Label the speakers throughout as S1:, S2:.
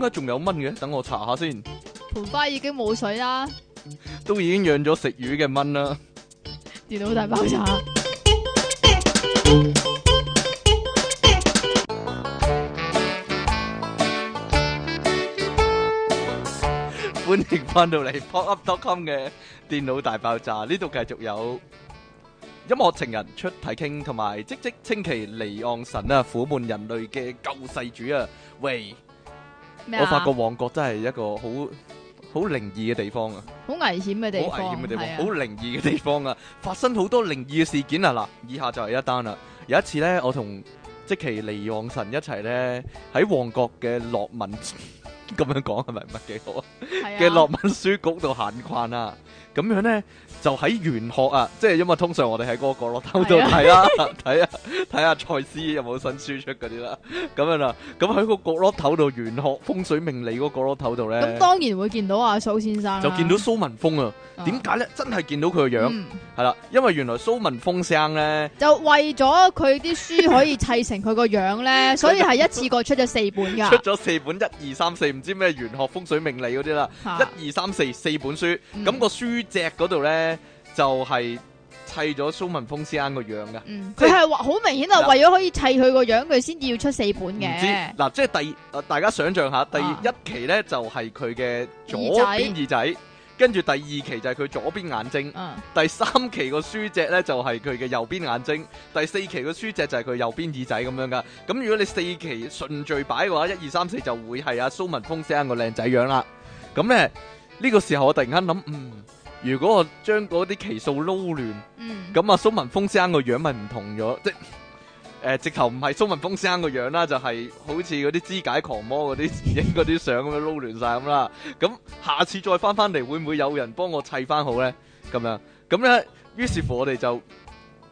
S1: 解仲有蚊嘅？等我查下先，
S2: 盆花已經冇水啦，
S1: 都已經養咗食魚嘅蚊啦。
S2: 電腦大爆炸。
S1: 歡迎翻到嚟 popup.com 嘅電腦大爆炸，呢度繼續有音樂情人出體 king，同埋即即稱其離岸神啊，苦悶人類嘅救世主啊！喂，
S2: 咩啊
S1: 我發覺旺角真係一個好好靈異嘅地方啊，
S2: 好危險嘅
S1: 好危
S2: 地方，
S1: 險嘅地方，
S2: 係啊
S1: 好靈異嘅地方啊！發生好多靈異嘅事件啊！嗱，以下就係一單啦。有一次呢，我同即其離岸神一齊呢，喺旺角嘅樂文 咁樣講係咪唔係幾好啊？
S2: 係啊
S1: 嘅樂文書局度閒逛啊，咁樣咧就喺玄學啊，即係因為通常我哋喺嗰個角落頭度
S2: 係啊
S1: 睇啦，睇下 睇下蔡司有冇新書出嗰啲啦，咁樣啦，咁喺個角落頭度玄學風水命理嗰個角落頭度咧
S2: 咁，當然會見到阿蘇先生啦
S1: 就見到蘇文峰啊，
S2: 啊
S1: 點解咧？真係見到佢個樣，
S2: 嗯
S1: 係啦，因為原來蘇文峰生咧
S2: 就為咗佢啲書可以砌成佢個樣 咧，所以係一次過出咗四本㗎
S1: 出。咗四本一二三四唔知咩玄學風水命理嗰啲啦，
S2: 嚇
S1: 一二三四四本書。
S2: 啊嗯
S1: 咁個書脊嗰度咧就係砌咗蘇文峰先生個樣噶。
S2: 嗯佢係話好明顯係為咗可以砌佢個樣，佢先至要出四本
S1: 唔知
S2: 嗯嘅。
S1: 嗱，即係第呃大家想象下，第
S2: 啊
S1: 一期咧就係佢嘅左
S2: 耳仔
S1: 邊耳仔，跟住第二期就係佢左邊眼睛，
S2: 嗯，
S1: 第三期個書脊咧就係佢嘅右邊眼睛，第四期個書脊就係佢右邊耳仔咁樣噶。咁如果你四期順序擺嘅話，一二三四就會係阿蘇文峰先生個靚仔樣啦。咁咧呢個時候我突然間諗，嗯，如果我將嗰啲期數撈亂。
S2: 嗯，
S1: 咁啊，蘇文峰先生個樣咪唔同咗，即係誒直頭唔係蘇文峰先生個樣啦，就係、好似嗰啲肢解狂魔嗰啲影嗰啲相咁樣撈亂晒咁啦。咁下次再翻翻嚟，會唔會有人幫我砌翻好咧？咁樣咁咧，於是乎我哋就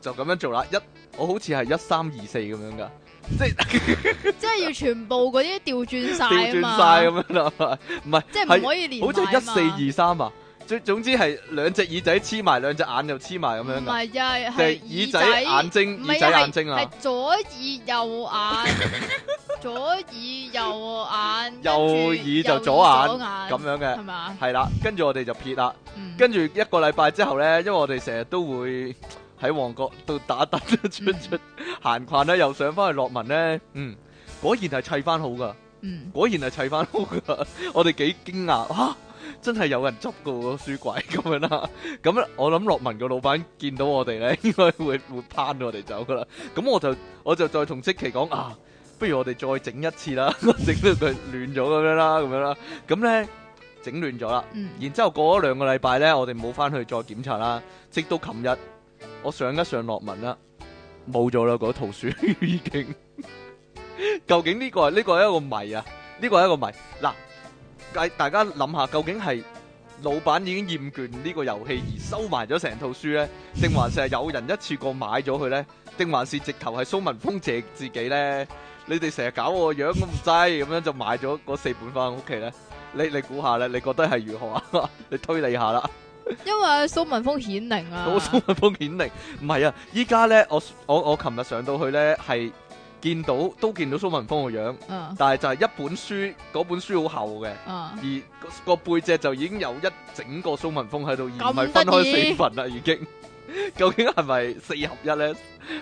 S1: 就咁樣做啦。一我好似係一三二四咁樣噶，即係
S2: 即係要全部嗰啲調轉晒
S1: 調
S2: 啊
S1: 轉
S2: 嘛，
S1: 晒咁樣啦，唔係
S2: 即係
S1: 係
S2: 唔可以連
S1: 好似
S2: 埋
S1: 係
S2: 啊嘛
S1: 一四二三啊。總總之係兩隻耳仔黐埋，兩隻眼又黐埋咁樣
S2: 唔
S1: 噶，
S2: 係啊，
S1: 就係
S2: 係
S1: 耳仔、眼睛、
S2: 唔
S1: 耳
S2: 係
S1: 仔、
S2: 係
S1: 眼睛啊
S2: 係。左耳右 眼，左耳右眼，
S1: 右
S2: 跟住
S1: 耳就
S2: 右
S1: 左眼
S2: 左眼
S1: 咁樣
S2: 係
S1: 嘅，
S2: 嘛？
S1: 係啦，跟住我哋就撇啦，
S2: 嗯
S1: 跟住一個禮拜之後呢，因為我哋成日都會喺旺角度打躉出
S2: 嗯
S1: 出閒逛咧，又上翻去落文呢。嗯，果然係砌翻好噶，
S2: 嗯
S1: 果然係砌翻好噶， 我哋幾驚訝啊！真係有人執過個書櫃咁樣啦，咁咧我諗樂文個老闆見到我哋呢， 應該會會攀我哋走噶啦。咁我就我就再同積奇講啊，不如我哋再整一次啦， 整到佢亂咗咁樣啦，咁樣啦，咁呢，整亂咗啦。
S2: 嗯
S1: 然之後過咗兩個禮拜呢，我哋冇翻去再檢查啦。直到琴日，我上一上落文啦，冇咗啦嗰套書已經。究竟呢個係呢個係一個謎啊？呢個係一個謎。嗱，大大家諗下，究竟係老闆已經厭倦呢個遊戲而收埋咗成套書呢？定還是係有人一次過買咗佢呢？定還是直頭係蘇文峰借自己呢？你哋成日搞我個樣咁滯，咁樣就買咗嗰四本翻屋企呢？你你估下咧？你覺得係如何啊？你推理下啦。
S2: 因為蘇文峰顯靈啊，
S1: 好蘇文峰顯靈，唔係啊！依家咧，我我我琴日上到去咧，係見到都見到蘇文峰個樣，
S2: 啊
S1: 但係就係一本書，嗰本書好厚嘅，
S2: 啊，
S1: 而個個背脊就已經有一整個蘇文峰喺度，而唔係
S2: 咁
S1: 分
S2: 得
S1: 開
S2: 意
S1: 四份啦，已經。究竟係咪四合一咧？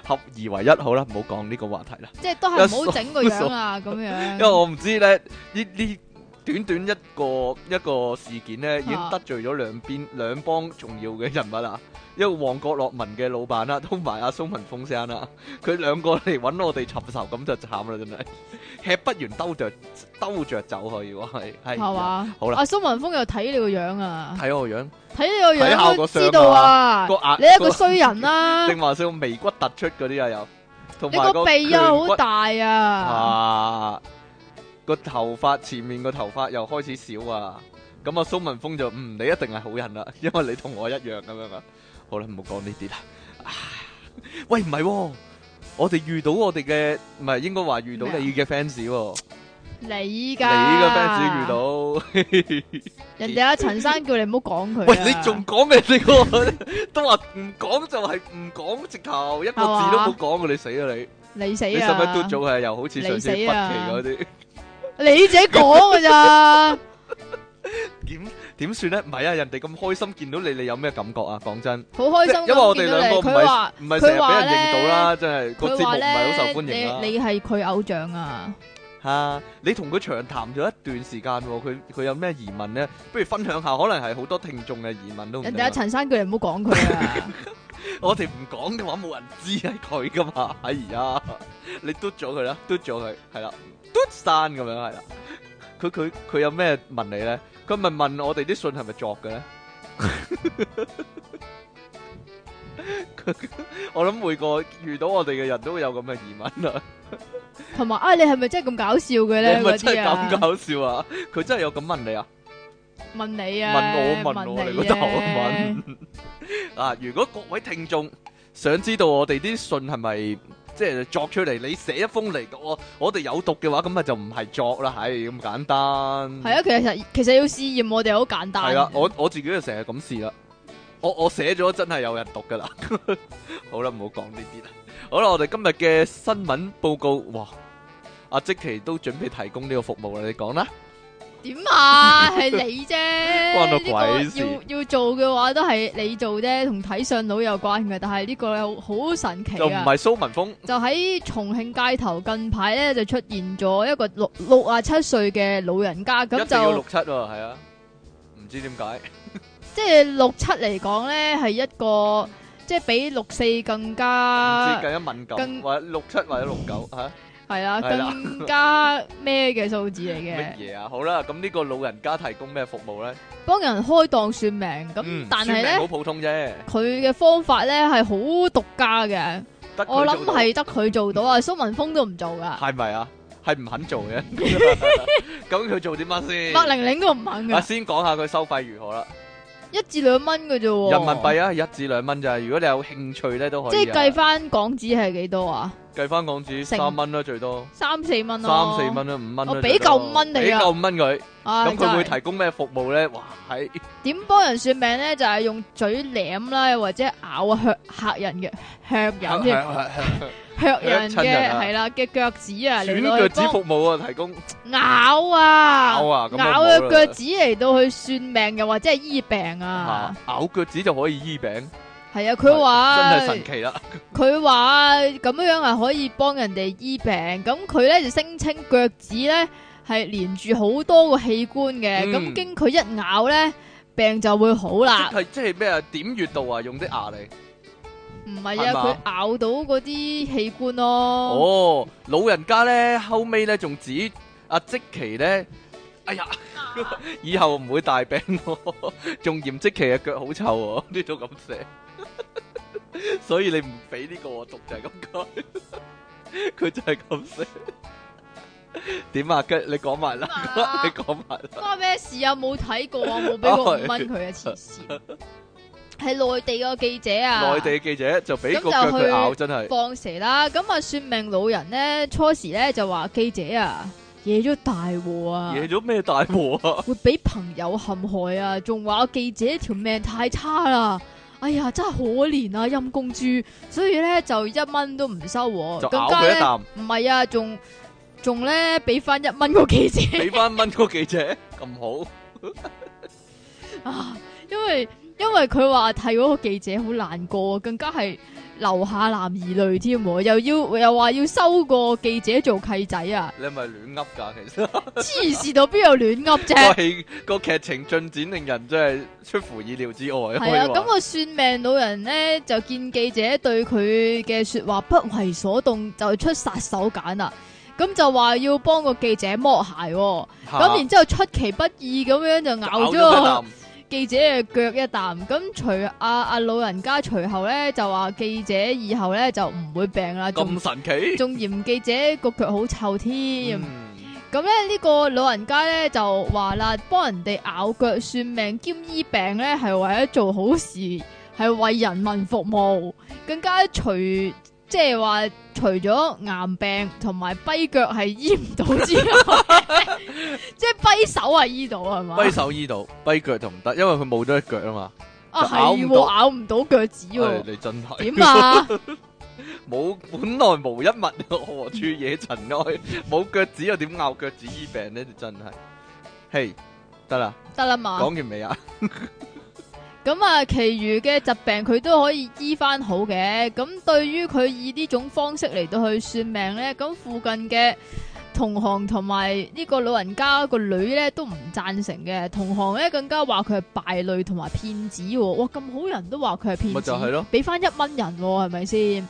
S1: 合二為一好啦，唔好講呢個話題啦。
S2: 即係都係唔好整個樣啊咁樣。
S1: 因為我唔知咧，呢呢短短一個一個事件咧，已經
S2: 啊
S1: 得罪咗兩邊兩幫重要嘅人物啦。一個旺角樂文嘅老闆啦，同埋阿蘇文峰先生啦，佢兩個嚟揾我哋尋仇，咁就慘啦，真係吃不完兜着兜着走去，如果係係
S2: 係嘛？
S1: 好啦
S2: 阿蘇文峰又睇你個樣啊，
S1: 睇我個樣
S2: 睇你個
S1: 睇下
S2: 樣
S1: 個
S2: 都
S1: 相
S2: 知道啊
S1: 個，額
S2: 你係一個衰 人啦，
S1: 正話先眉骨突出嗰啲啊，有同
S2: 你
S1: 埋
S2: 個鼻啊
S1: 頸骨
S2: 好大啊，
S1: 啊！個頭髮前面個頭髮又開始少啊！咁啊，蘇文峰就嗯，你一定係好人啦， 因為你同我一樣咁樣啊。好啦，唔好講呢啲啦。啊喂，唔係喎，我哋遇到我哋嘅唔係應該話遇到
S2: 咩啊
S1: 你嘅 fans 喎，
S2: 你
S1: 你
S2: 噶，
S1: 嘅 fans 遇到。
S2: 人哋阿陳生叫你唔好講佢啊。
S1: 喂，你仲講咩？你個都話唔講就係唔講，直頭一個字都冇講過，你死啊你！
S2: 你死啊！
S1: 你使唔使嘟咗佢啊？又好似上次北
S2: 你
S1: 奇
S2: 死啊
S1: 嗰啲。
S2: 你自己講 噶咋？
S1: 點點算咧？唔係啊，人哋咁開心見到你，你有咩感覺啊？講真，
S2: 好開
S1: 即
S2: 心
S1: 係因為
S2: 咁
S1: 我
S2: 見
S1: 哋
S2: 到
S1: 兩
S2: 你。
S1: 個唔
S2: 佢
S1: 係
S2: 話
S1: 唔係成日
S2: 佢話
S1: 俾人認到啦，
S2: 呢
S1: 真係個節
S2: 佢
S1: 目
S2: 話
S1: 唔係好受歡迎啊
S2: 咧，
S1: 啦。
S2: 你你係佢偶像啊！
S1: 啊！你同佢長談咗一段時間喎，佢佢有咩疑問咧？不如分享下，可能係好多聽眾嘅疑問都唔
S2: 人
S1: 定啊
S2: 哋阿陳生叫你唔好講 佢啊！
S1: 我哋唔講嘅話，冇人知係佢噶嘛。哎呀，你嘟咗佢啦，嘟咗佢，係啦，嘟散咁樣係啦。佢佢佢有咩問你咧？佢咪問我哋啲信係咪作嘅咧？佢 我諗每個遇到我哋嘅人都會有咁嘅疑問啦。
S2: 同埋啊，你係咪真係咁搞笑嘅咧？
S1: 你咪
S2: 嗰
S1: 真
S2: 啲
S1: 係咁
S2: 啊，
S1: 搞笑啊！佢真係有咁問你啊？
S2: 問你啊，
S1: 問我問我
S2: 你
S1: 你個頭啊
S2: 啊
S1: 啊！如果各位聽眾想知道我哋啲信係咪即係作出嚟，你寫一封嚟，我我哋有讀嘅話，咁咪就唔係作啦，係咁簡單。
S2: 係啊，其實其實要試驗我哋好簡單。
S1: 係啦，我我自己就成日咁試啦。我我寫咗真係有人讀噶啦。 好啦，唔好講呢啲啦。好啦，我哋今日嘅新聞報告，哇！阿即奇都準備提供呢個服務啦，你講啦。
S2: 點啊？係你 啫，
S1: 關我
S2: 呢
S1: 鬼事
S2: 個要要做嘅話都係你做啫，同睇相佬有關嘅。但係呢個又好神奇
S1: 就唔
S2: 啊！
S1: 係蘇文峰，
S2: 就喺重慶街頭近排咧就出現咗一個六六啊七歲嘅老人家，
S1: 一
S2: 咁
S1: 定要
S2: 就
S1: 六七喎，係啊，唔知點解。
S2: 即係六七嚟講咧係一個即係比六四更加
S1: 唔知計一敏感，
S2: 更
S1: 或者六七或者六九嚇。
S2: 係啦，
S1: 係啦
S2: 更 加咩嘅數字嚟
S1: 乜
S2: 嘅，
S1: 嘢啊？好啦，咁呢個老人家提供咩服務咧？
S2: 幫人開檔算命咁
S1: 嗯，
S2: 但
S1: 算
S2: 係
S1: 命
S2: 咧
S1: 好普通啫，
S2: 佢嘅方法咧係好獨家嘅。
S1: 得佢
S2: 我諗
S1: 做到嗯
S2: 係得佢做到啊，蘇文峰都唔做噶，
S1: 係咪啊？係唔肯做 嘅，咁佢做啲乜先？
S2: 麥玲玲都唔肯
S1: 啊，
S2: 噶，
S1: 先講下佢收費如何啦。
S2: 一至兩蚊嘅啫喎，
S1: 人民幣啊，一至兩蚊咋。如果你有興趣咧，都可
S2: 即
S1: 以
S2: 係
S1: 啊。
S2: 計翻港紙係幾多啊？
S1: 計翻港紙
S2: 成
S1: 三蚊啦，最多
S2: 三四蚊
S1: 三
S2: 咯，
S1: 四，蚊啦，五蚊啦。
S2: 我
S1: 最
S2: 俾
S1: 多
S2: 夠五蚊你啊
S1: 俾夠五蚊佢。
S2: 唉
S1: 咁佢會
S2: 真係
S1: 提供咩服務咧？哇，係
S2: 點幫人算命咧？就係用嘴舐啦，又或者咬嚇嚇人嘅嚇人添，嚇人
S1: 嚇親人
S2: 嘅
S1: 啊
S2: 係啦嘅腳趾啊，
S1: 選
S2: 嚟
S1: 腳
S2: 到
S1: 趾服務啊，提供
S2: 咬啊，
S1: 咬啊咁就
S2: 咬
S1: 冇啦
S2: 嘅腳趾嚟到去算命，又或者係醫病
S1: 啊
S2: 啊，
S1: 咬腳趾就可以醫病，
S2: 係啊，佢
S1: 真
S2: 話
S1: 係神奇啦。
S2: 佢話咁樣樣係可以幫人哋醫病，咁佢咧就聲稱腳趾咧係連住好多個器官嘅，
S1: 嗯
S2: 咁、經佢一咬咧，病就會好啦
S1: 即。係即係咩啊？點穴道啊，用啲牙嚟。
S2: 唔係
S1: 係
S2: 啊，
S1: 嘛
S2: 佢咬到嗰啲器官咯。
S1: 哦，老人家咧後尾咧仲指阿積淇咧，哎呀， 以後唔會大病咯， 仲嫌積淇嘅腳好臭喎，呢 度咁寫。所以你唔俾呢個我讀就係咁解， 佢就係咁寫。點啊？跟你講埋啦，
S2: 點啊
S1: 你講哦埋啦。
S2: 關咩事啊？冇睇過啊，冇 俾過五蚊佢啊，黐線！ 係內地個記者啊，
S1: 內地嘅記者就俾個
S2: 咁
S1: 腳
S2: 就
S1: 佢
S2: 去
S1: 咬，真係。
S2: 放蛇啦。咁啊，算命老人咧初時咧就話記者啊，惹咗大禍啊。
S1: 惹咗咩大禍啊？
S2: 會俾朋友陷害啊，仲話記者條命太差啦。哎呀，真係可憐啊，陰公豬，所以咧就一蚊都唔收喎、
S1: 就
S2: 更
S1: 咬
S2: 加
S1: 佢一
S2: 咧
S1: 啖，
S2: 唔係啊，仲仲咧俾翻一蚊 個記者
S1: 俾翻蚊個記者咁好。
S2: 啊，因為因為佢話替嗰個記者好難過，更加係流下男兒淚添喎，又要又話要收個記者做契仔 啊，
S1: 你係咪亂噏㗎？其 實
S2: 黐線到邊度亂噏啫？
S1: 個戲個劇情進展令人真係出乎意料之外，可
S2: 系啊，
S1: 以
S2: 咁
S1: 話
S2: 個算命老人咧就見記者對佢嘅说話不為所動，就出殺手鐧啦。咁就話要幫個記者剝鞋、喎。
S1: 嚇
S2: 咁然之后出其不意咁樣就咬咗
S1: 咬
S2: 個
S1: 佢
S2: 記者嘅腳一啖。咁隨阿阿老人家隨後咧就話記者以後咧就唔會病啦，
S1: 一啖
S2: 仲
S1: 咁神 奇。
S2: 仲嫌記者個腳好臭添。
S1: 嗯
S2: 咁咧呢個老人家咧就話啦，幫人哋咬腳算命兼醫病咧，係為咗做好事，係為人民服務，更加除即係話除咗癌病同埋跛腳係醫唔到之外， 即係跛手係醫到係嘛？
S1: 跛手醫到，跛腳就唔得，因為佢冇咗一腳啊嘛。
S2: 啊
S1: 就咬唔
S2: 係喎，
S1: 到
S2: 咬唔到腳趾
S1: 係
S2: 喎，
S1: 你真係
S2: 點啊？
S1: 冇本來無一物，何處惹塵埃？ 冇腳趾又點拗腳趾醫病呢？真係，嘿，得啦，
S2: 得啦嘛。
S1: 講完未啊？
S2: 咁啊，其余嘅疾病佢都可以醫翻好嘅。咁對於佢以呢種方式嚟到去算命呢，咁附近嘅同行同埋呢個老人家個女呢都唔贊成嘅。同行呢更加話佢係敗類同埋騙子喎、哇，咁好人都話佢係騙
S1: 咪
S2: 子
S1: 就，係咯，
S2: 俾翻一蚊人喎、係咪先？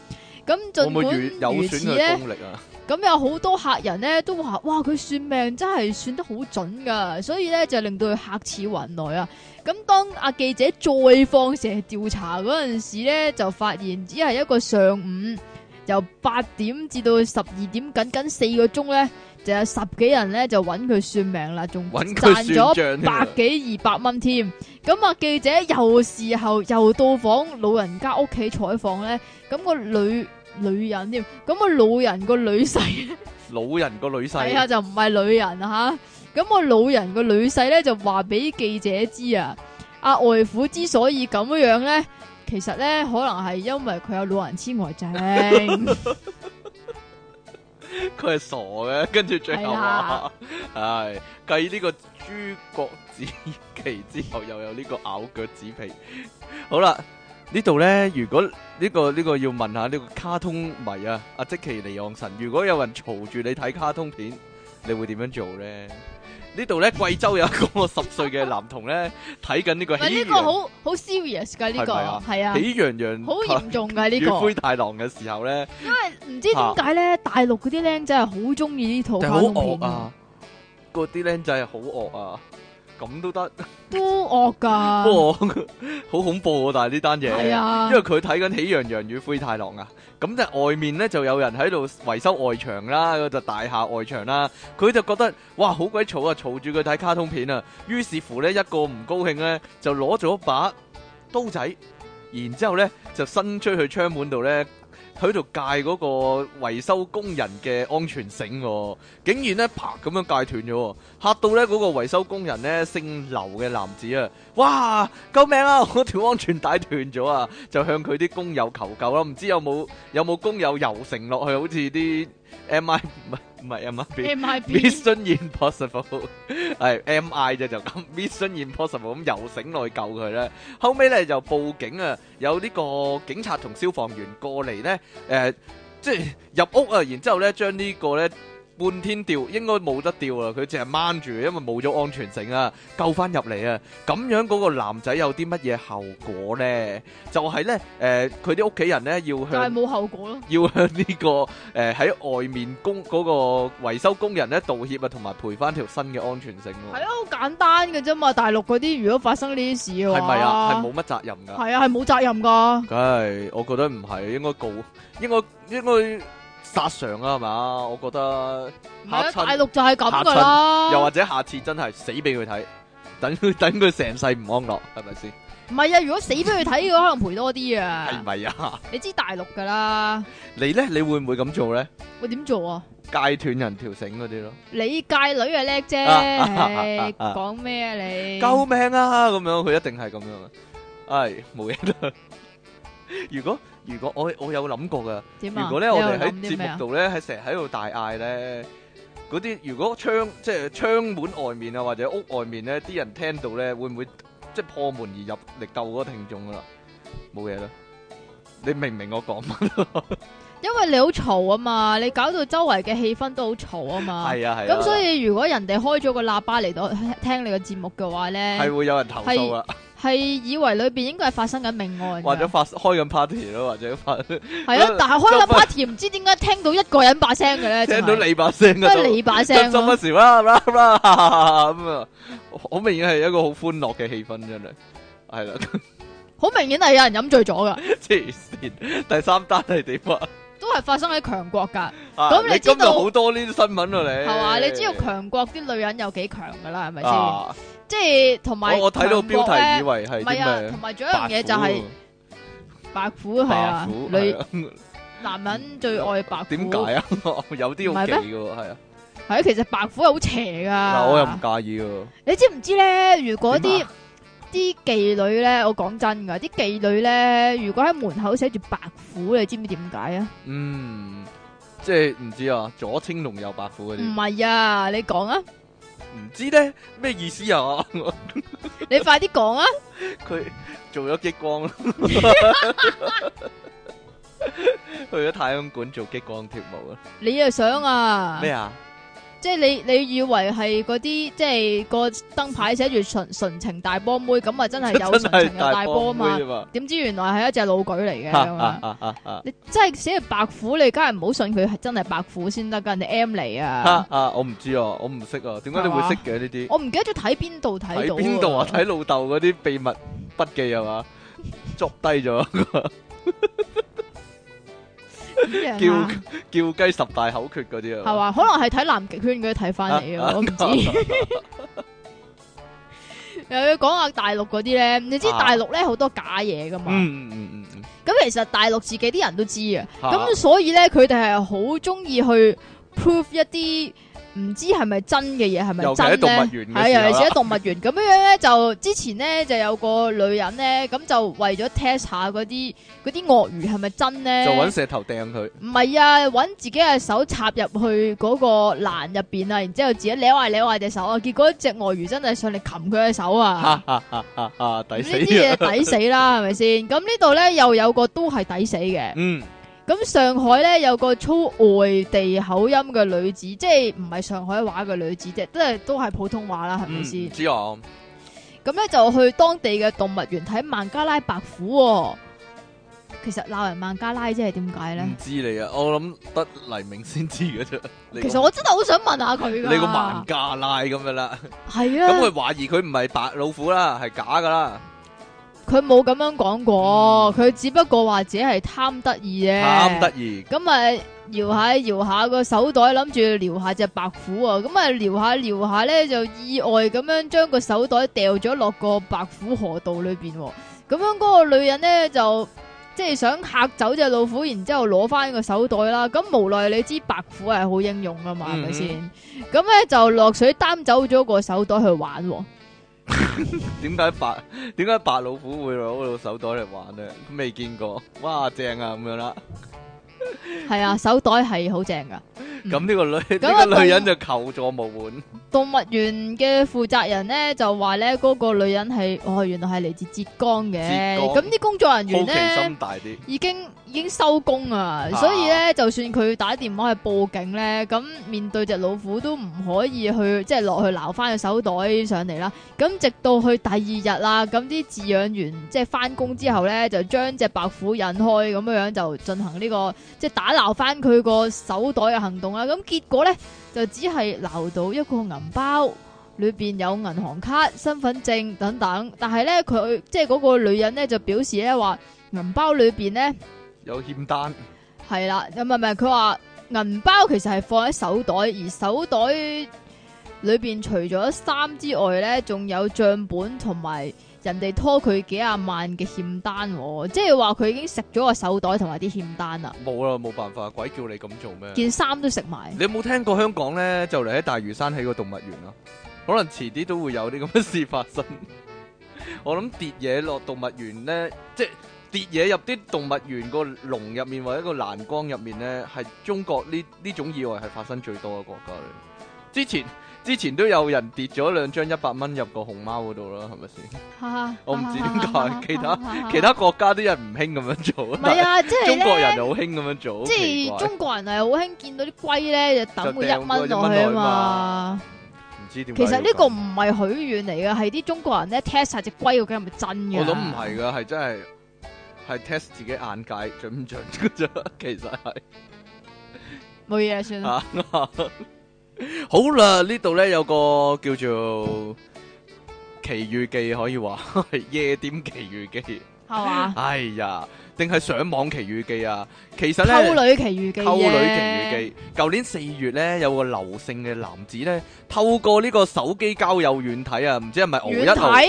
S1: 會
S2: 咁
S1: 唔
S2: 儘
S1: 會
S2: 管
S1: 越有
S2: 如
S1: 損
S2: 此呢
S1: 佢。功力啊？
S2: 咁有好多客人咧都話：哇，佢算命真係算得好準噶，所以咧就令到佢客似雲來啊！咁當阿記者再放蛇調查嗰陣時咧，就發現只係一個上午由八點至到十二點，僅僅四個鐘咧，就有十幾人咧就揾佢算命啦，仲
S1: 揾佢
S2: 賺
S1: 算
S2: 咗
S1: 賬
S2: 百
S1: 啊！
S2: 幾二百蚊添。咁啊，記者又事後又到訪老人家屋企採訪咧，咁、個女女人添，咁、個老人個女婿
S1: 老人個女
S2: 係
S1: 婿
S2: 啊，就唔係女人啊吓。咁、個老人個女婿咧就話俾記者知啊，阿外父之所以咁樣樣咧，其實咧可能係因為佢有老人痴呆 症。
S1: 佢係傻嘅， 跟住最後
S2: 係
S1: 話
S2: 啊
S1: 係繼呢個諸葛子期之後，又有呢個咬腳趾皮。好啦，呢度呢，如果呢、個呢、個要問下呢個卡通迷啊，阿即奇尼昂神，如果有人嘈住你睇卡通片，你會點樣做呢？呢度呢，貴州有一個 十歲嘅男童呢，睇緊呢個
S2: 唔係
S1: 喜
S2: 呢個
S1: 羊
S2: 好好 serious 噶呢個，
S1: 啊係咪啊
S2: 係啊，
S1: 喜羊羊
S2: 好嚴重噶呢
S1: 與
S2: 個。
S1: 灰太狼嘅時候呢。
S2: 唔知點解咧，大陸嗰啲僆仔係好中意呢套
S1: 但
S2: 卡
S1: 係好
S2: 通
S1: 惡
S2: 片
S1: 啊！嗰啲僆仔係好惡啊！咁都得，
S2: 啊都惡噶，
S1: 不過 好恐怖啊！但係呢單嘢，
S2: 係啊
S1: 因為，佢睇緊《喜羊羊與灰太狼》啊，咁但係外面呢就有人喺度維修外牆啦，嗰就大廈外牆啦，佢就覺得哇好鬼嘈啊，嘈住佢睇卡通片啊，於是乎呢，一個唔高興呢，就攞咗把刀仔，然之後呢就伸出去窗門度呢，喺度戒嗰個維修工人嘅安全繩、喎，竟然呢，啪咁樣戒斷咗、喎，嚇到呢嗰、個維修工人呢，姓劉嘅男子啊，哇救命啊！我條安全帶斷咗啊！就向佢啲工友求救啦。唔知有冇有冇工友遊繩落去，好似啲 M I 唔係唔係 M I B
S2: M I B
S1: Mission Impossible 係 M I 啫，就咁 Mission Impossible 咁遊繩落去救佢咧。後尾咧就報警啊，有呢個警察同消防員過嚟咧，誒、即係入屋啊，然之後咧將呢個咧。半天吊應該冇得吊啊！佢淨係掹住，因為冇咗安全繩啊，救翻入嚟啊！咁樣嗰個男仔有啲乜嘢後果呢？就係呢，誒佢啲屋企人呢要
S2: 就係
S1: 向
S2: 冇後果咯。
S1: 要向呢、個 誒喺、外面工嗰、個維修工人呢道歉啊，同埋賠翻條新嘅安全繩
S2: 係
S1: 喎。
S2: 啊，好簡單嘅啫嘛。大陸嗰啲如果發生呢啲事嘅話，
S1: 係咪啊？係冇乜責任㗎。
S2: 係啊，係冇責任噶。
S1: 梗係，我覺得唔係，應該告，應該應該殺常啊，係嘛？我覺得
S2: 唔係
S1: 嚇
S2: 啊，
S1: 親
S2: 大陸就係咁噶
S1: 又
S2: 啦
S1: 或。者下次真係死俾佢睇，等佢等佢成世唔安樂，係咪先？
S2: 唔係啊，如果死俾佢睇嘅話，可能賠多啲
S1: 係
S2: 啊。
S1: 咪啊？
S2: 你知大陸噶啦，
S1: 你呢？你會唔會咁做呢？
S2: 我點做啊？
S1: 戒斷人條繩嗰啲咯，
S2: 你界女啊叻啫，
S1: 啊啊啊啊
S2: 唉
S1: 啊
S2: 講咩啊你？
S1: 救命啊！咁樣佢一定係咁樣啊，唉，冇嘢啦。如果如果我我有諗過噶，
S2: 點啊？
S1: 如果咧我
S2: 你
S1: 哋
S2: 又諗
S1: 喺
S2: 啲咩
S1: 節
S2: 啊
S1: 目？度咧喺成日喺度大嗌咧，嗰啲如果窗即係窗門外面啊或者屋外面咧，啲人聽到咧會唔會即係破門而入嚟鬥嗰個聽眾噶啦？冇嘢啦，你明唔明我講乜？
S2: 因為你好嘈啊嘛，你搞到周圍嘅氣氛都好嘈啊嘛。
S1: 係啊係啊，
S2: 咁所以如果人哋開咗個喇叭嚟到 聽你個節目嘅話
S1: 係
S2: 咧，
S1: 會有人投訴啊，
S2: 係以為裏邊應該係發生緊命案㗎，
S1: 或者發開緊 party 咯，或者發
S2: 係啊，但係開緊 party 唔知點解聽到一個人把聲嘅咧，
S1: 聽
S2: 真
S1: 到
S2: 係
S1: 你把聲
S2: 都
S1: 嗰
S2: 係
S1: 度。
S2: 你把聲
S1: 真心不，
S2: 咯
S1: 時啦啦啦咁啊，好明顯係一個好歡樂嘅氣氛真係，係啦，
S2: 好明顯係有人飲醉咗噶，
S1: 黐線。第三單係點啊？
S2: 都係發生喺強國㗎，
S1: 啊
S2: 咁你知
S1: 今日
S2: 道
S1: 好多呢啲新聞啊，你
S2: 係嘛？你知道強國啲女人有幾強㗎啦，係咪先？
S1: 啊？
S2: 即係同埋
S1: 我我睇到
S2: 強國
S1: 標題以
S2: 呢
S1: 為係
S2: 唔係
S1: 啲
S2: 啊，
S1: 咩
S2: 同埋仲有一樣嘢就係白虎係
S1: 白
S2: 啊，
S1: 虎
S2: 女
S1: 係啊
S2: 男人最愛白虎，
S1: 點解啊？ 有啲好忌嘅喎，係啊，
S2: 係啊，其實白虎係好邪噶。
S1: 嗱我又唔介意嘅喎，
S2: 你知唔知咧？如果
S1: 點
S2: 啲
S1: 啊
S2: 啲妓女咧，我講真噶，啲妓女咧，如果喺門口寫住白虎，你知唔知點解啊？
S1: 嗯，即系唔知啊，左青龍右白虎嗰
S2: 唔
S1: 啲，
S2: 係啊，你講啊，
S1: 唔知咧咩意思啊？
S2: 你快啲講啊！
S1: 佢做咗激光咯，去咗太空館做激光跳舞啊？
S2: 你又想啊？
S1: 咩啊？
S2: 即係你你以為係嗰啲即係個燈牌寫住純純情大波妹，咁啊 真係有純情
S1: 係
S2: 有大波啊嘛
S1: 妹？啫嘛！
S2: 點知原來係一隻老舉嚟嘅咁啊！
S1: 啊啊啊
S2: 你真係寫住白虎，你梗係唔好信佢係真係白虎先得噶，人哋 M 嚟啊
S1: 啊！啊！我唔知啊，我唔識啊，點解你會識嘅呢啲？
S2: 我唔記得咗睇邊度睇
S1: 睇
S2: 到
S1: 邊度啊？睇老豆嗰啲秘密筆記係嘛？作低咗，
S2: 叫
S1: 叫叫雞十大口訣嗰啲啊？
S2: 啊係嘛？可能係睇南極圈嗰啲睇翻嚟嘅，我唔知。 又要講下大陸嗰啲咧，你知
S1: 啊
S2: 大陸咧好多假嘢噶嘛？
S1: 嗯？嗯嗯嗯
S2: 咁其實大陸自己啲人都知嘅，
S1: 嗯，嚇
S2: 咁所以咧佢哋係好中意去 prove 一啲唔知係咪真嘅嘢係咪
S1: 尤其喺
S2: 真
S1: 動物
S2: 咧？
S1: 園嘅
S2: 係啊
S1: 時候啦
S2: 尤其是喺動物園咁樣樣咧，就之前咧就有個女人咧，咁就為咗 test 下嗰啲嗰啲鱷魚係咪真咧？
S1: 就揾石頭掟佢。
S2: 唔係啊，揾自己嘅手插入去嗰個欄入邊啊，然之後自己撩下撩下隻手啊，結果只鱷魚真係上嚟擒佢嘅手
S1: 哈
S2: 啊！
S1: 哈哈哈哈！抵
S2: 咁呢
S1: 死
S2: 啲
S1: 啊！
S2: 嘢抵死啦，係咪先？咁呢度咧又有個都係抵死嘅。
S1: 嗯，
S2: 咁上海咧有個操外地口音嘅女子，即係唔係上海話嘅女子啫，都係都係普通話啦，係
S1: 嗯
S2: 咪
S1: 唔
S2: 先？
S1: 知啊，
S2: 咁咧就去當地嘅動物園睇孟加拉白虎、喎。其實鬧人孟加拉即係點解咧？
S1: 唔知你啊，我諗得黎明先知嘅 啫。你個
S2: 其實我真係好想問下佢
S1: 你
S2: 㗎。
S1: 個孟加拉咁樣 啦，
S2: 係
S1: 咁
S2: 啊。
S1: 佢懷疑佢唔係白老虎啦，係假噶啦，
S2: 佢冇咁樣講過，佢、只不過話自己係貪得意
S1: 嗯
S2: 啫。
S1: 貪得意。
S2: 咁咪搖下搖下個手袋，諗住撩下只白虎啊！咁啊撩下撩下咧，就意外咁樣將個手袋掉咗落個白虎河道裏邊喎。咁樣嗰個女人咧就即係想嚇走只老虎，然之後攞翻個手袋啦。咁無奈你知白虎係好英勇噶嘛，係咪
S1: 嗯
S2: 先？咁咧就落水擔走咗個手袋去玩喎。
S1: 點解白點解白老虎會攞到手袋嚟玩咧？未見過，哇正啊咁樣啦。
S2: 係啊，手袋係好正噶。嗯
S1: 咁呢個女
S2: 咁啊
S1: 呢個女人就求助無門。
S2: 動物園嘅負責人咧就話咧嗰個女人係哦，原來係嚟自浙江嘅。
S1: 浙
S2: 咁
S1: 江
S2: 啲工作人員
S1: 好奇
S2: 咧
S1: 心大啲，
S2: 已經已經收工啊，
S1: 啊
S2: 所以咧就算佢打電話去報警咧，咁面對只老虎都唔可以去即係落去撈翻個手袋上嚟啦。咁直到去第二日啦，咁啲飼養員即係翻工之後咧，就將只白虎引開咁樣樣就進行呢、個即係打撈翻佢個手袋嘅行動啦。咁啊結果咧就只係撈到一個銀包。裏邊有銀行卡、身份證等等，但係咧佢即係嗰個女人咧就表示咧話銀包裏邊咧
S1: 有欠單，
S2: 係啦，唔係唔係，佢話銀包其實係放喺手袋，而手袋裏邊除咗衫之外咧，仲有帳本同埋人哋拖佢幾廿萬嘅欠單喎，即係話佢已經食咗個手袋同埋啲欠單啦，
S1: 冇啦冇辦法，鬼叫你咁做咩？
S2: 件衫都食埋。
S1: 你有冇聽過香港咧就嚟喺大嶼山起個動物園啊？可能遲啲都會有啲咁嘅事發生。 我諗跌嘢落動物園咧，即係跌嘢入啲動物園個籠入面或者個欄杆入面咧，係中國呢呢種意外係發生最多嘅國家嚟。之前之前都有人跌咗兩張一百蚊入個熊貓嗰度啦，係咪先？ 我唔知點解其他其他國家啲人唔興咁樣做
S2: 唔，係
S1: 但
S2: 啊，即
S1: 係
S2: 係
S1: 中
S2: 咧
S1: 國人就好興咁樣做，好
S2: 即
S1: 奇怪
S2: 係中國人係好興見到啲龜咧，就抌佢
S1: 就
S2: 一
S1: 掟個
S2: 蚊
S1: 一
S2: 落去
S1: 蚊
S2: 啊
S1: 落去
S2: 嘛
S1: 嘛。唔啊知點解
S2: 其
S1: 要咁。
S2: 實呢個唔係許願嚟嘅，係啲中國人咧 test 晒只龜究竟係咪真嘅。
S1: 我諗唔係噶，係真係係 test 自己眼界準唔準嘅啫。其實係
S2: 冇嘢算啦。
S1: 啊，好啦，呢度咧有個叫做《奇遇記》，可以話係夜店奇遇記。
S2: 係嘛？
S1: 哎呀，定係上網奇遇記啊？其實咧。
S2: 溝女奇遇記啫，
S1: 溝女奇遇記，舊年四月咧，有個劉姓嘅男子咧，透過呢個手機交友軟體啊，唔知係咪敖一
S2: 遠
S1: 號
S2: 睇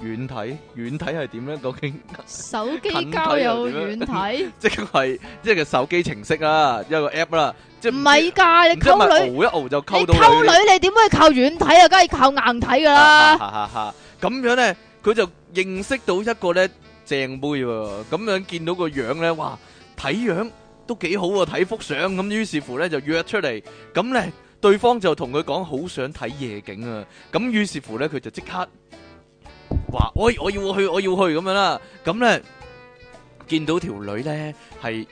S1: 軟體？軟體係點咧？究竟？
S2: 手機交友遠睇，
S1: 即係即係個手機程式啦，一個 app 啦，啊即係
S2: 唔係
S1: 唔
S2: 㗎，你
S1: 知係咪
S2: 溝
S1: 熬
S2: 女，
S1: 一熬就
S2: 你
S1: 溝到
S2: 溝女你點可以靠遠睇啊？梗係靠硬睇㗎
S1: 啦，
S2: 啦。
S1: 哈哈哈咁樣咧，佢就認識到一個咧正妹喎，咁樣見到個樣咧，哇，睇樣都幾好喎，睇幅相咁，於是乎咧就約出嚟，咁咧對方就同佢講好想睇夜景啊，咁於是乎咧佢就即刻話：我我要去，我要去咁樣啦，咁咧見到條女咧係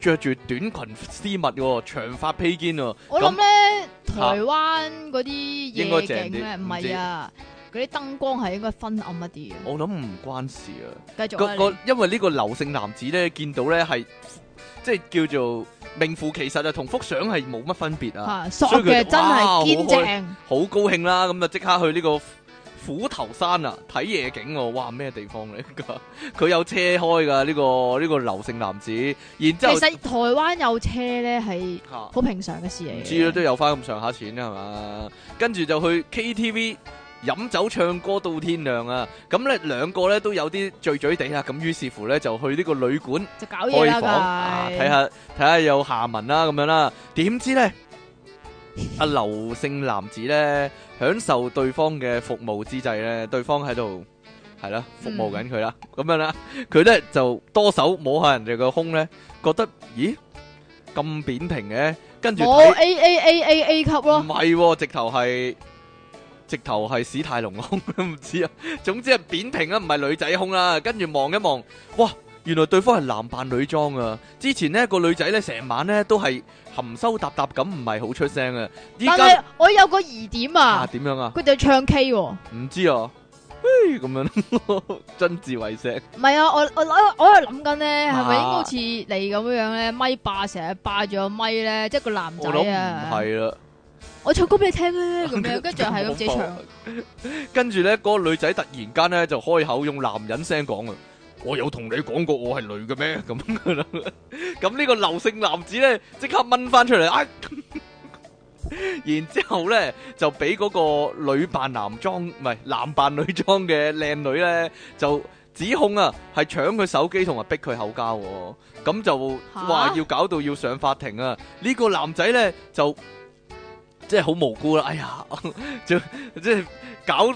S1: 着住短裙絲襪喎，長髮披肩喎，
S2: 我
S1: 咁啊
S2: 諗咧，台灣嗰啲
S1: 應該
S2: 夜
S1: 正
S2: 景咧，
S1: 啲
S2: 唔
S1: 唔知
S2: 係啊，嗰啲燈光係應該昏暗一啲
S1: 我諗唔關事啊。
S2: 嘅。繼續
S1: 個
S2: 啊
S1: 個因為呢個劉姓男子咧，見到咧係即係叫做名副其實啊，同幅相係冇乜分別
S2: 你
S1: 啊，
S2: 啊，索
S1: 所以佢
S2: 嘅
S1: 就
S2: 真
S1: 哇
S2: 係堅
S1: 好開
S2: 正，
S1: 好高興啦，咁啊即刻去呢個虎頭山啊睇夜景喎，哇咩地方嚟噶？ 佢有車開噶呢個呢個劉姓男子，然
S2: 其
S1: 之後
S2: 實台灣有車咧係
S1: 嚇
S2: 好平常嘅事嚟
S1: 唔
S2: 嘅。
S1: 知啦，啊都有翻咁上下錢啊啦，係嘛？跟住就去 KTV 飲酒唱歌到天亮啊！咁咧兩個咧都有啲醉醉地啦，咁於是乎咧就去呢個旅館。
S2: 就搞嘢
S1: 開
S2: 啦，
S1: 房啊，
S2: 梗係
S1: 睇下睇下有下文啦，咁樣啦。點知咧，阿劉姓男子咧享受對方嘅服務之際咧，對方喺度係啦服務緊佢啦，咁樣啦，佢咧就多手摸下人哋個胸咧，覺得咦咁扁平嘅，跟住
S2: 冇
S1: 睇
S2: A A A A A 級
S1: 唔
S2: 咯，
S1: 係喎，直頭係。直頭係史泰龍胸唔知啊。總之係扁平啊，唔係女仔胸啦。跟住望一望，哇！原來對方係男扮女裝啊！之前呢個女仔呢，成晚呢都係含羞答答咁，唔係好出聲啊。依
S2: 但
S1: 家
S2: 係我有個疑點
S1: 啊
S2: 啊，
S1: 點樣啊？
S2: 佢哋唱 K 喎，唔
S1: 唔知啊， 嘿咁 樣曾志偉聲
S2: 係啊，我我我我喺度諗緊咧，係咪應該
S1: 啊
S2: 好似你咁樣樣咧，咪霸成日霸住個咪咧，即係個男仔
S1: 我諗唔
S2: 啊，
S1: 係啦。
S2: 我唱歌俾你聽啊，咁 樣跟住係咁自己唱，
S1: 跟住呢，嗰、個女仔突然間呢就開口用男人聲講啊！我有同你講過我係女嘅咩？咁樣 啦咁呢個劉姓男子呢，即刻掹翻出嚟，哎、 然之後呢，就俾嗰個女扮男裝，唔係男扮女裝嘅靚女呢，就指控啊係搶佢手機同埋逼佢口交喎，咁就
S2: 吓
S1: 話要搞到要上法庭啊！呢、個男仔呢，就即係好無辜啦，哎呀， 就即係搞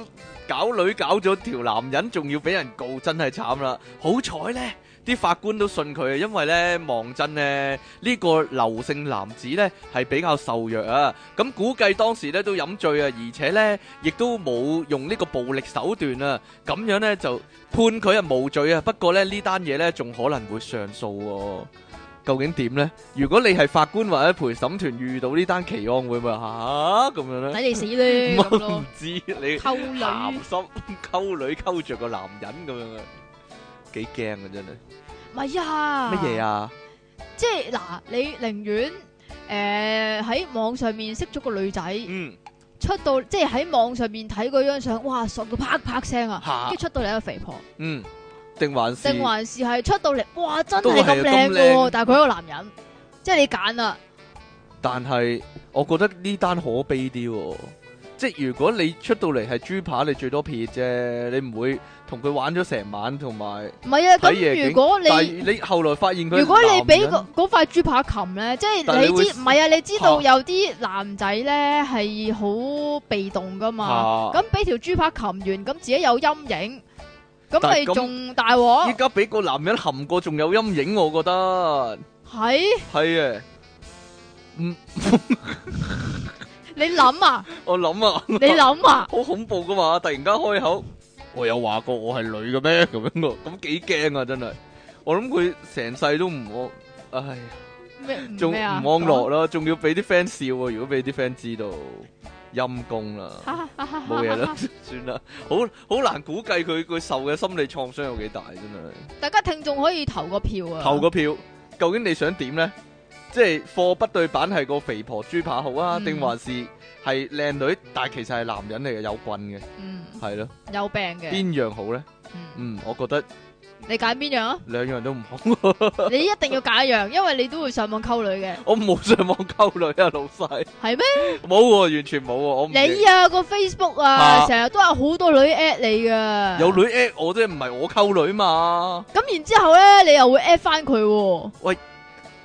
S1: 搞女搞咗條男人，仲要俾人告，真係慘啦！好彩呢。啲法官都信佢，因為咧望真咧呢、個劉姓男子咧係比較瘦弱啊，咁估計當時咧都飲醉啊，而且咧亦都冇用呢個暴力手段啊，咁樣咧就判佢啊無罪啊。不過咧呢單嘢咧仲可能會上訴喎、究竟點呢？如果你係法官或者陪審團遇到呢單奇案，會唔會嚇咁樣呢？
S2: 抵你死 咧
S1: 唔
S2: 咁
S1: 唔
S2: 咯，
S1: 知你。
S2: 溝女
S1: 鹹，心溝女溝着個男人咁樣啊，幾驚啊真係。
S2: 唔係啊，
S1: 乜嘢
S2: 啊？
S1: 啊？
S2: 即係嗱，你寧願诶喺網上面識咗個女仔。
S1: 嗯，
S2: 出到即係喺網上面睇嗰張相，哇，索到啪啪聲啊！
S1: 吓
S2: 跟，住出到嚟一個肥婆，
S1: 嗯，定還是
S2: 定還是係出到嚟，哇，真
S1: 都
S2: 係
S1: 係啊
S2: 咁靚
S1: 咁
S2: 嘅
S1: 靚
S2: 喎，但係佢係一個男人，即係你揀啊啦，
S1: 但係我覺得呢單可悲啲喎。即係如果你出到嚟係豬扒，你最多撇啫，你唔會同佢玩咗成晚，同埋
S2: 唔係啊，
S1: 睇夜景
S2: 咁如果
S1: 但
S2: 你
S1: 係你後來發現佢
S2: 如果你俾
S1: 個
S2: 嗰嗰塊豬扒琴咧，即
S1: 但
S2: 係
S1: 係
S2: 你
S1: 你會
S2: 知唔係啊？你知道
S1: 嚇
S2: 有啲男仔咧係好被動噶嘛，
S1: 咁
S2: 咁俾條豬扒琴完，咁自己有陰影，咁
S1: 但
S2: 咪
S1: 係咁
S2: 仲大
S1: 依
S2: 鑊
S1: 家俾個男人含過，仲有陰影，我覺得
S2: 係
S1: 係啊。嗯，
S2: 你諗 啊，
S1: 我諗啊。
S2: 你 諗啊，
S1: 好恐怖噶嘛！突然間開口，我有話過我係女嘅咩？咁樣個，咁幾驚啊！真係，我諗佢成世都唔安，唉，
S2: 咩
S1: 仲唔
S2: 咩啊
S1: 安 樂啦，仲要俾啲 friend 笑喎！如果俾啲 friend 知道，陰公啦，冇嘢啦，算啦，好好難估計佢佢受嘅心理創傷有幾大，真係。
S2: 大家聽眾可以投個票啊！
S1: 投個票，究竟你想點呢？即係貨不對版係個肥婆豬扒好啊，
S2: 嗯
S1: 定還是係靚女，但係其實係男人嚟嘅，有棍嘅，
S2: 嗯，
S1: 係咯，
S2: 有病嘅。
S1: 邊樣好呢？
S2: 嗯，
S1: 嗯，我覺得
S2: 你揀邊樣啊？
S1: 兩樣都 唔好，
S2: 你一定要揀一樣，因為你都會上網溝女嘅。
S1: 我 冇上網溝女啊，老細。
S2: 係咩？
S1: 冇喎，完全冇喎，我唔認
S2: 你啊個 Facebook 啊，
S1: 啊
S2: 成日都有好多女 at 你噶。
S1: 有女 at 我啫，唔係我溝女嘛。
S2: 咁然之后咧，你又會 at 翻佢喎。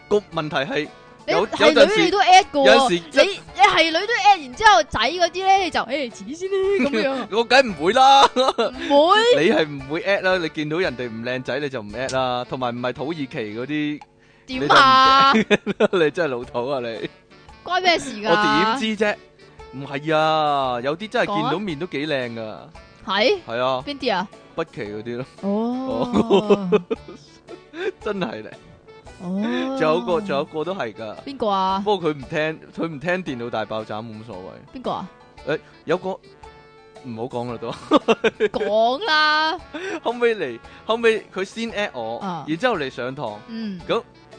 S1: 個問題係
S2: 你
S1: 有有
S2: 係
S1: 陣時
S2: 女你都 at 噶
S1: 有陣
S2: 喎。
S1: 時一
S2: 你你係女都 at，然之後仔嗰啲咧就誒遲先啦 咁樣，
S1: 我梗唔會啦，
S2: 唔會
S1: 你係唔會 at 啦，你見到人哋唔靚仔你就唔 at 啦，同埋唔係土耳其嗰 啲，
S2: 點啊？
S1: 你真係老土啊你！
S2: 關咩事㗎？
S1: 我點知啫？唔係啊，有啲真係
S2: 講啊
S1: 見到面都幾靚噶，
S2: 係
S1: 係啊，
S2: 邊啲啊？
S1: 北奇嗰 啲咯，
S2: 哦
S1: 真係咧。
S2: 哦，
S1: 仲有個，仲有個都係噶，
S2: 邊 個啊？
S1: 不過佢唔聽，佢唔聽電腦大爆炸冇乜所謂。
S2: 邊個啊？
S1: 有個唔好講啦 都。
S2: 講啦，
S1: 後尾嚟，後尾佢先 at 我，
S2: 啊
S1: 然之後嚟上堂，
S2: 嗯，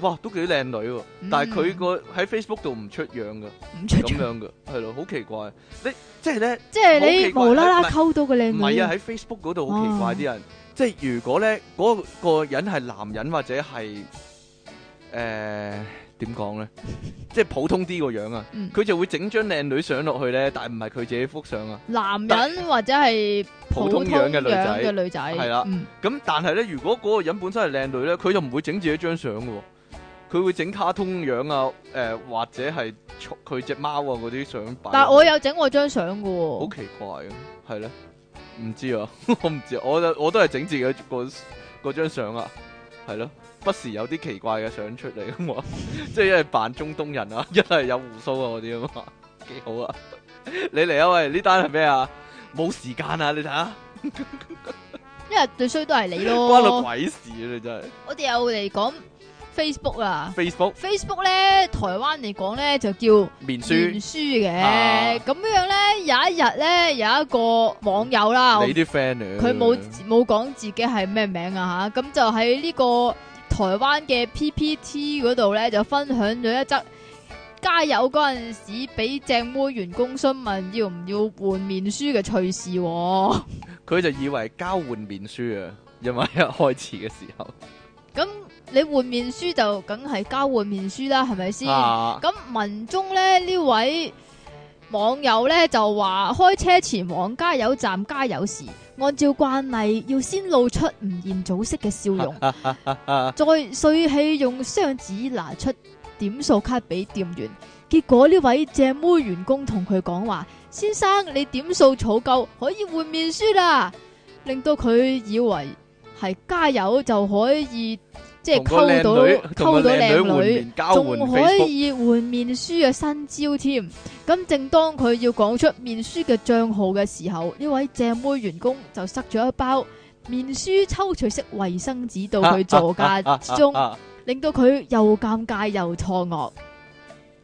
S1: 哇，都幾靚女喎！但係佢個喺 Facebook 度唔出樣噶，
S2: 唔出
S1: 咁
S2: 場，
S1: 樣噶，係咯，好奇怪。你即係咧，
S2: 即係
S1: 好奇
S2: 你
S1: 怪
S2: 無啦
S1: 唔
S2: 啦
S1: 係
S2: 溝到個靚
S1: 唔
S2: 女，
S1: 係啊，喺 Facebook 嗰度好奇怪
S2: 哦
S1: 啲人，即係如果咧嗰個人係男人或者係誒點講咧，即係普通啲個樣啊，
S2: 嗯
S1: 佢就會整張靚女相落去咧，但係唔係佢自己幅相啊。
S2: 男人或者係
S1: 普通樣嘅女
S2: 普通樣嘅
S1: 仔，
S2: 女仔，
S1: 係啦
S2: 嗯
S1: 咁但係咧，如果嗰個人本身係靚女咧，佢就唔會整自己張相嘅喎，佢會整卡通樣啊，誒、或者係捉佢只貓啊嗰啲相擺。
S2: 但係我有整我張相嘅
S1: 好
S2: 喎，
S1: 奇怪啊，係咧，唔知啊， 我唔知，我就我都係整自己個嗰張相啊，係咯，不時有啲奇怪嘅相出嚟咁嘛， 即係一係扮中東人啊，一 係有胡鬚啊嗰啲啊嘛， 幾好啊！你嚟啊喂，呢單係咩啊？冇時間啊，你睇下，
S2: 因為最衰都係你
S1: 關我
S2: 咯。
S1: 鬼事啊！你真係
S2: 我哋又嚟講 Facebook 啦
S1: Facebook
S2: ，Facebook 咧台灣嚟講咧就叫。
S1: 面書
S2: 面，書嘅
S1: 啊，
S2: 咁樣咧有一日咧有一個網友啦，我
S1: 你啲 friend 啊嚟嘅，
S2: 佢冇冇講自己係咩名啊吓，咁就喺呢個台灣嘅 PPT 嗰度咧就分享咗一則加油嗰陣時俾正妹員工詢問要唔要換面書嘅趣事、喎。
S1: 佢就以為交換面書啊，因為一開始嘅時候
S2: 咁你換面書就梗係交換面書啦，係咪先？
S1: 啊，
S2: 咁文中咧呢位網友咧就話開車前往加油站加油時，按照慣例要先露出吳彥祖式嘅笑容， 再帥氣用雙指拿出點數卡俾店員。結果呢位正妹員工同佢講話：先生，你點數儲夠可以換面書啦，令到佢以為係加油就可以即係
S1: 同個
S2: 溝到
S1: 靚女同個
S2: 溝到
S1: 靚
S2: 靚
S1: 換
S2: 女。
S1: 面交換
S2: 仲可
S1: Facebook，
S2: 以換面書嘅新招添。咁正當佢要講出面書嘅帳號嘅時候，呢位正妹員工就塞咗一包面書抽取式衛生紙到佢座駕之中，
S1: 啊
S2: 令到佢又尷尬又錯愕。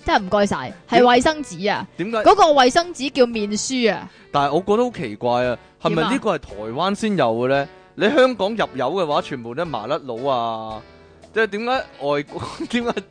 S2: 真係唔該晒，係衛生紙啊！
S1: 點解？
S2: 嗰個衛生紙叫面書啊！
S1: 但係我覺得好奇怪啊，係咪
S2: 點啊
S1: 呢個係台灣先有嘅咧？你香港入油嘅話，全部都係麻甩佬啊！即係點解外國 點解喺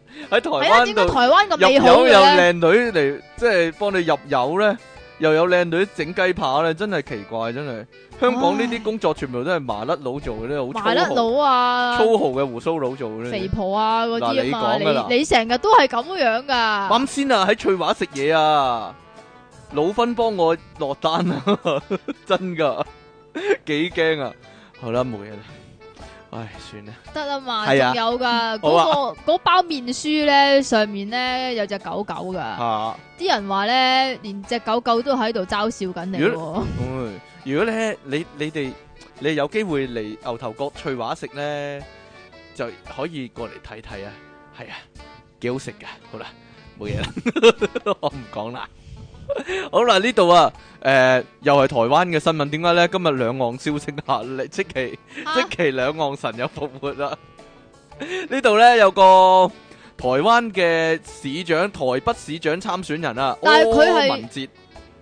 S2: 係
S1: 台
S2: 啦，
S1: 灣
S2: 點解
S1: 度
S2: 台灣咁
S1: 入
S2: 美好
S1: 油有
S2: 嘅
S1: 靚
S2: 咧？
S1: 女嚟，即係幫你入油咧，又有靚女整雞扒咧，真係奇怪，真係香港呢啲
S2: 唉
S1: 工作全部都係麻甩佬做嘅咧，好粗
S2: 麻甩
S1: 豪
S2: 佬啊，
S1: 粗豪嘅胡鬚佬做嘅
S2: 肥
S1: 咧。
S2: 婆啊嗰
S1: 嗱
S2: 啲
S1: 你
S2: 啊嘛，
S1: 講㗎啦
S2: 你你成日都係咁樣噶。
S1: 啱先啊，喺翠華食嘢啊，老芬幫我落單啊， 真噶，幾驚啊！好啦，冇嘢啦，唉，算啦，
S2: 得啦嘛，仲
S1: 係啊
S2: 有
S1: 好
S2: 噶嗰個嗰包面書咧，上面咧有隻狗狗
S1: 吓、
S2: 噶，啲人話咧連隻狗狗都喺度嘲笑緊你
S1: 如
S2: 喎，
S1: 唉如果咧你你哋你有機會嚟牛頭角翠華食咧，就可以過嚟睇睇啊，係啊，幾好食噶，好啦， 冇嘢啦，我唔講啦。好啦，呢度啊，誒、又係台灣嘅新聞，點解咧？今日兩岸消息下，你即期。
S2: 嚇
S1: 即其兩岸神有復活啦！ 呢度呢，有個台灣嘅市長，台北市長參選人啊，
S2: 但係佢係
S1: 柯文哲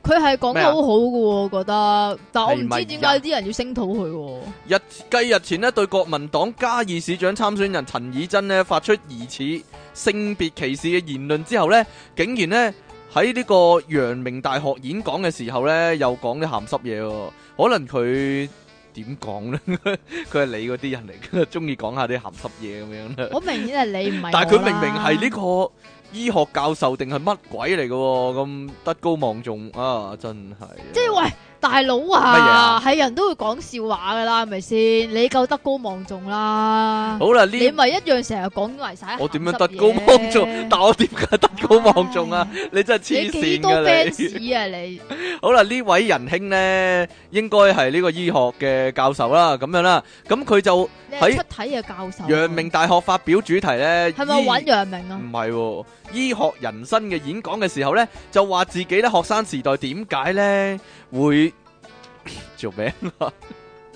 S2: 佢係講得
S1: 咩啊
S2: 好好嘅喎，我覺得，但我唔
S1: 係咪
S2: 知點解啲人要聲討佢喎，
S1: 日繼日前呢，對國民黨嘉義市長參選人陳以真呢發出疑似性別歧視嘅言論之後呢，竟然呢喺呢個陽明大學演講嘅時候呢，又講啲鹹濕嘢喎，可能佢。點講呢？ 佢係你嗰啲人嚟嘅，中意講下啲鹹濕嘢咁樣咧。
S2: 好明顯係你唔係，
S1: 但係佢明明係呢個醫 À, 學教授定係乜鬼嚟嘅喎，咁德高望重啊，真係啊。
S2: 即係喂大佬
S1: 乜嘢
S2: 啊
S1: 啊，
S2: 係人都會講笑話噶啦，係咪先？你夠德高望重啦，
S1: 好啦，
S2: 你
S1: 呢
S2: 咪一樣成日講埋晒鹹濕嘢。
S1: 我點樣德高望重？ 但我點解德高望重啊？你真係
S2: 你
S1: 黐
S2: 幾
S1: 線
S2: 多
S1: 㗎你！
S2: fans 啊你？
S1: 好啦，呢位仁兄呢，應該係呢個醫學嘅教授啦，咁樣啦，咁佢就
S2: 你
S1: 喺
S2: 係出體嘅教授啊。
S1: 陽明大學發表主題呢，
S2: 係咪
S1: 醫
S2: 揾楊明啊？
S1: 唔係喎，醫學人生嘅演講嘅時候呢，就話自己咧學生時代點解呢會 做咩啊？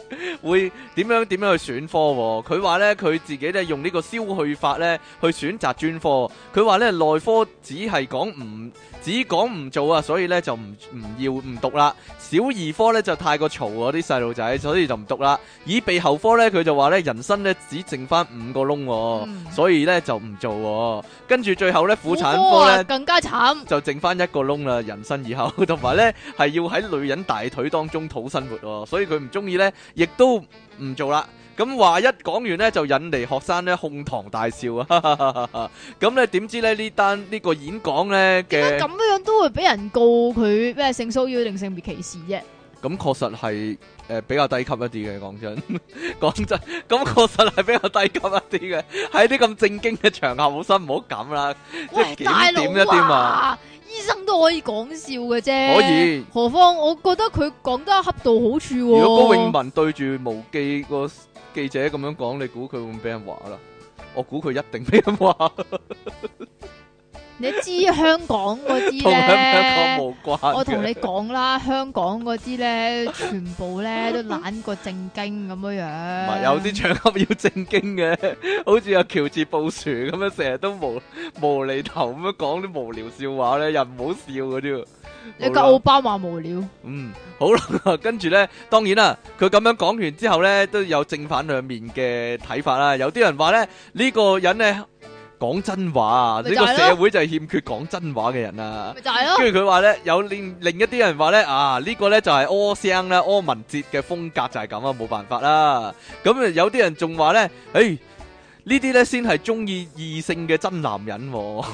S1: 會點樣點樣去選科喎？佢話呢，佢自己咧用呢個消去法呢去選擇專科。佢話呢，內科只係講唔只講唔做啊，所以呢就唔唔要唔讀啦。小兒科呢就太過嘈啊啲細路仔，所以就唔讀啦。耳鼻喉科呢，佢就話呢，人生呢只剩翻五個窿喎、
S2: 嗯
S1: 所以咧就唔做、喎，跟住最後咧婦產
S2: 婦
S1: 科
S2: 啊
S1: 咧
S2: 更加慘，
S1: 就剩翻一個窿啦，人生以後同埋咧係要喺女人大腿當中討生活、喎，所以佢唔中意咧，亦都唔做啦。咁話一講完咧，就引嚟學生咧哄堂大笑啊！ 咁咧點知咧呢單呢個演講咧
S2: 點
S1: 嘅
S2: 解咁樣都會俾人告佢咩性騷擾定性別歧視啫？
S1: 咁確實係誒、呃比較低級一啲嘅，講真 講真，咁確實係比較低級一啲嘅。喺啲咁正經嘅場合，好心唔好咁啦。即係
S2: 喂，
S1: 檢
S2: 大
S1: 點一啲
S2: 佬
S1: 嘛
S2: 啊，醫生都可以講笑嘅啫，
S1: 可以
S2: 何況我覺得佢講得恰到好處喎。
S1: 如果高永文對住無記個記者咁樣講，你估佢會唔會俾人話啦？我估佢一定俾人話，
S2: 你知香港嗰 啲
S1: 同香港
S2: 咧，
S1: 無關嘅
S2: 我同你講啦，香港嗰啲咧，全部咧都懶過正經咁樣
S1: 唔
S2: 樣。
S1: 係有啲場合要正經嘅， 好似阿喬治布殊咁樣，成日都無無厘頭咁樣講啲無聊笑話咧，又唔好笑嗰啲喎。
S2: 你
S1: 好
S2: 個
S1: 啦
S2: 奧巴馬無聊，
S1: 嗯，好啦， 跟住呢，當然啦，佢咁樣講完之後呢，都有正反兩面嘅睇法啦。有啲人話呢，呢、個人呢，講真話啊，呢
S2: 咪就係
S1: 個
S2: 咯
S1: 社會就係欠缺講真話嘅人啊。
S2: 咪就係咯。
S1: 跟住佢話呢，有另另一啲人話呢，啊呢、個呢就係柯聲啦，柯文哲嘅風格就係咁啊，冇辦法啦。咁啊有啲人仲話呢，誒呢啲呢先係中意異性嘅真男人、喎，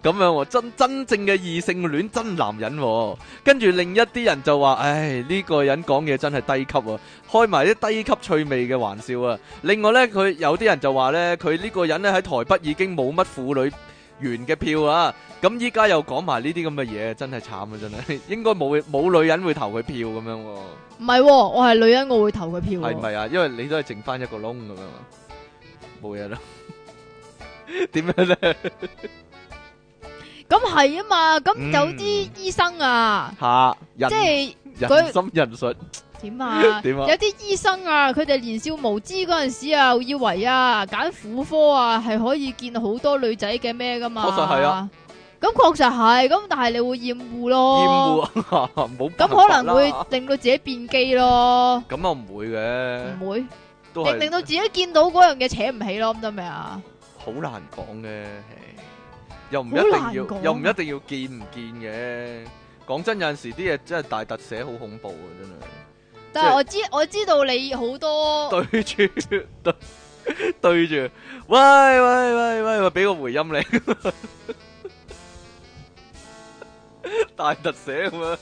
S1: 咁樣喎、真真正嘅異性戀真男人、喎。跟住另一啲人就話，唉呢、個人講嘢真係低級喎、開埋啲低級趣味嘅玩笑啊。另外呢，佢有啲人就話呢，佢呢個人呢喺台北已經冇乜婦女緣嘅票啊。咁依家又講埋呢啲咁嘅嘢，真係慘啊！真係 應該冇冇女人會投佢票咁樣喎，
S2: 唔係喎，我係女人，我會投佢票喎。
S1: 係咪啊？因為你都係剩翻一個窿咁樣啊，冇嘢啦。 點樣咧？
S2: 咁係啊嘛，咁
S1: 嗯
S2: 有啲醫生啊，
S1: 嚇人
S2: 即係佢
S1: 人心人術
S2: 點啊？
S1: 點啊
S2: 有啲醫生啊，佢哋年少無知嗰陣時啊，以為啊揀婦科啊係可以見好多女仔嘅咩噶嘛？
S1: 確實係啊，
S2: 咁確實係，咁但係你會厭惡咯，
S1: 厭惡啊， 冇
S2: 哦咁
S1: 辦法
S2: 可能會
S1: 啦
S2: 令到自己變基咯，
S1: 咁啊唔會嘅，
S2: 唔會
S1: 都
S2: 令令
S1: 係
S2: 到自己見到嗰樣嘢扯唔起咯，咁得未啊？
S1: 好難講嘅，唉又唔一
S2: 好
S1: 定
S2: 難講
S1: 要，又唔一定要見唔見嘅。講真，有陣時啲嘢真係大特寫好恐怖啊！真係。
S2: 但係我知我知道你好多
S1: 對住對 對住，喂喂喂喂喂，俾個回 音你， 大特寫咁樣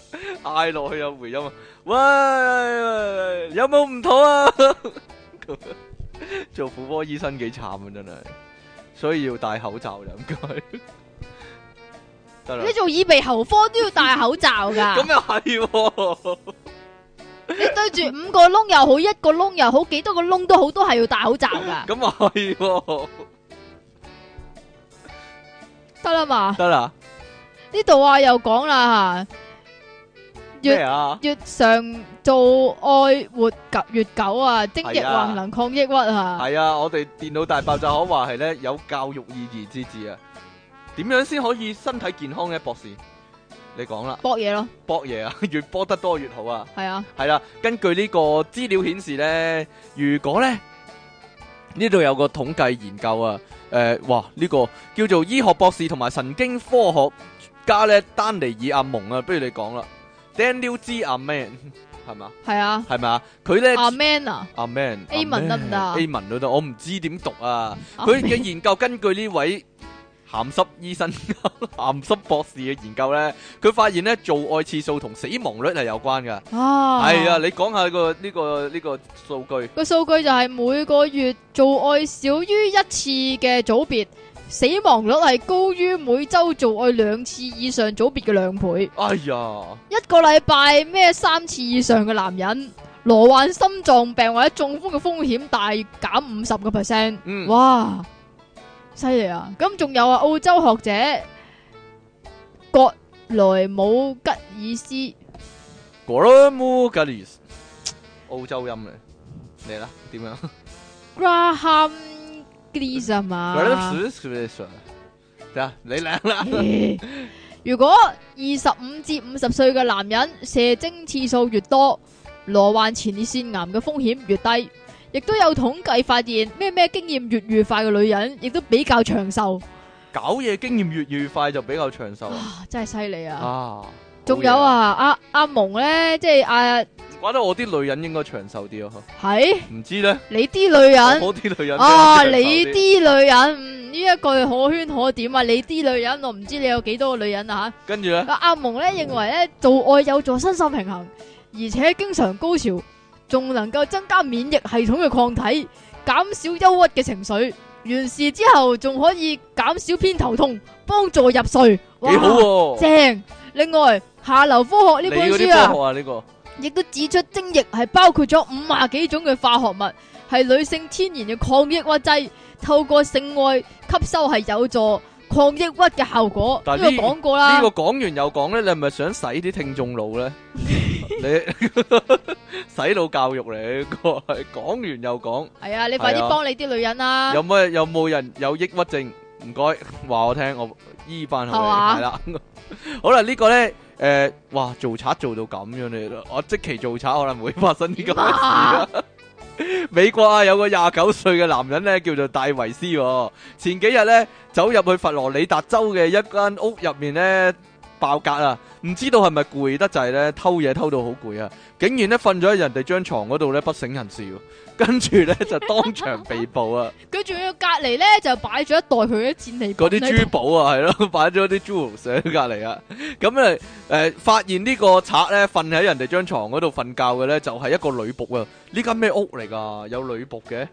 S1: 嗌落去有回音啊！喂喂喂，有冇唔妥啊？ 咁樣做婦科醫生幾慘啊，真係，所以要戴口罩就應該得啦
S2: 你。做耳鼻喉科都要戴口罩噶。
S1: 咁又係喎，
S2: 你對住五個窿又好，一個窿又好，幾多個窿都好，都係要戴口罩噶，
S1: 咁又係喎，
S2: 得啦嘛？
S1: 得啦，
S2: 呢度啊又講啦，
S1: 咩啊？
S2: 越常做愛活久越久啊，精液
S1: 係啊
S2: 還能抗抑鬱啊，
S1: 系啊，我哋電腦大爆炸可話係咧有教育意義之至啊。點樣先可以身體健康呢？博士，你講啦，
S2: 搏嘢咯，
S1: 搏嘢啊， 越搏得多越好啊。
S2: 係啊，
S1: 係啦，根據呢個資料顯示呢，如果呢，呢度有個統計研究啊，诶、哇，呢、個叫做醫學博士同埋神經科學家呢，丹尼爾阿蒙啊，不如你講啦，Daniel G. 阿 Man 係嘛，
S2: 係啊，
S1: 係咪啊？佢呢。
S2: 阿 Man 啊，
S1: 阿 Man
S2: A 文得唔得啊
S1: A 文都得，我唔知點讀啊。
S2: 阿
S1: 佢
S2: Man
S1: 嘅研究根據呢位鹹濕醫生、鹹濕博士嘅研究咧，佢發現咧做愛次數同死亡率係有關㗎。
S2: 啊，
S1: 係啊，你講下個呢個呢個數據。
S2: 個數據就係每個月做愛少於一次嘅組別，死亡率係高於每周做愛兩次以上組別嘅兩倍。
S1: 哎呀，
S2: 一個禮拜咩三次以上嘅男人，罹患心臟病或者中風嘅風險大減五十個 percent。
S1: 嗯，
S2: 哇，犀利啊！咁仲有啊，澳洲學者葛萊姆吉
S1: 果然冇吉利斯澳洲音嚟，嚟啦，點樣？
S2: 爾斯 Graham Glees 啊嘛。
S1: 果然是是是得啊你嚟啦。
S2: 如果二十五至五十歲嘅男人射精次數越多，罹患前列腺癌嘅風險越低。亦都有統計發現，咩咩經驗越愉快嘅女人，亦都比較長壽。
S1: 搞嘢經驗越愉快就比較長壽啊
S2: 哇，真係犀利啊！
S1: 啊！
S2: 仲有啊，阿阿蒙咧，即係阿
S1: 好嘢，覺得我啲女人應該長壽啲啊，
S2: 係
S1: 唔知咧，
S2: 你啲女人
S1: 我啲女人
S2: 啊，
S1: 比較長壽
S2: 你
S1: 啲
S2: 啲女人嗯呢一句可圈可點啊！你啲女人，我唔知你有幾多個女人啊吓。
S1: 跟住咧，
S2: 阿阿蒙咧認為咧做愛有助身心平衡，而且經常高潮，仲能夠增加免疫系統嘅抗體，減少憂鬱嘅情緒。完事之後仲可以減少偏頭痛，幫助入睡。哇
S1: 幾好喎！
S2: 正！另外，下流科學
S1: 你
S2: 呢本
S1: 嗰
S2: 書啊
S1: 啲，科學啊呢個
S2: 亦都指出精液係包括咗五廿幾種嘅化學物，係女性天然嘅抗抑鬱劑，透過性愛吸收係有助抗抑鬱嘅效果。
S1: 但
S2: 呢
S1: 係呢
S2: 個講過啦。
S1: 呢個講完又講咧，你係咪想洗啲聽眾腦 咧？你 洗腦教育嚟，呢個係講完又講。
S2: 系啊，你快
S1: 係啊
S2: 啲幫你啲女人啦，
S1: 有冇有冇人有抑鬱症？唔該，話我聽，我醫翻好
S2: 係
S1: 你
S2: 嘛
S1: 係啦。 好啦，呢個咧，誒，哇，做賊做到咁樣咧，我即期做賊可能會發生呢咁嘅事啊啦。美國啊，有個廿九歲嘅男人咧，叫做戴維斯喎。前幾日咧，走入去佛羅里達州嘅一間屋入面咧，爆格啊！唔知道係咪攰得滯咧，偷嘢偷到好攰啊！竟然咧瞓咗喺人哋張床嗰度咧，不省人事喎。跟住咧就當場被捕啊！
S2: 佢仲要隔離咧就擺咗一袋佢嘅戰利品
S1: 嗰啲
S2: 喺
S1: 珠
S2: 度，
S1: 寶啊，係咯， 擺咗啲 jewels 喺隔離啊。咁咧，誒、發現呢個賊咧瞓喺人哋張床嗰度瞓覺嘅咧，就係、一個女仆啊。呢間咩屋嚟㗎？有女仆嘅，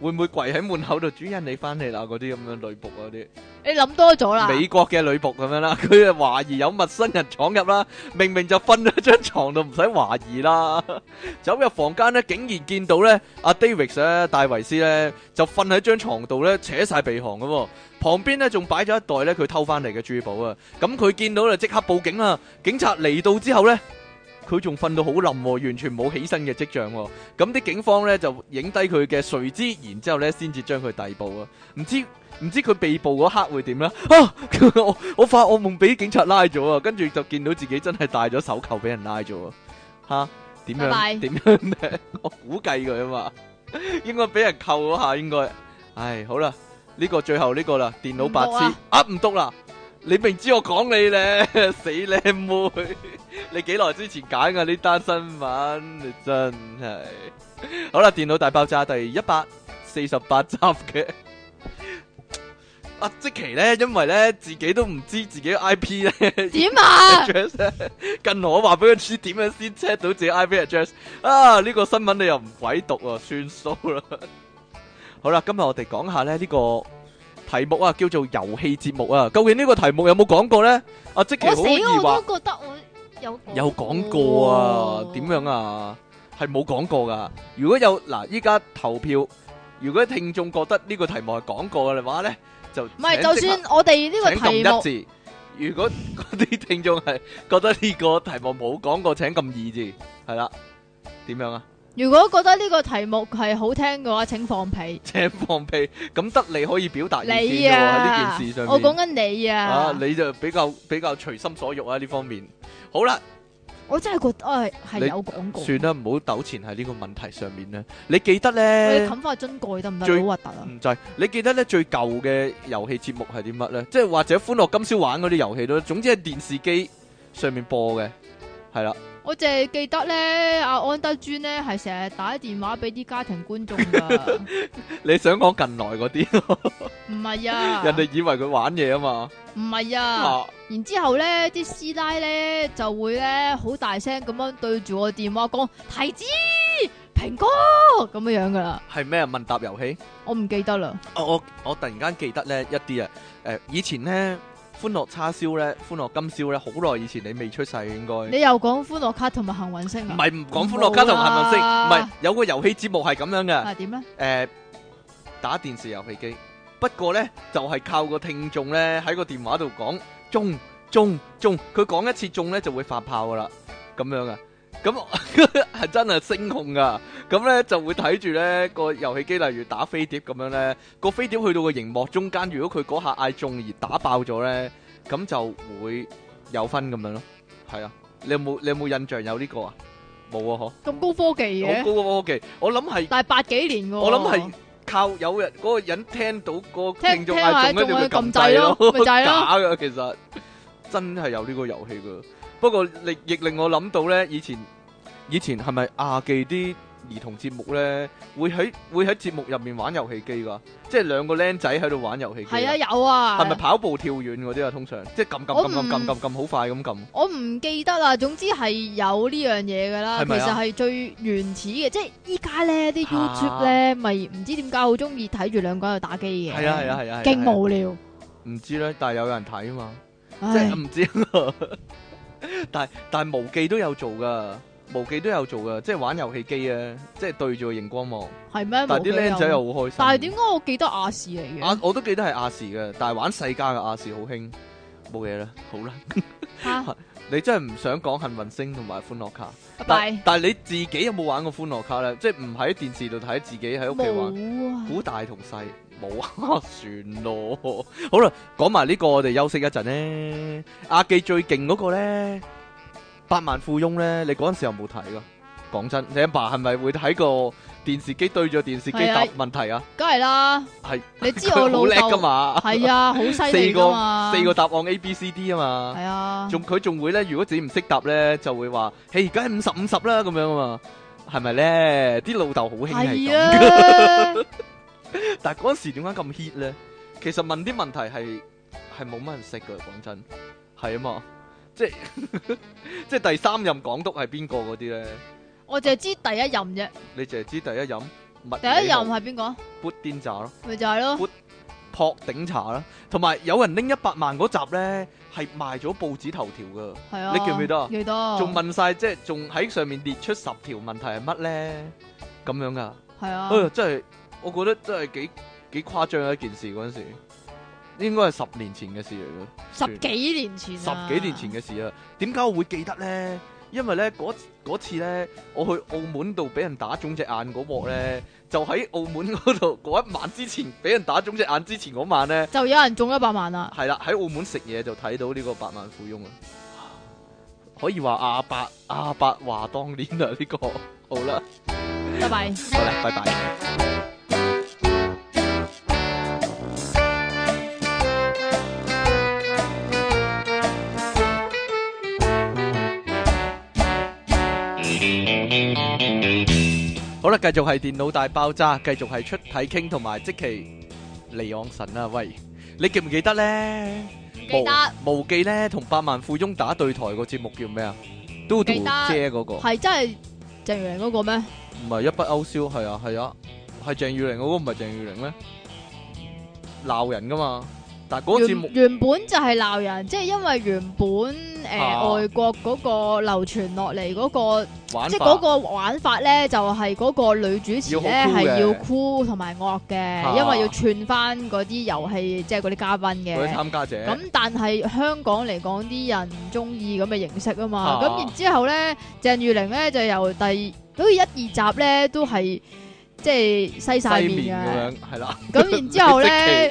S1: 會唔會跪喺門口度主人你翻嚟啦？嗰啲咁樣女仆嗰啲。
S2: 你諗 多咗啦，
S1: 美國嘅女仆咁樣啦，佢啊懷疑有陌生人闖入啦，明明就瞓喺張床度，唔使懷疑啦。 走入房間咧，竟然見到咧阿 Davis 咧戴維斯咧就瞓喺張床度咧，扯晒鼻鼾咁喎。旁邊咧仲擺咗一袋咧佢偷翻嚟嘅珠寶啊。咁佢見到就即刻報警啦。警察嚟到之後咧。佢仲瞓到好冧喎，完全冇起身嘅跡象喎。咁啲警方咧就影低佢嘅睡姿，然之後咧先至將佢逮捕啊。唔知唔知佢被捕嗰刻會點咧？啊！ 我我發惡夢俾警察拉咗啊，跟住就見到自己真係戴咗手扣俾人拉咗啊！吓點
S2: 拜
S1: 樣
S2: 拜
S1: 點樣咧？ 我估計佢啊嘛，應該俾人扣嗰下應該。唉，好啦，呢、個最後呢個啦，電腦白
S2: 唔讀
S1: 痴
S2: 啊
S1: 啊，唔讀啦！你明知我講你咧， 死靚妹！ 你幾耐之前揀噶呢單新聞？你真係好啦，電腦大爆炸第一百四十八 集嘅阿即奇咧，因為咧自己都唔知自己 I P 咧
S2: 點 啊？
S1: address 咧，近我話俾佢知點樣先 check 到自己 I P address 啊！呢、個新聞你又唔鬼讀啊，算數啦。 好啦，今日我哋講下咧呢、個題目啊，叫做遊戲節目啊。究竟呢個題目有冇講過咧？阿即奇好
S2: 我死
S1: 疑惑
S2: 我。都覺得我有
S1: 有講過啊？點樣啊？係冇講過噶。如果有嗱，依家投票，如果聽眾覺得呢個題目係講過嘅話咧，就
S2: 唔係，
S1: 請
S2: 就
S1: 即刻
S2: 算我哋呢
S1: 請
S2: 個題
S1: 撳
S2: 目
S1: 一字。如果 嗰啲聽眾係覺得呢個題目冇講過，請撳二字，係啦。點樣啊？
S2: 如果覺得呢個題目係好聽嘅話，請放屁。
S1: 請放屁，咁得你可以表達意啊見嘅喎
S2: 你
S1: 喺
S2: 啊
S1: 呢件事上，
S2: 我
S1: 面。
S2: 講緊你
S1: 啊
S2: 啊，，
S1: 你就比較比較隨心所欲啊呢方面。好啦。
S2: 我真係覺得係
S1: 你
S2: 係有講過。
S1: 算啦，唔好糾纏喺呢個問題上面啦。你記得
S2: 我哋
S1: 咧，
S2: 冚翻個樽蓋得唔
S1: 最
S2: 得？好核突啊！
S1: 唔就係你記得咧最舊嘅遊戲節目係啲乜咧？即係或者歡樂今宵玩嗰啲遊戲咯。總之係電視機上面播嘅，係啦。
S2: 我淨係記得咧，阿安德尊咧係成日打電話俾啲家庭觀眾 噶，
S1: 你想講近來嗰啲，
S2: 唔係啊，
S1: 人哋以為佢玩嘢啊嘛，
S2: 唔係啊，
S1: 啊
S2: 然之後咧啲師奶咧就會咧好大聲咁樣對住我電話講提子蘋果咁樣樣噶啦，
S1: 係咩問答遊戲？
S2: 我唔記得啦，
S1: 我哦我我突然間記得咧一啲啊，誒、以前咧歡樂叉燒咧，歡樂金燒咧，好耐以前你未出世應該。
S2: 你又講歡樂卡同埋幸運星
S1: 唔
S2: 啊？
S1: 係唔講歡樂家同幸運星，
S2: 冇
S1: 唔
S2: 啊
S1: 係有個遊戲節目係咁樣嘅，誒、
S2: 係點咧？
S1: 打電視遊戲機，不過呢，就係、靠個聽眾呢喺個電話度講中中中，佢講一次中呢就會發炮噶啦，咁樣啊，咁係真係聲控噶，咁呢就會睇住呢個遊戲機，例如打飛碟咁樣呢，個飛碟去到個熒幕中間，如果佢嗰下嗌中而打爆咗呢，咁就會有分咁樣咯，係啊，你有冇你有冇印象有呢個啊？冇啊，嗬。
S2: 咁高科技
S1: 好
S2: 嘅，
S1: 高嘅科技，我諗係
S2: 但係八幾年噶，
S1: 我諗係靠有人嗰個人聽到個
S2: 聽
S1: 聽眾
S2: 聽下
S1: 嗌中一定佢撳掣
S2: 中
S1: 咯，
S2: 佢撳掣咯咪 就係
S1: 假嘅
S2: 咯
S1: 其實真係有呢個遊戲噶。不過亦亦令我諗到咧，以前以前係咪亞記啲兒童節目咧，會喺會喺節目入面玩遊戲機噶，即係兩個僆仔喺度玩遊戲機㗎。
S2: 係啊有啊，
S1: 係咪跑步跳遠嗰啲啊？通常即係撳撳撳撳撳撳撳好快咁撳。
S2: 我唔記得啦，總之係有呢樣嘢噶啦，
S1: 係
S2: 其
S1: 咪啊
S2: 實係最原始嘅，即係依家咧啲
S1: 嚇
S2: YouTube 咧，咪唔知點解好中意睇住兩個人喺度打機嘅，
S1: 係啊係啊係啊係啊。
S2: 勁
S1: 係啊
S2: 無聊，
S1: 唔知咧，但係有人睇啊嘛。即
S2: 唉
S1: 係，唔知，但係但係無記都有做噶，無記都有做噶，即係玩遊戲機啊，即係對住個熒光幕，
S2: 係咩？
S1: 但係啲
S2: 無聊
S1: 僆仔，又好開心。啊
S2: 但係點解我記得亞視嚟
S1: 亞
S2: 嘅？
S1: 我都記得係亞視嘅，但係玩世嘉嘅亞視好興，冇嘢啦，好啦，
S2: 嚇，
S1: 你真係唔想講幸運星同埋歡樂卡，
S2: 拜
S1: 但
S2: 拜，
S1: 但係你自己有冇玩過歡樂卡咧？即係唔喺電視度睇，自己喺屋企玩，
S2: 冇啊，
S1: 估大同細冇啊，算咯。 好啦，講埋呢個，我哋休息一陣咧。阿記最勁嗰個咧，百萬富翁咧，你嗰陣時有冇睇噶？講真，你阿爸係咪會睇個電視機對住電視機
S2: 係啊
S1: 答問題啊？
S2: 梗係啦，
S1: 係
S2: 你知
S1: 佢
S2: 我老
S1: 好叻噶
S2: 豆
S1: 嘛？
S2: 係啊，好犀利
S1: 四
S2: 噶
S1: 個
S2: 嘛，
S1: 四個答案 A、B、C、D 啊嘛。
S2: 係啊，
S1: 仲佢仲會咧，如果自己唔識答咧，就會話：，嘿，而家五十五十啦，咁樣啊嘛，係咪咧？啲老豆好興係咁
S2: 係。 啊，
S1: 但係嗰陣時點解咁 hit 咧？其實問啲問題係係冇乜人識嘅，講真係啊嘛，即係 即係第三任港督係邊個嗰啲咧？
S2: 我淨係知第一任啫，
S1: 你淨係知第一任麥
S2: 第一
S1: 理
S2: 任
S1: 浩
S2: 係邊個？
S1: 砵甸茶咯，
S2: 咪就係咯，
S1: 撲頂茶啦，同埋有人拎一百萬嗰集咧係賣咗報紙頭條噶，
S2: 係啊，
S1: 你記唔記得啊
S2: 記得，
S1: 仲、問晒即係仲喺上面列出十條問題係乜咧？咁樣噶。
S2: 係啊
S1: 哎。呀，真係，我覺得真係幾幾誇張嘅一件事嗰陣時，應該係十年前嘅事嚟
S2: 十幾年前啊，
S1: 嘅，十幾年前嘅事啊。點解我會記得咧？因為咧嗰嗰次咧，我去澳門度俾人打腫隻眼嗰鑊咧，就喺澳門嗰度 嗰一晚之前，俾人打腫隻眼之前嗰晚咧，
S2: 就有人中一百萬啦，
S1: 係啦，喺澳門食嘢就睇到呢個百萬富翁啊！可以話阿伯阿伯話當年啊，呢、個好啦，
S2: 拜拜。
S1: 好啦，拜拜。好啦，繼續係電腦大爆炸，繼續係出體傾同埋即其離岸神啊！喂，你記唔記得咧？
S2: 記得
S1: 無無記咧同百萬富翁打對台個節目叫咩啊？嘟嘟
S2: 記得
S1: 姐嗰個，
S2: 係真係鄭裕玲嗰個咩？
S1: 唔係一筆勾銷，係啊係啊，係鄭裕玲嗰個唔係鄭裕玲咩？鬧人噶嘛，但係嗰個節目
S2: 原原本就係鬧人，即係因為原本誒
S1: 啊
S2: 外國嗰個流傳落嚟嗰個，
S1: 玩
S2: 即係嗰
S1: 法
S2: 個玩法咧，就係嗰個女主持
S1: 要
S2: 咧
S1: 好 cool 嘅
S2: 係要酷同埋惡
S1: 啊
S2: 嘅，因為要串翻嗰啲遊戲，即係嗰啲嘉賓
S1: 嗰啲
S2: 嘅。
S1: 參加者，
S2: 咁但係香港嚟講，啲人唔中意咁嘅形式啊嘛。
S1: 啊
S2: 咁、然之後咧，鄭裕玲咧就由第好似一二集咧都係即係西晒
S1: 西
S2: 面
S1: 面
S2: 嘅。
S1: 咁樣係啦。
S2: 咁然 之後咧，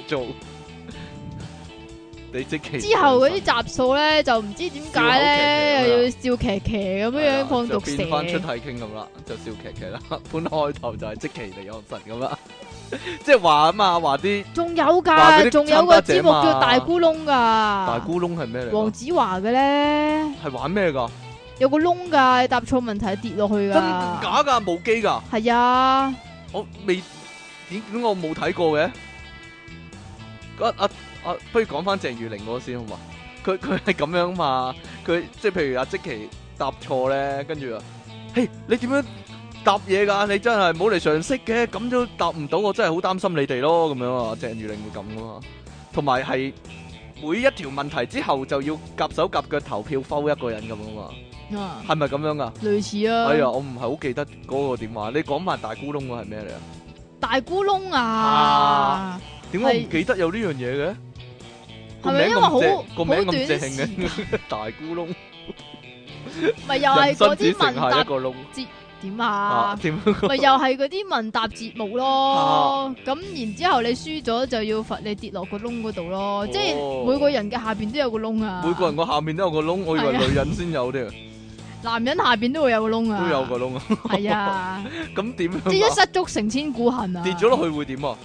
S1: 你即期做，你即期
S2: 之後
S1: 啊
S2: 嗰啲集數咧就唔知點解咧又要笑騎騎咁
S1: 咁
S2: 樣樣放毒
S1: 啊變翻出體
S2: 蛇。
S1: 傾咁啦，就笑騎騎啦。 本開頭就係即期離岸神咁啦， 即係話啊嘛，話啲
S2: 仲有
S1: 話嗰啲
S2: 㗎，仲有個
S1: 參加者
S2: 節目
S1: 嘛
S2: 叫大咕窿㗎。
S1: 大咕窿係咩嚟
S2: 黃
S1: 㗎？
S2: 子華嘅咧，
S1: 係玩咩㗎？
S2: 有個窿㗎，你答錯問題跌落去
S1: 真
S2: 㗎。
S1: 假噶？冇機噶？
S2: 係啊，
S1: 我未點點我冇睇過嘅？啊啊啊！不如講翻鄭裕玲嗰個先好嘛？佢佢係咁樣嘛？佢即係譬如阿積淇答錯咧，跟住啊，嘿你點樣答嘢㗎？你真係冇嚟常識嘅，咁都答唔到，我真係好擔心你哋咯。咁樣啊，鄭裕玲會咁噶嘛？同埋係每一條問題之後就要夾手夾腳投票 foul 一個人咁啊嘛，
S2: 啊，
S1: 係咪咁樣噶？
S2: 類似啊。
S1: 哎呀，我唔係好記得嗰個點話，你講埋大咕窿嗰係咩嚟啊？
S2: 大咕窿啊
S1: 啊，點解我唔記得有呢樣嘢嘅？個
S2: 係咪
S1: 名
S2: 因
S1: 咁
S2: 為好
S1: 正，個名
S2: 好短
S1: 咁正
S2: 時
S1: 嘅 大咕窿，
S2: 咪又係
S1: 人生
S2: 嗰
S1: 只
S2: 啲
S1: 剩
S2: 問
S1: 下一
S2: 答
S1: 個窿
S2: 點
S1: 啊
S2: 啊？？
S1: 點樣
S2: 咪又係嗰啲問答節目
S1: 啊
S2: 咯，咁然之後你輸咗就要罰你跌落個窿嗰度咯，即
S1: 哦
S2: 係每個人嘅下邊都有個窿啊，
S1: 每個人個下面都有個窿，我以為
S2: 係啊
S1: 女人先有添，
S2: 男人下邊都會有個窿啊，
S1: 都有個窿啊！
S2: 係啊，
S1: 咁點
S2: 即係
S1: 樣
S2: 一
S1: 啊？
S2: 失足成千古恨啊，
S1: 跌咗落去會點啊？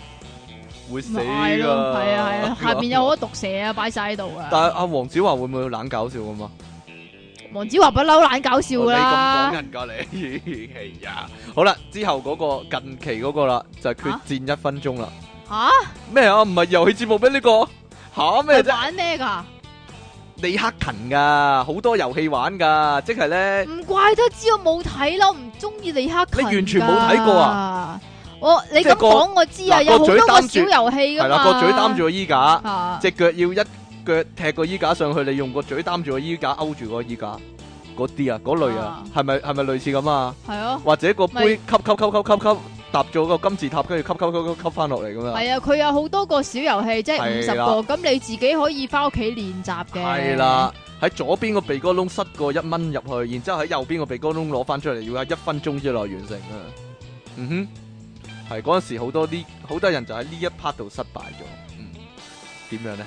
S1: 會死
S2: 咪
S1: 㗎！
S2: 係咯，係啊係 啊，下邊有好多毒蛇啊，擺晒喺度啊，
S1: 但係阿黃子華會唔會懶搞笑咁啊？
S2: 黃子華不嬲懶搞笑啊
S1: 哦
S2: 㗎啦，
S1: 你咁 講人㗎你，係呀！好啦，之後嗰個近期嗰個啦，就係
S2: 啊
S1: 決戰一分鐘啦。
S2: 吓
S1: 咩啊？唔係遊戲節目咩？呢個吓咩
S2: 係
S1: 啫？
S2: 玩咩㗎？
S1: 李克勤噶，好多遊戲玩噶，即係咧
S2: 唔怪得知我冇睇啦，我唔中意李克勤。
S1: 你完全冇睇過
S2: 啊！我你
S1: 即係
S2: 咁
S1: 個
S2: 講我知啊，
S1: 嗱
S2: 有好
S1: 個
S2: 多
S1: 嘴
S2: 個
S1: 擔
S2: 小
S1: 住
S2: 遊戲
S1: 係
S2: 噶
S1: 啦
S2: 嘛。
S1: 個嘴擔住個衣架，
S2: 啊
S1: 隻腳要一腳踢個衣架上去，你用個嘴擔住個衣架勾住個衣架，嗰啲啊，嗰類啊
S2: 啊，
S1: 係咪係咪類似咁啊？
S2: 係啊，
S1: 或者個杯
S2: 咪
S1: 吸吸吸吸吸吸搭咗個金字塔，跟住吸吸吸吸吸翻落嚟咁啊？
S2: 係啊，佢有好多個小遊戲，即係五十
S1: 係啦
S2: 個，咁你自己可以翻屋企練習嘅。
S1: 係啦，喺左邊個鼻哥窿塞個一蚊入去，然之後喺右邊個鼻哥窿攞翻出嚟，要喺一分鐘之內完成啊！嗯哼，係嗰陣時好多啲好多人就喺呢一 part 度失敗咗。嗯，點樣呢？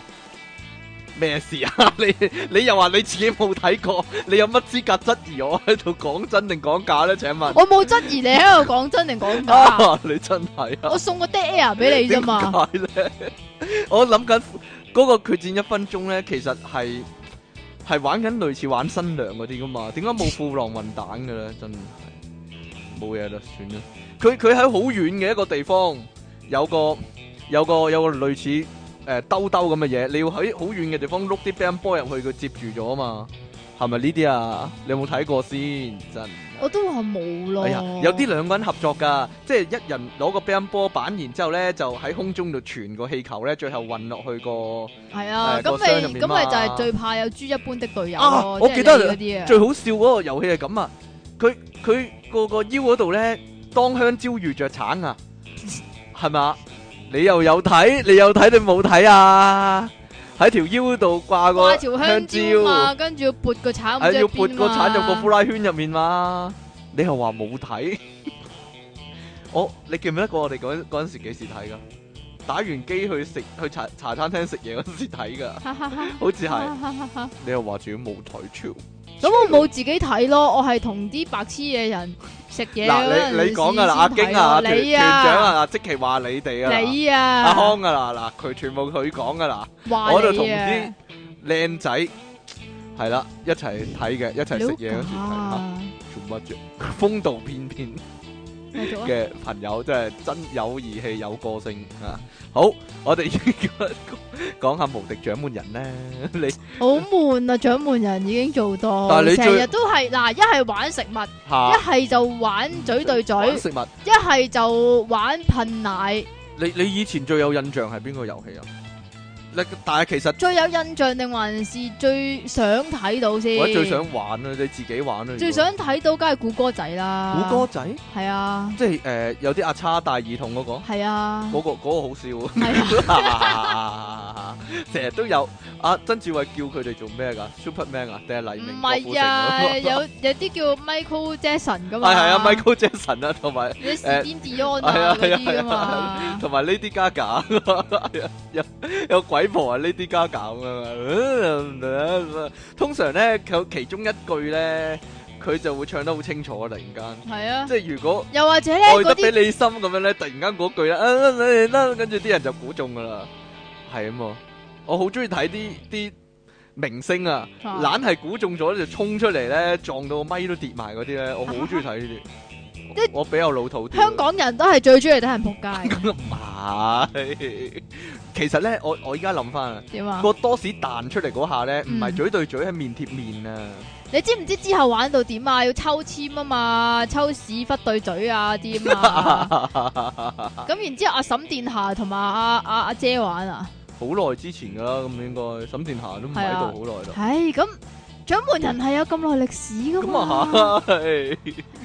S1: 咩事啊？ 你你又話你自己冇睇過，你有乜資格質疑我喺度講真定講假呢？請問，
S2: 我冇質疑你喺度講真定講 假，
S1: 啊、你真係啊！
S2: 我送個 dead air 俾你啫嘛。
S1: 點解咧？ 我諗緊嗰個決戰一分鐘咧，其實係係玩緊類似玩新娘嗰啲噶嘛？點解冇富浪混蛋嘅咧？真係冇嘢啦，算啦。佢佢喺好遠嘅一個地方，有個有個有個類似誒、呃兜兜咁嘅嘢，你要喺好遠嘅地方碌啲乒乓波入去，佢接住咗啊嘛。係咪呢啲啊？你有冇睇過先？真係
S2: 我都話冇咯
S1: 哎呀，。有啲兩個人合作㗎，即係一人攞個乒乓波板，然之後咧就喺空中度傳個氣球咧，最後運落去個。
S2: 係啊，
S1: 誒個
S2: 咁
S1: 箱入
S2: 咪
S1: 面
S2: 咁咪就
S1: 嘛
S2: 係最怕有豬一般的隊友
S1: 啊
S2: 咯。
S1: 我
S2: 即係
S1: 記得
S2: 你嗰啲啊。
S1: 最好笑嗰個遊戲係咁啊！佢佢個個腰嗰度咧，當香蕉遇着橙啊，係嘛？你又有睇，你有睇定冇睇啊？喺條腰度掛個
S2: 掛條香蕉嘛，跟住要撥個橙，唔
S1: 係
S2: 知
S1: 哎要
S2: 喺
S1: 撥
S2: 邊
S1: 個
S2: 嘛
S1: 產入個呼拉圈入面嘛？你又話冇睇？ 我你記唔記得過我哋嗰嗰陣時幾時睇噶？打完機去食去茶茶餐廳食嘢嗰陣時睇噶，好似係 你又話自己冇睇超。
S2: 咁我冇自己睇咯，我係同啲白痴嘅人食嘢啊
S1: 嗱，你你講噶啦，阿京
S2: 京
S1: 啊，阿團團
S2: 你
S1: 長
S2: 啊，
S1: 啊，即其話你哋啊啦，
S2: 你啊，
S1: 阿康噶啦，嗱，佢全部佢講噶啦，
S2: 話
S1: 我喺度同
S2: 你啊
S1: 啲，靚仔係啦一齊睇嘅，一齊食嘢嗰時睇嚇，
S2: 啊，
S1: 做乜啫？風度翩翩。
S2: 繼續啊
S1: 嘅朋友，真係真有義氣有個性啊！好，我哋 講下無敵掌門人咧， 你
S2: 好悶啊！掌門人已經做到
S1: 但係，你最
S2: 成日都係嗱，一係玩食物，一
S1: 嚇
S2: 係就玩嘴對嘴，
S1: 玩食物，
S2: 一係就玩噴奶。
S1: 你你以前最有印象係邊個遊戲啊？你但係其實
S2: 最有印象定還是最想睇到先？
S1: 或者最想玩啊，你自己玩啊，
S2: 最想睇到，梗係估歌仔
S1: 如
S2: 啦。
S1: 果古歌仔，
S2: 係啊，
S1: 即係誒有啲阿叉戴耳筒嗰個，
S2: 係啊，
S1: 嗰個嗰個
S2: 係啊，
S1: 好笑， 成日都有阿曾志偉叫佢哋做咩㗎？Superman 啊，定係黎
S2: 唔
S1: 明？郭富
S2: 係
S1: 城嗰
S2: 啊，
S1: 個
S2: 有有啲叫 Michael Jackson 噶
S1: 係
S2: 嘛。
S1: 係啊，Michael Jackson 啊，同 埋。
S2: 你
S1: 誒
S2: Celine Dion
S1: 係
S2: 啊
S1: 啊
S2: 嗰
S1: 係啊
S2: 啲噶
S1: 啊
S2: 嘛。
S1: 同埋 Lady Gaga，有 有鬼婆係 Lady Gaga 咁樣啊！通常咧，佢其中一句咧，佢就會唱得好清楚啊！突然間，
S2: 係啊
S1: 即，係如果
S2: 又或者咧
S1: 愛
S2: 嗰
S1: 得比
S2: 啲
S1: 你深咁樣咧，突然間嗰句啦，啊啊啊啊跟住啲人就估中噶啦，係咁啊！我好中意睇啲啲明星啊，
S2: 啊
S1: 懶係估中咗就衝出嚟咧，撞到個咪都跌埋嗰啲咧，我好中意睇呢
S2: 即係
S1: 啲。我比較老土啲。
S2: 香港人都系最中意睇 人仆街，
S1: 咁唔係，其實咧，我我依家諗翻啊，
S2: 点啊？
S1: 個多士彈出嚟嗰下咧，唔係
S2: 嗯
S1: 嘴對嘴，係面貼面啊。
S2: 你知唔知之後玩到點啊？要抽籤啊嘛，抽屎忽對嘴啊啲啊嘛。 咁然之後阿沈殿霞同埋阿阿阿姐玩啊，
S1: 好耐之前噶啦，咁應該沈殿霞都唔喺度好耐啦。
S2: 唉咁掌門人係有咁耐歷史噶
S1: 咁
S2: 嘛。
S1: 啊 係，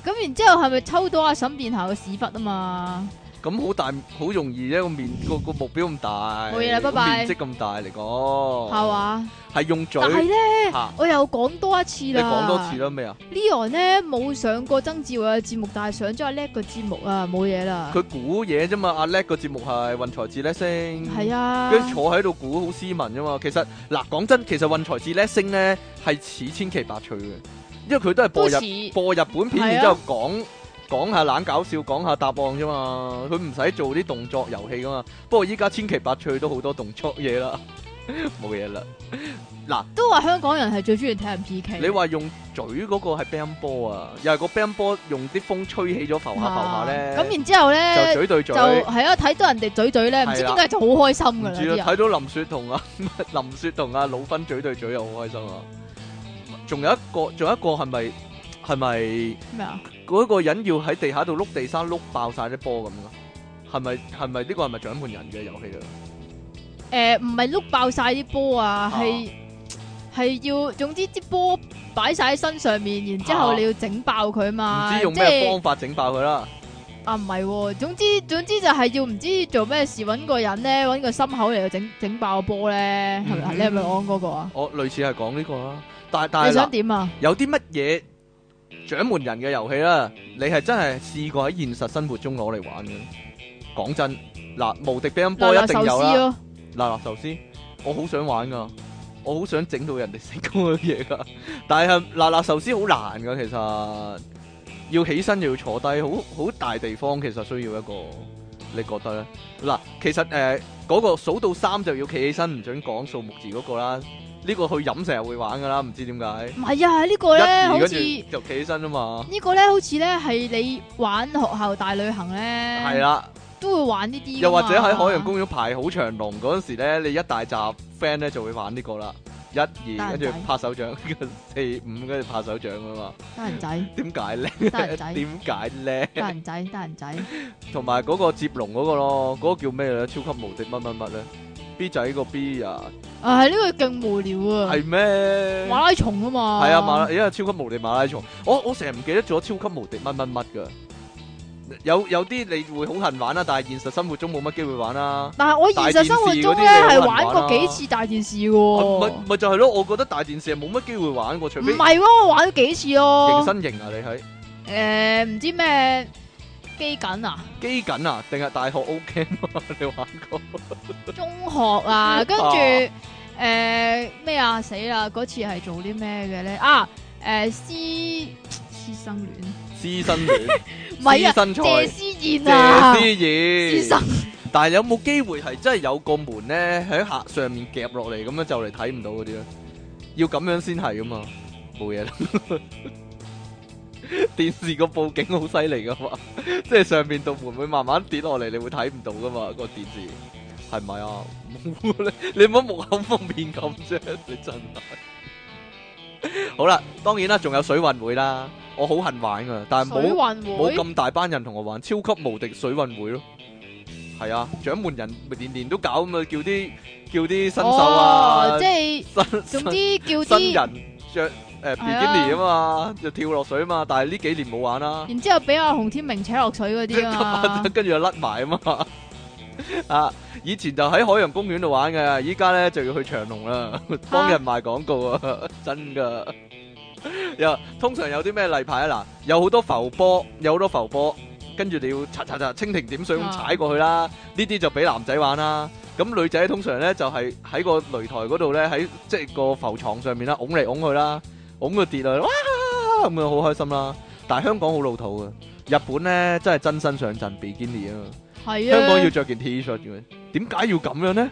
S2: 咁然之後係咪抽到阿沈殿霞個屎忽啊嘛？
S1: 咁好大好容易啫，個面個個目標咁大，
S2: 冇嘢啦拜拜
S1: 個面積咁大嚟
S2: 係
S1: 講，
S2: 嘛？
S1: 係用嘴
S2: 但係咧，
S1: 嚇。
S2: 我又講多一次
S1: 你
S2: 啦。
S1: 講多次啦，咩啊？
S2: Leon 咧冇上過曾志偉嘅節目，但係上咗阿叻個節目啊，冇嘢啦。
S1: 佢估嘢啫嘛，阿叻個節目係運財智叻星，
S2: 係啊，
S1: 跟住坐喺度估好斯文啫嘛。其實嗱，講真，其實運財智叻星咧係似千奇百趣嘅，因為佢都係播
S2: 都
S1: 日
S2: 似
S1: 播日本片，
S2: 係啊
S1: 然之後講講下懶搞笑，講下答案啫嘛。佢唔使做啲動作遊戲噶嘛。不過依家千奇百趣都好多動作嘢啦， 冇嘢啦。
S2: 都話香港人係最中意睇人 P K。
S1: 你話用嘴嗰個係 band 波啊，又係個 band 波用啲風吹起咗浮下浮下咧，
S2: 嗯啊咁然之後
S1: 就
S2: 咧
S1: 嘴對
S2: 就
S1: 嘴。
S2: 係啊，睇到人哋嘴嘴咧，唔知
S1: 係啦
S2: 點解就好開心噶
S1: 唔
S2: 啦
S1: 知
S2: 啲
S1: 啦，
S2: 人。
S1: 睇到林雪同啊 林雪同啊老芬嘴對嘴又好開心啊！仲有一個，仲有一個係咪係咪
S2: 咩啊？
S1: 嗰個人要喺地下度碌地沙碌爆晒啲波咁啊噶？係咪係咪呢個係咪掌門人嘅遊戲啊？
S2: 誒呃唔係碌爆晒啲波啊，係係要總之啲波擺晒喺身上面，然之後
S1: 啊
S2: 你要整爆佢嘛。
S1: 唔知用
S2: 即
S1: 咩
S2: 係
S1: 方法整爆佢啦？
S2: 啊，唔係喎，總之總之就係要唔知做咩事揾個人咧，揾個心口嚟到整整爆個波咧，係咪啊？
S1: 嗯
S2: 你係咪講嗰個啊？
S1: 我類似係講呢個啦，但係
S2: 你
S1: 但係
S2: 想
S1: 嗱，
S2: 點啊？
S1: 有啲乜嘢掌門人嘅遊戲啦？你係真係試過喺現實生活中攞嚟玩嘅？講真，嗱，無敵乒乓波
S2: 嗱
S1: 一
S2: 嗱
S1: 定
S2: 壽
S1: 有啦
S2: 司。咯，
S1: 嗱嗱壽司，我好想玩噶，我好想整到人哋食嗰啲嘢噶。但係嗱嗱壽司好難噶，其實要起身又要坐低，好好大地方，其實需要一個，你覺得咧？嗱，其實誒嗰、個數到三就要企起身，唔准講數目字嗰個啦。呢、個去飲成日會玩噶啦，唔知點解。
S2: 唔係啊，呢個
S1: 一
S2: 咧
S1: 二
S2: 好
S1: 跟
S2: 似
S1: 住
S2: 呢
S1: 就企起身啊嘛，
S2: 個咧好似咧係你玩學校大旅行咧，
S1: 係啦。
S2: 都會玩呢啲㗎嘛。
S1: 又或者喺海洋公園排好長龍嗰陣時咧，你一大紮 friend 咧就會玩呢個啦，一
S2: 大
S1: 二
S2: 人
S1: 跟住
S2: 仔
S1: 拍手掌，四五跟住拍手掌啊 嘛。
S2: 得人仔，
S1: 點解咧？
S2: 得人仔，
S1: 點解咧？
S2: 得人仔，得人仔，
S1: 同埋嗰個接龍嗰個咯，嗰、個叫咩咧？超級無敵乜乜乜咧？B 仔個 B 啊，
S2: 啊係呢個勁無聊啊，
S1: 係咩？
S2: 馬拉松啊嘛，
S1: 係啊，馬拉，因為超級無敵馬拉松，我我成日唔記得咗超級無敵乜乜乜噶。有有啲你會好恨玩啦，啊但係現實生活中冇乜機會玩啊啦。
S2: 但係我現實生活中咧
S1: 大電視嗰啲你
S2: 係
S1: 好難
S2: 玩
S1: 玩啊
S2: 過幾次大電視
S1: 啊
S2: 喎，
S1: 咪咪就係咯，我覺得大電視係冇乜機會玩過，除
S2: 唔
S1: 非
S2: 係喎，我玩咗幾次
S1: 認
S2: 咯，
S1: 身型啊！你睇
S2: 誒唔知咩機緊啊，
S1: 機緊啊，定係大學 O K 啊？你玩過？
S2: 中 學啊，跟住
S1: 啊
S2: 誒咩啊死啦，嗰次係做啲咩嘅咧啊誒師師生戀，啊
S1: 師生戀，
S2: 唔係
S1: 師
S2: 啊，
S1: 生
S2: 謝
S1: 賽。
S2: 思燕啊，
S1: 謝
S2: 師
S1: 思
S2: 生
S1: 燕，但係有冇機會係真係有個門咧喺下上面夾落嚟咁樣就嚟睇唔到嗰啲咧？要咁樣先係噶嘛，冇嘢啦。 電視個佈景好犀利噶嘛， 即係上面度門會慢慢跌落嚟，你會睇唔到噶嘛個電視。係咪啊？冇咧 你唔好木口方面咁啫，你真係。 好啦，當然啦，仲有水運會啦，我好恨玩噶，但係
S2: 水
S1: 冇
S2: 運
S1: 冇
S2: 會。
S1: 咁大班人同我玩，超級無敵水運會咯。係啊，掌門人咪年年都搞咁啊，叫啲叫啲新手啊
S2: 哦，即，係
S1: 新
S2: 總
S1: 新
S2: 之
S1: 新
S2: 叫啲，
S1: 人着誒比
S2: 係
S1: 基尼
S2: 啊
S1: 啊嘛，就跳落水啊嘛，但係呢幾年冇玩啦，
S2: 然之後俾阿洪天明扯落水嗰 啲啊嘛，
S1: 跟住又甩埋啊嘛。啊！以前就喺海洋公園度玩嘅，依家咧就要去長隆啦，幫人賣廣告啊， 真噶。又通常有啲咩例牌啊？嗱，有好多浮波，有好多浮波，跟住你要刷刷刷蜻蜓點水咁
S2: 啊
S1: 踩過去啦。呢啲就俾男仔玩啦。咁女仔通常咧就係喺個擂台嗰度咧，喺即係個浮床上面啦，拱嚟拱去啦，拱佢跌落去，哇咁樣好開心啦。但係香港好老土嘅，日本咧真係真身上陣比堅尼啊嘛。
S2: 係啊，
S1: 香港要着件 T 恤嘅，點解要咁樣呢？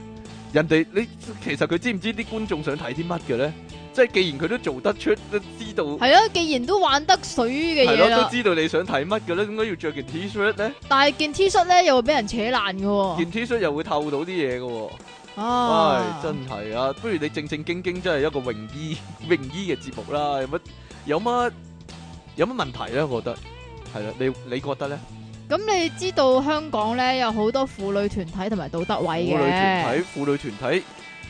S1: 人哋你其實佢知唔知啲觀眾想睇啲乜嘅咧？即係既然佢都做得出，都知道
S2: 系咯，啊既然都玩得水嘅
S1: 係
S2: 嘢
S1: 咯，都
S2: 啦，
S1: 知道你想睇乜嘅咧，點解要着件 T-shirt 咧？
S2: 但系件 T 恤咧又會俾人扯爛嘅喎，
S1: 件 T-shirt 又會透到啲嘢嘅喎。唉
S2: 哦啊，，
S1: 真係啊！不如你正正經經真係一個泳衣 泳衣嘅節目啦，有乜有乜有乜問題咧？我覺得係啦，你你覺得咧？
S2: 咁你知道香港咧有好多婦女團體同埋道德
S1: 婦
S2: 委
S1: 女
S2: 嘅，
S1: 團體，婦女團體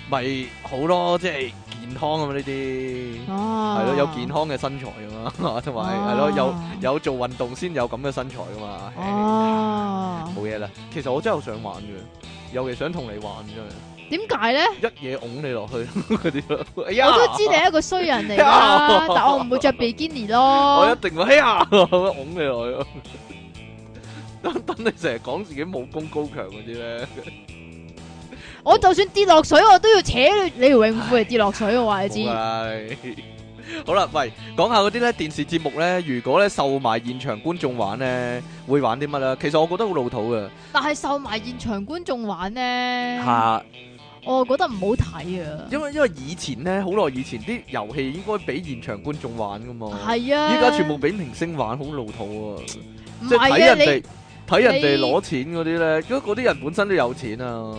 S1: 咪好咯，即係健康啊嘛呢啲。
S2: 哦，
S1: 係咯，有健康嘅身材啊嘛， 同埋
S2: 哦
S1: 係咯，有有做運動先有咁嘅身材噶嘛。
S2: 啊哦，
S1: 冇嘢啦，其實我真係好想玩嘅，尤其想同你玩啫，
S2: 點解咧？
S1: 一嘢拱你落去 嗰啲咯。哎呀
S2: 我都知你係一個衰人嚟 㗎啦，但我唔會着比基尼咯
S1: 我。一定會哎呀， 拱你落去。 等等你成日講自己武功高強嗰啲咧，
S2: 我就算跌落水，我都要扯你你條泳褲嚟跌落水，我話你知。
S1: 好啦。 好啦，喂，講下嗰啲咧電視節目咧，如果咧售埋現場觀眾玩咧，會玩啲乜啦？其實我覺得好老土嘅
S2: 但係受埋現場觀眾玩
S1: 嚇。
S2: 呢，我覺得唔好睇啊。
S1: 因為因為以前咧，好耐以前啲遊戲應該俾現場觀眾玩噶嘛，
S2: 係啊，
S1: 依家全部俾明星玩，好老土啊！
S2: 唔
S1: 即係睇
S2: 係啊，
S1: 人
S2: 你
S1: 哋睇人哋
S2: 你
S1: 攞錢嗰啲咧，因為嗰啲人本身都有錢啊，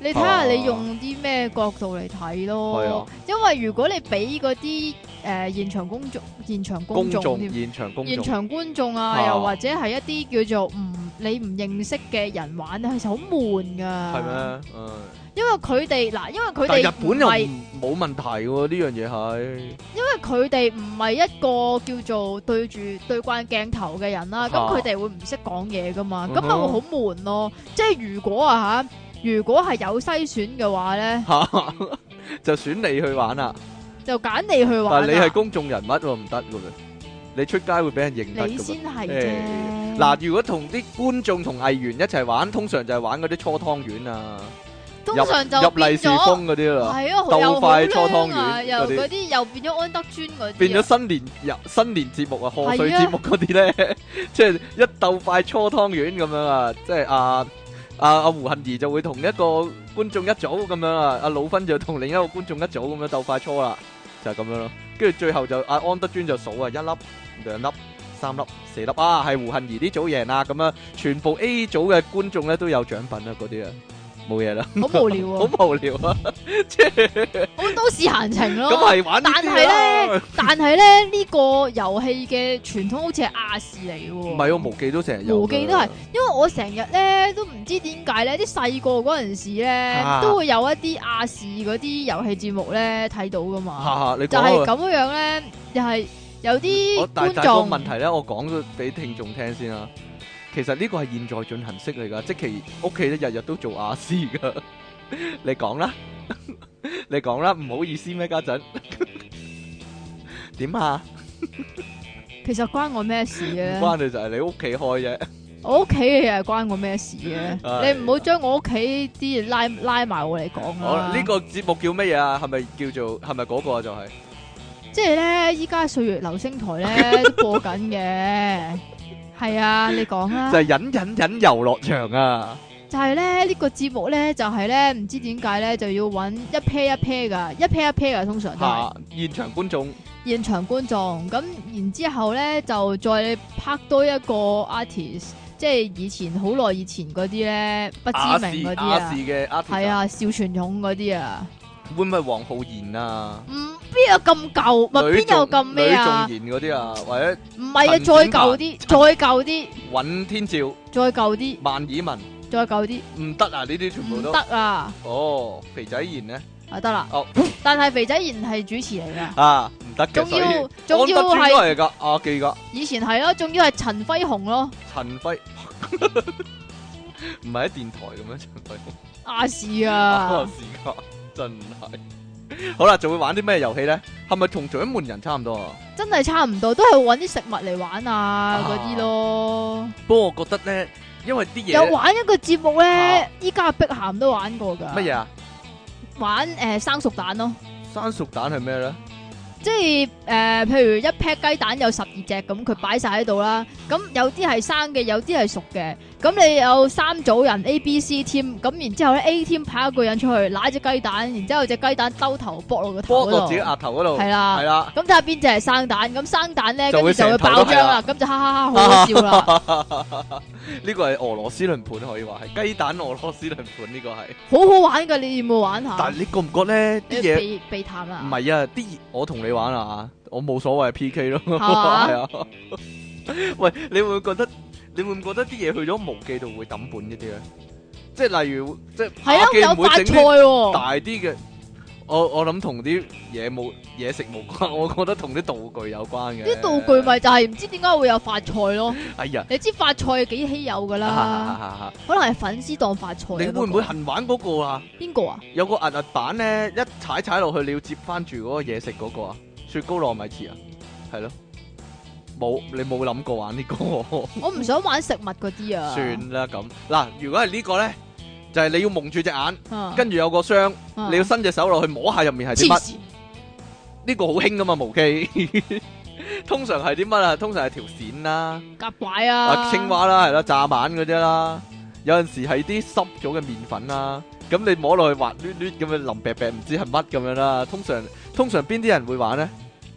S2: 你睇下你用啲咩角度嚟睇
S1: 係啊
S2: 咯。因為如果你俾嗰啲誒現場公眾、現場公
S1: 公
S2: 眾
S1: 眾
S2: 添、
S1: 現場公
S2: 現
S1: 眾
S2: 場觀眾啊，
S1: 啊
S2: 又或者係一啲叫做唔你唔認識嘅人玩咧，其實好悶噶。
S1: 係咩？嗯，
S2: 因為佢哋嗱，因為佢
S1: 但
S2: 哋
S1: 係日本
S2: 唔係
S1: 又唔冇問題喎，呢樣嘢係
S2: 佢哋唔係一個叫做對住對慣鏡頭嘅人啦，咁
S1: 啊
S2: 佢哋會唔識講嘢噶嘛，咁
S1: 嗯
S2: 咪
S1: 哼
S2: 會好悶咯。即係如果啊吓，如果係有篩選嘅話咧，
S1: 嚇， 就選你去玩啦。
S2: 就揀你去
S1: 但
S2: 玩啊
S1: 係
S2: 啦。
S1: 你係公眾人物喎，唔得噶喎，你出街會俾人認得
S2: 你
S1: 㗎喎。
S2: 先係
S1: 誒
S2: 啫。
S1: 嗱，如果同啲觀眾同藝員一齊玩，通常就係玩嗰啲搓湯圓啊。
S2: 通常就
S1: 入
S2: 變
S1: 利是
S2: 咗
S1: 封嗰啲啦，
S2: 係啊，好
S1: 鬥
S2: 又好
S1: 快
S2: 靚
S1: 搓湯
S2: 啊
S1: 圓
S2: 又
S1: 嗰啲
S2: 嗰啲又變咗安德尊嗰啲啊，
S1: 變咗新年入新年節目啊，賀歲
S2: 係啊
S1: 節目嗰啲咧， 即係一鬥快搓湯圓咁樣啊，即係啊啊阿胡杏兒就會同一個觀眾一組咁樣啊，阿魯芬就同另一個觀眾一組咁樣鬥快搓啦，就係咁樣咯。跟住最後就阿安德尊就數啊，一粒、兩粒、三粒、四粒啊，係胡杏兒呢組贏啦，咁啊，全部 A 組嘅觀眾咧都有獎品啊，嗰啲啊，冇嘢啦，
S2: 好無聊啊，
S1: 好無聊啊，
S2: 好都市閒情咯。
S1: 咁啊係玩呢
S2: 但
S1: 啲
S2: 係
S1: 啦
S2: 咧，但係咧呢個遊戲嘅傳統好似係亞視嚟嘅喎。
S1: 唔係喎，無記都成日有㗎。
S2: 無記都係因為我成日咧都唔知點解咧，啲細個嗰陣時咧
S1: 啊
S2: 都會有一啲亞視嗰啲遊戲節目咧睇到噶
S1: 嚇
S2: 嘛，
S1: 嚇，你
S2: 就
S1: 講
S2: 係
S1: 啊
S2: 咁樣樣咧，又係有啲
S1: 嗯我但
S2: 觀
S1: 但個
S2: 眾
S1: 問題咧，我講咗俾聽眾聽先啦。其實呢個係現在進行式嚟㗎，即其屋企咧日日都做雅思㗎。 你講啦， 你講啦，唔好意思咩家陣？ 點啊？
S2: 其實關我咩事
S1: 唔
S2: 嘅？
S1: 關你就係你屋企開啫。
S2: 我屋企嘅嘢係關我咩事
S1: 唉
S2: 嘅？你唔好將我屋企啲嘢拉拉埋我嚟講啊
S1: 好啦，
S2: 啦。
S1: 呢個節目叫乜嘢啊？係咪叫做係咪嗰個啊？就係
S2: 即係咧，依家歲月流星台咧都播緊嘅，係啊，你講啦
S1: 就。係隱隱隱遊樂場啊！
S2: 就係咧呢個節目咧，就係咧唔知點解咧就要揾一 pair 一 pair 噶，一 pair 一 pair 噶，通常都係
S1: 嚇，現場觀眾
S2: 現場觀眾。咁然之後咧就再拍多一個 artist，即係以前好耐以前嗰啲咧不知
S1: 雅視
S2: 名嗰啲
S1: 雅視
S2: 啊，
S1: 嘅 artist
S2: 係，啊，邵傳勇嗰啲啊，
S1: 會唔會係黃浩然啊？
S2: 唔邊有咁舊，咪
S1: 女
S2: 邊有
S1: 仲
S2: 咁咩啊？
S1: 女仲賢嗰啲啊，或者
S2: 唔係啊，
S1: 陳
S2: 再
S1: 展鵬
S2: 舊啲，再舊啲，
S1: 尹天照、
S2: 再舊啲，
S1: 萬綺文，
S2: 再舊啲，
S1: 唔得啊！呢啲全部
S2: 唔
S1: 都
S2: 得啊！
S1: 哦，肥仔賢咧
S2: 啊得啦
S1: 哦，
S2: 但係肥仔然係主持嚟噶。
S1: 啊，唔得嘅，
S2: 仲
S1: 所以
S2: 要仲要
S1: 安德尊
S2: 係
S1: 都係噶，阿記噶，
S2: 以前係咯，仲要係陳輝雄咯，
S1: 陳 輝唔係喺電台嘅咩？陳輝
S2: 亞視
S1: 啊，
S2: 啊，
S1: 時間真係好啦，就會玩啲咩遊戲咧？係咪同掌門人差唔多啊？
S2: 真係差唔多，都係揾啲食物嚟玩啊嗰啲咯。
S1: 不過我覺得咧，因為啲
S2: 有
S1: 嘢
S2: 玩一個節目
S1: 啊
S2: 咧，依家碧咸都玩過㗎。
S1: 乜嘢？啊？
S2: 玩誒生熟蛋咯，
S1: 生熟蛋係咩咧？
S2: 即係誒，譬如一劈雞蛋有十二隻咁，佢擺晒喺度啦。咁有啲係生嘅，有啲係熟嘅。咁你有三組人 A、B、C team，咁然之後咧 A team 派一個人出去揦只雞蛋，然之後只雞蛋兜頭搏落個頭
S1: 剝落
S2: 嗰
S1: 自己
S2: 度，
S1: 額頭嗰度，
S2: 係啦
S1: 係啊啦，
S2: 咁睇下邊只係生蛋，咁生蛋咧
S1: 就
S2: 跟
S1: 會
S2: 住就
S1: 成
S2: 會
S1: 頭都
S2: 爆
S1: 係
S2: 漿
S1: 啦
S2: 啦，咁就哈哈哈好好笑 啦，
S1: 呢個係俄羅斯輪盤可以話係雞蛋俄羅斯輪盤呢個係，
S2: 好好玩噶，你有冇玩下？
S1: 但係你覺唔覺咧啲嘢？
S2: 避避談啦，
S1: 唔係啊，啲我同你玩啊，我冇所謂 P K 咯，係
S2: 嘛
S1: 啊。喂，你會唔會覺得你會唔會覺得啲嘢去咗無記度會抌本一啲咧？即係例如，即係
S2: 係啊，
S1: 打機
S2: 有
S1: 唔會
S2: 發
S1: 整
S2: 菜
S1: 啲
S2: 喎，
S1: 大啲嘅。我我諗同啲嘢冇嘢食無關，我覺得同啲道具有關嘅。
S2: 啲道具咪就係唔知點解會有發菜咯，
S1: 哎呀，
S2: 你知發菜幾稀有噶
S1: 啊
S2: 啦，可能係粉絲當發菜啊。
S1: 你會唔會痕玩嗰個啊？
S2: 邊個啊？
S1: 有個壓壓板咧，一踩踩落去，你要接翻住嗰個嘢食嗰個啊，雪糕糯米糍啊，係咯，冇你冇諗過玩呢、個，
S2: 我唔想玩食物嗰啲啊。
S1: 算啦咁。嗱，如果係呢個咧，就係、你要蒙住隻眼，
S2: 啊，
S1: 跟住有個箱，
S2: 啊
S1: 你要伸隻手落去摸下入面係啲
S2: 黐
S1: 乜？
S2: 線，
S1: 呢個好興噶嘛，無機。 通常係啲乜啊？通常係條線啦，
S2: 夾拐
S1: 啊
S2: 啊，
S1: 青蛙啦，係啦，炸蜢嗰啲啦，有陣時係啲濕咗嘅麵粉啦，咁你摸落去滑捋捋咁樣淋白白，唔知係乜咁樣啦。通常通常邊啲人會玩呢？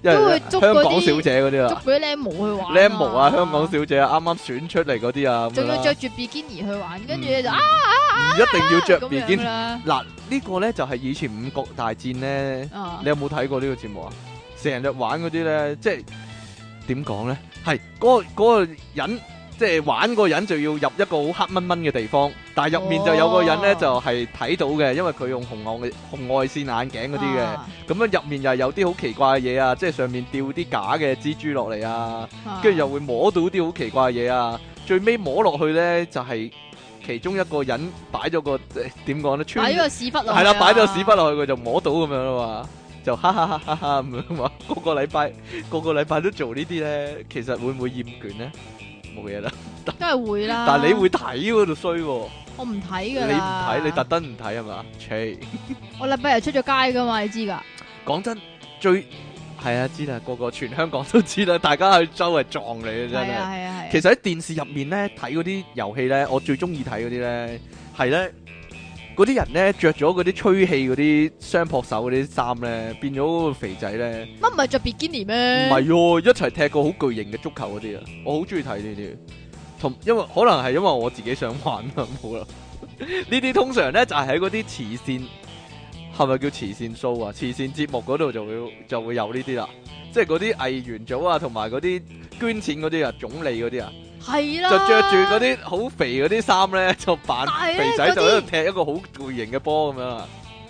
S1: 因
S2: 都
S1: 為
S2: 會
S1: 香
S2: 捉嗰啲
S1: 港小姐嗰啲
S2: 捉
S1: 啦
S2: 嗰啲僆模去玩。
S1: ，Lem 毛啊，香港，小姐啊，啱啱選出嚟嗰啲啊，咁樣
S2: 仲
S1: 啦
S2: 要着住比基尼去玩，跟住
S1: 嗯
S2: 就啊
S1: 唔一定要嗯着
S2: 咁
S1: 比
S2: 樣
S1: 堅
S2: 㗎。啦。
S1: 嗱，呢個呢就係以前五國大戰呢。
S2: 啊
S1: 你，有冇睇過呢個節目啊？成日玩嗰啲咧，即係點講咧？係嗰、個嗰個人，即係玩嗰個人就要入一個好黑掹掹嘅地方，但係入面就有個人咧、
S2: 哦
S1: 就係睇到嘅，因為佢用紅外紅外線眼鏡嗰啲嘅，
S2: 啊，
S1: 咁樣入面又有啲好奇怪嘅嘢啊，即係上面掉啲假嘅蜘蛛落嚟啊，
S2: 啊
S1: 跟住又會摸到啲好奇怪嘅嘢啊，最尾摸落去咧就係、其中一個人擺咗個點講咧穿
S2: 擺咗個屎忽落去啊。
S1: 係啦，擺咗屎忽落去，佢就摸到咁樣啦嘛，就哈哈哈哈哈咁樣嘛。 個個禮拜，個個禮拜都做呢啲咧，其實會唔會厭倦咧？冇嘢啦，
S2: 梗係會啦。
S1: 但係你會睇嗰度衰喎，
S2: 我唔睇
S1: 你
S2: 㗎
S1: 唔
S2: 啊啦。
S1: 睇，你特登唔睇係嘛？切，
S2: 我禮拜日出咗街㗎嘛，你知㗎。
S1: 講真，最係啊，知啦，個個全香港都知啦，大家去周圍撞你啊，真
S2: 係
S1: 係
S2: 啊。係啊係啊。
S1: 其實喺電視入面咧睇嗰啲遊戲咧，我最中意睇嗰啲咧係咧嗰啲人咧着咗嗰啲吹氣嗰啲雙撲手嗰啲衫咧，變咗嗰個肥仔咧，
S2: 乜唔係着比基尼
S1: 唔
S2: 咩？
S1: 係喎，一齊踢過好巨型嘅足球嗰啲啊，我好中意睇呢啲。同因為可能係因為我自己想玩啊，冇啦。 呢啲通常咧就係喺嗰啲慈善係咪叫慈善 show 啊？慈善節目嗰度就會就會有呢啲啦，即係嗰啲藝員組啊，同埋嗰啲捐錢嗰啲啊，總理嗰啲啊。
S2: 係啦。
S1: 就着住嗰啲好肥嗰啲衫咧，就扮
S2: 但係呢
S1: 肥仔，就喺
S2: 嗰
S1: 度
S2: 啲
S1: 踢一個好巨型嘅波咁樣啊！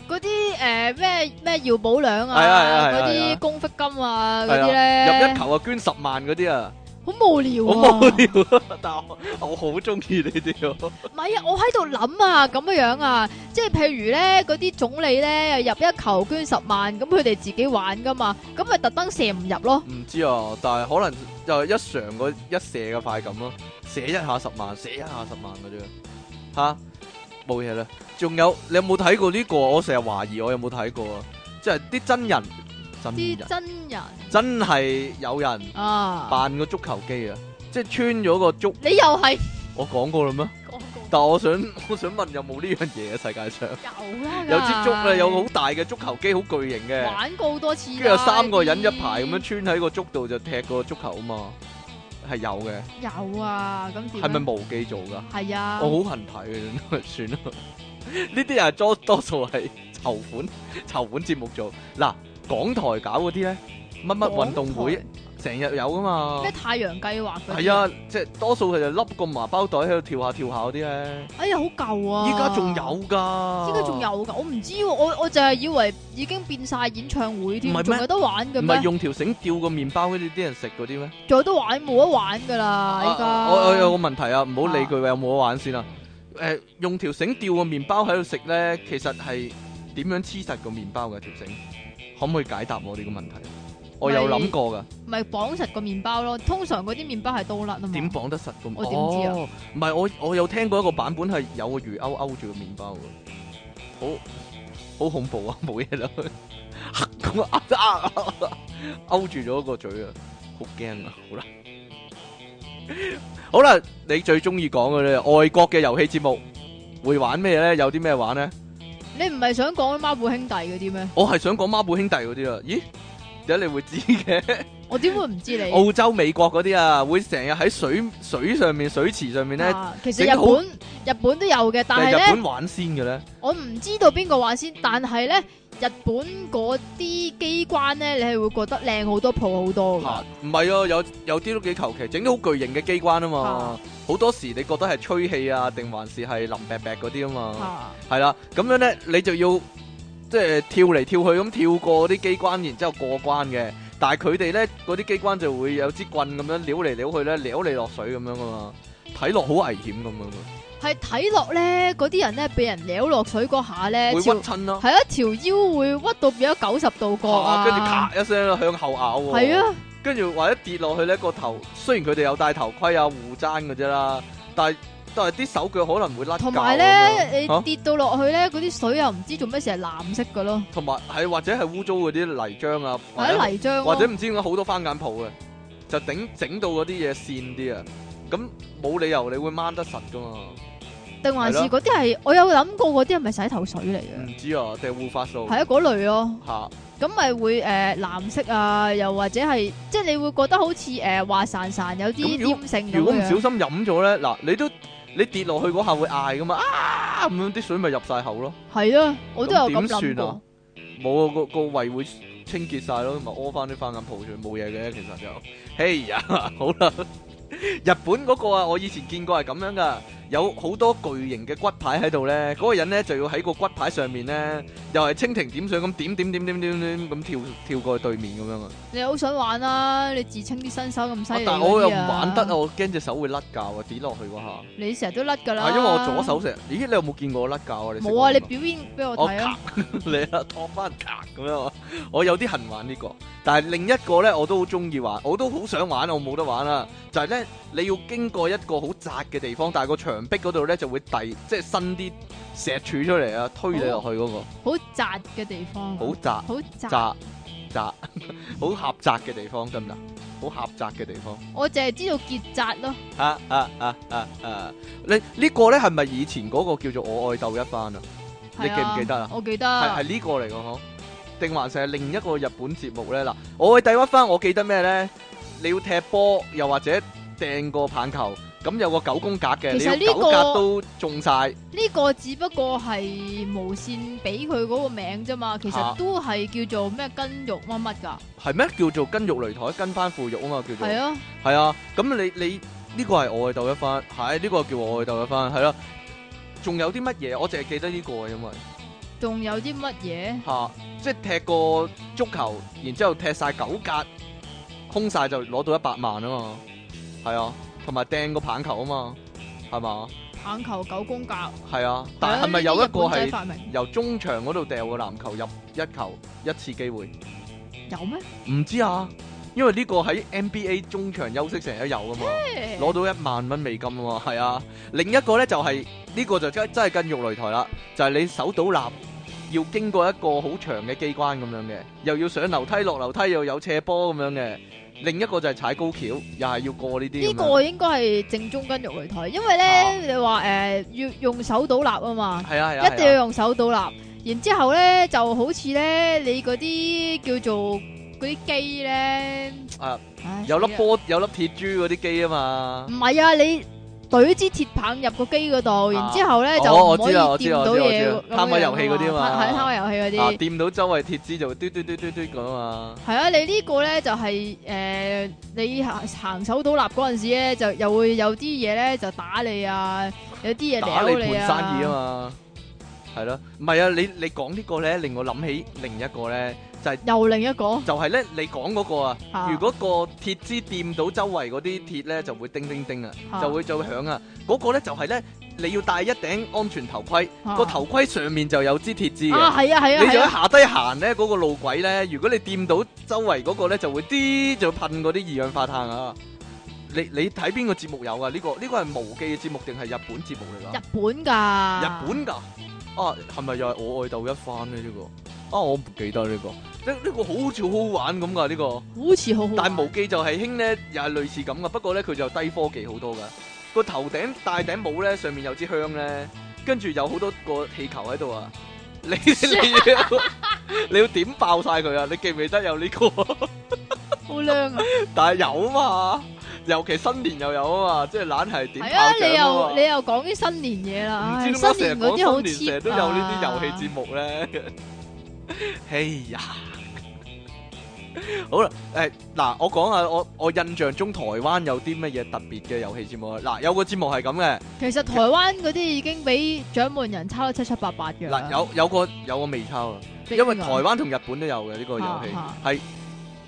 S2: 嗰啲誒咩咩耀保兩
S1: 係啊係啊係啊
S2: 啊，嗰
S1: 係啊
S2: 啲公積金啊嗰
S1: 係
S2: 啲
S1: 啊，入
S2: 咧
S1: 一，球啊，捐十萬嗰啲啊，
S2: 好無聊
S1: 好
S2: 啊！
S1: 無聊啊！但我我好中意呢啲咯，
S2: 唔係啊，我喺度諗啊，咁樣樣啊，即係譬如咧嗰啲總理咧入一球捐十萬，咁佢哋自己玩噶嘛，咁咪特登射唔入咯。
S1: 唔知啊，但係可能就係一上嗰一射嘅快感咯，射一下十萬，射一下十萬嗰啲啊吓冇嘢啦。仲有你有冇睇過呢個？我成日懷疑我有冇睇過啊！即係啲真人真
S2: 啲
S1: 人
S2: 真人
S1: 真係有人
S2: 啊，
S1: 扮個足球機啊，即係穿咗個足，
S2: 你又係
S1: 我講過啦咩？
S2: 廣告
S1: 但我想 我想問有冇呢樣嘢啊？世界 上
S2: 有啦，
S1: 有支竹咧，有個好大嘅足球機，好巨型嘅，
S2: 玩過好多次啦，
S1: 跟住有三個人一排咁樣穿喺個竹度就踢個足球啊嘛，係有嘅，
S2: 樣，有啊，咁點啊？
S1: 係咪無記做噶？
S2: 係啊，
S1: 我好恨睇嘅，真係算啦。 呢啲人多多數係籌款 籌款節目做，嗱港台搞嗰啲咧乜乜運動會
S2: 港
S1: 成日有噶嘛
S2: 台，咩太陽計劃嗰啲
S1: 係，啊，即係多數佢就笠個麻包袋喺度跳下跳下嗰啲咧，
S2: 哎呀好舊啊，
S1: 依家仲有啊噶，
S2: 依家仲有㗎，我唔知喎，我我就係以為已經變晒演唱會添
S1: 唔係，咩
S2: 仲有得玩嘅
S1: 唔係
S2: 咩？
S1: 用條繩吊個麵包嗰啲啲人食嗰啲咩？
S2: 仲有得玩冇得玩㗎啦，依
S1: 啊我我
S2: 家
S1: 有個問題啊，唔好理佢有冇得玩先啦。誒、用條繩吊個麵包喺度食咧，其實係點樣黐實個麵包嘅條繩？可唔可以解答我呢個問題？我有諗過噶，
S2: 咪綁實個麵包咯。通常嗰啲麵包係刀甩啊嘛。
S1: 點綁得實個？
S2: 我點知啊
S1: 哦？唔係、我我有聽過一個版本係有個魚鈎鈎住個麵包嘅，好好恐怖啊！ 冇嘢啦，咁啊啊啊啊勾住咗個嘴啊，好驚啊！好啦，好啦，你最中意講嘅咧，外國嘅遊戲節目會玩咩咧？有啲咩玩咧？
S2: 你唔係想講孖寶兄弟嗰啲咩？
S1: 我係想講孖寶兄弟嗰啲啊。咦，點解你會知嘅？
S2: 我點會唔知你？
S1: 澳洲、美國嗰啲啊，會成日喺水水上面、水池上面咧，
S2: 啊其實
S1: 整好
S2: 日本日本都有嘅，但
S1: 定日
S2: 係咧。
S1: 本玩先嘅咧。
S2: 我唔知道邊個玩先，但係咧日本嗰啲機關咧，你係會覺得靚好多、鋪好多
S1: 嚇
S2: 㗎。
S1: 唔係啊，有有啲都幾求其，整啲好巨型嘅機關啊嘛
S2: 啊。
S1: 好多時你覺得係吹氣啊，定還是係淋白白嗰啲啊嘛。
S2: 嚇
S1: 係啦，咁樣咧你就要即係跳嚟跳去咁跳過啲機關，然之後過關嘅。但係佢哋咧嗰啲機關就會有支棍咁樣撩嚟撩去咧，撩你落水咁樣噶嘛，睇落好危險咁樣㗎
S2: 係睇落咧，嗰啲人咧俾人撩落水嗰下咧，
S1: 會屈
S2: 條
S1: 親啦，
S2: 係啊條腰會屈到變咗九十度角
S1: 啊
S2: 啊，
S1: 跟住咔一聲向後咬喎。
S2: 係啊，
S1: 跟住或者跌落去咧個頭，雖然佢哋有戴頭盔啊護踭嘅啫啦，但係但係啲手腳可能會甩臼啊
S2: 同
S1: 咁
S2: 埋
S1: 樣
S2: 咧
S1: 嚇
S2: 你跌到落去咧，嗰啲水又唔知做咩成日藍色嘅咯，
S1: 同埋係或者係污糟嗰啲泥漿啊，
S2: 或者泥漿咯
S1: 或者唔知點解好多番梘鋪嘅，就頂整到嗰啲嘢跣啲啊，咁冇理由你會掹得實噶嘛，
S2: 定還是
S1: 係
S2: 嗰啲係我有諗過嗰啲係咪洗頭水嚟
S1: 唔
S2: 嘅？
S1: 知啊，定係護髮素
S2: 係啊嗰類咯。
S1: 嚇，
S2: 咁咪會誒、呃、藍色啊，又或者係即係你會覺得好似誒滑潺潺有啲
S1: 咁如果
S2: 黏性咁
S1: 如果唔小
S2: 樣。
S1: 心飲咗咧，嗱你都你跌落去嗰下會嗌噶嘛，啊咁樣啲水咪入晒口咯，
S2: 係啊，我都有
S1: 咁點
S2: 咁諗
S1: 算啊
S2: 過。
S1: 冇啊個個胃會清潔晒咯，咪屙翻啲番梘鋪出去冇嘢嘅，其實就，嘿呀， 好啦，日本嗰個啊，我以前見過係咁樣噶，有好多巨型嘅骨牌喺度咧，嗰、個人咧就要喺個骨牌上面咧，又係蜻蜓點水咁點點點點點點咁跳跳過去對面咁樣啊，
S2: 你好想玩啊！你自稱啲新手咁犀
S1: 啊
S2: 利，
S1: 但係我又唔玩得啊，！我驚隻手會甩臼啊，跌落去嗰下，
S2: 你成日都甩㗎啦。
S1: 啊因為我左手成日，咦你有冇見過我甩臼啊？你
S2: 冇啊！
S1: 食過
S2: 你
S1: 嗎
S2: 表演俾我
S1: 我
S2: 睇啊！
S1: 你啊，托翻卡咁樣啊！我有啲恨玩呢、個，但係另一個咧，我都好中意玩，我都好想玩，我冇得玩啦。就係呢，咧，你要經過一個好窄嘅地方，但係個牆壁嗰度咧就會遞，即係伸啲石柱出嚟啊，推你落去嗰、
S2: 好窄嘅地方啊，
S1: 個，好窄
S2: 好哦窄。
S1: 窄窄， 好狹窄嘅地方得唔得？好狹窄嘅地方。
S2: 我淨係知道結扎咯，
S1: 啊啊啊啊啊！你、呢個咧係咪以前嗰個叫做我愛鬥一番啊？你
S2: 係啊
S1: 記唔記得啊
S2: 我記
S1: 係
S2: 得。
S1: 系呢個嚟嘅嗬，定還是係另一個日本節目咧？嗱，我去第屈翻，我記得咩咧？你要踢波，又或者掟個棒球，咁有個九宮格嘅，
S2: 其實
S1: 你要九
S2: 呢個
S1: 格都中晒，
S2: 呢個只不過係無線俾佢嗰個名啫嘛，其
S1: 啊
S2: 實都係叫做咩筋肉乜乜㗎。
S1: 係咩？叫做筋肉擂台，跟翻腐肉啊嘛，叫做
S2: 係啊。
S1: 係啊。咁你你呢個係我去鬥一番，係呢個叫我去鬥一番，係啦。仲有啲乜嘢？我淨係記得呢個啊，因為
S2: 仲有啲乜嘢？
S1: 吓、即係踢個足球，然之後踢晒九格，空晒就攞到一百萬啊嘛，係啊，同埋掟個棒球啊嘛，係嘛，
S2: 棒球九宮格，
S1: 係啊，但係咪
S2: 呢啲
S1: 有一
S2: 日
S1: 個
S2: 本仔
S1: 係
S2: 發明
S1: 由中場嗰度掉個籃球入一球一次機會？
S2: 有咩？
S1: 唔知啊，因為呢個喺 NBA 中場休息成日有啊嘛。攞到一萬蚊美金喎，係啊！另一個呢就係、呢、個就真真係筋肉擂台啦，就係、你手倒立要經過一個好長嘅機關咁樣嘅，又要上樓梯落樓梯又有斜坡咁樣嘅。另一個就係踩高橋，又係要過呢啲咁
S2: 呢
S1: 樣。
S2: 個應該係正宗筋肉擂台，因
S1: 啊
S2: 為咧你話誒要用手倒立啊嘛，
S1: 係啊係啊，
S2: 一定要
S1: 係啊
S2: 用手倒立。然之後咧就好似咧你嗰啲叫做嗰啲機咧，
S1: 啊
S2: 唉
S1: 有粒，
S2: 死啦
S1: 波有粒鐵珠嗰啲機啊嘛
S2: 唔。係啊你。懟支鐵棒入個機嗰度，然之後咧就
S1: 哦
S2: 唔
S1: 我
S2: 可以
S1: 知啦我知
S2: 掂
S1: 啦
S2: 到
S1: 我知啦
S2: 嘢
S1: 我
S2: 咁
S1: 知啦
S2: 樣啊，
S1: 攤位遊戲嗰啲啊嘛
S2: 係攤位遊戲嗰
S1: 啊！
S2: 啲。
S1: 掂到周圍鐵枝就會嘟嘟嘟嘟嘟嘟咁啊嘛。
S2: 係啊，你呢個咧就係、诶，你行行手倒立嗰陣時咧，就又會有啲嘢咧就打你啊，有啲嘢
S1: 打
S2: 撩
S1: 你
S2: 你
S1: 盤
S2: 啊。
S1: 生意啊嘛，係咯，唔係啊，你你講呢個咧，令我諗起另一個咧，
S2: 又另一個
S1: 就係咧你講嗰個啊，
S2: 啊
S1: 如果個鐵枝掂到周圍嗰啲鐵咧，就會叮叮叮啊，
S2: 啊
S1: 就會就會響啊，嗰個咧就係咧，你要戴一頂安全頭盔，
S2: 啊
S1: 個頭盔上面就有支鐵枝
S2: 啊，
S1: 嘅。
S2: 係啊係啊
S1: 你就喺
S2: 係啊，
S1: 下低行咧，嗰個路軌咧，如果你掂到周圍嗰個咧，就會啲就噴嗰啲二氧化碳啊！你你睇邊個節目有啊？呢個呢個係無記嘅節目定係日本節目嚟㗎？
S2: 日本㗎。
S1: 日本㗎？啊，係咪又係我愛鬥一番呢？呢個啊，我唔記得呢個。呢呢個好似好好玩咁噶呢個，
S2: 好似好好玩。
S1: 但係無記就係興咧，又係類似咁噶，不過咧佢就低科技好多噶。個頭頂戴頂帽咧，上面有支香咧，跟住有好多個氣球喺度啊！你你要你要點爆晒佢啊！你記唔記得有呢個 啊？
S2: 好 靚啊！
S1: 但係有嘛，尤其新年又有啊嘛，即係懶係點
S2: 係啊，
S1: 炮
S2: 你
S1: 仗啊
S2: 又
S1: 嘛
S2: 你又講啲啊新年嘢啦，
S1: 唔
S2: 唉
S1: 知點解
S2: 新
S1: 成日
S2: 年
S1: 講
S2: 嗰啲好
S1: 新年
S2: cheap
S1: 成日都有呢啲遊戲節
S2: 目。
S1: 目咧。 哎呀，好啦，誒、嗱，我講下我我印象中台灣有啲乜嘢特別嘅遊戲節目啊嗱，有個節目係咁嘅，
S2: 其實台灣嗰啲已經俾掌門人抄得七七八八嘅啦。
S1: 嗱有有個有個未抄啊，
S2: 逼
S1: 因為
S2: 呢
S1: 台
S2: 啊個
S1: 灣同日本都有嘅呢、個遊戲，
S2: 啊
S1: 係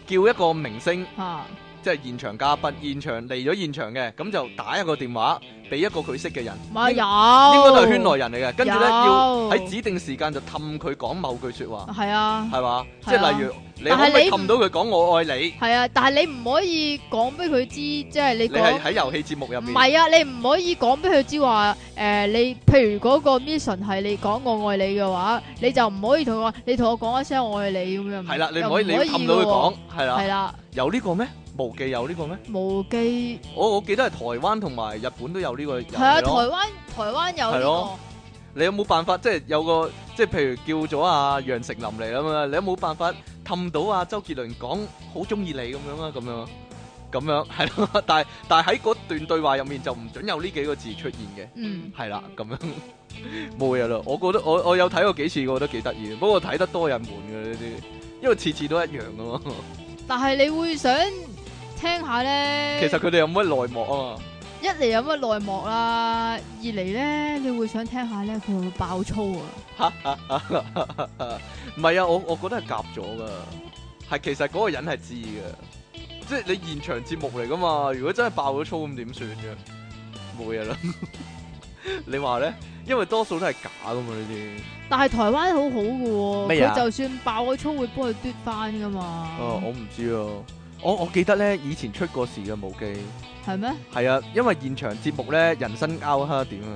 S1: 叫一個明星。
S2: 啊
S1: 即係現場嘉賓，現場嚟咗現場嘅，咁就打一個電話俾一個佢識嘅人，
S2: 唔係
S1: 應
S2: 有，
S1: 應該都係圈內人嚟嘅。跟住咧要
S2: 哦有
S1: 喺指定時間就氹佢講某句説話，
S2: 係啊
S1: 係嘛？即
S2: 係啊
S1: 係例如你
S2: 但
S1: 可
S2: 係
S1: 唔可以
S2: 你
S1: 氹到佢講我愛你？
S2: 係啊，但係你唔可以講俾佢知，即係你
S1: 你係
S2: 講
S1: 喺遊戲節目入
S2: 唔
S1: 面，
S2: 係啊，你唔可以講俾佢知話誒，你譬如嗰個 mission 係你講我愛你嘅話，你就唔可以同我你同我講一聲我愛你咁樣。
S1: 係啦，你唔
S2: 又
S1: 可以你要氹到佢
S2: 㗎
S1: 講，係
S2: 喎。
S1: 啦，
S2: 係啦，
S1: 有呢個咩？無記有呢個咩？
S2: 無記
S1: 我我記得係台灣同埋日本都有呢個遊戲
S2: 係啊，台
S1: 咯。
S2: 灣台灣有
S1: 係咯
S2: 呢
S1: 你有冇辦法即係有個即係譬如叫咗阿楊丞琳嚟咁啊？你有冇辦法氹到阿周杰倫講好中意你咁樣啊？咁樣咁樣係咯， 但係但係喺嗰段對話入面就唔準有呢幾個字出現嘅。
S2: 個，嗯，
S1: 係啦，咁樣冇嘢啦。我覺得我我有睇過幾次，我覺得幾得意。不過睇得多人悶嘅呢啲，因為次次都一樣噶嘛。
S2: 但係你會想聽下咧？
S1: 其實佢哋有乜內幕啊嘛？
S2: 一嚟有乜內幕啦，二嚟咧你會想聽下咧佢會唔會爆粗啊？
S1: 唔係啊，我我覺得係夾咗噶，係其實嗰個人係知嘅，即係你現場節目嚟噶嘛。如果真係爆咗粗咁點算啫？冇嘢啦。 你話咧？因為多數都係假噶嘛呢啲。
S2: 但係台灣好好嘅喎，
S1: 咩
S2: 佢、
S1: 啊
S2: 就算爆咗粗會幫佢嘟翻噶嘛，
S1: 啊，我唔知啊。我我記得咧，以前出過事嘅無記。
S2: 係咩、
S1: 係啊，因為現場節目咧，人生拗黑點啊，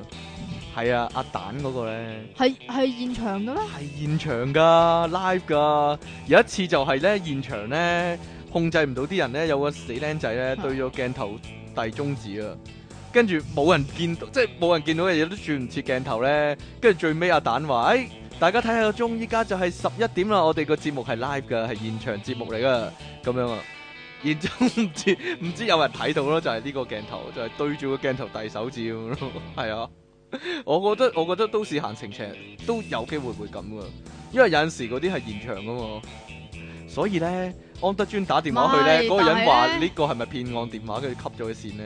S1: 係啊，阿蛋嗰個咧
S2: 係係現場嘅咩？
S1: 係現場噶，live 噶，有一次就係咧現場咧控制唔到啲人咧，有個死僆仔咧
S2: 啊
S1: 對咗鏡頭遞中指啊，跟住冇人見到，即係冇人見到嘅嘢都轉唔切鏡頭咧，跟住最尾阿蛋話：，誒、哎大家睇下個鐘，依家就係十一點啦，我哋個節目係 live 噶，係現場節目嚟噶，咁樣啊。然之後唔知 唔知有人睇到咯，就係、呢個鏡頭，就係、對住個鏡頭遞手指咁咯， 係啊。我覺得我覺得都市行程劇都有機會會咁噶，因為有陣時嗰啲係現場噶嘛，所以咧安德尊打電話去咧，
S2: 唔係
S1: 嗰個人
S2: 但
S1: 話
S2: 係
S1: 呢
S2: 呢
S1: 個係咪騙案電話，跟住吸咗佢線咧。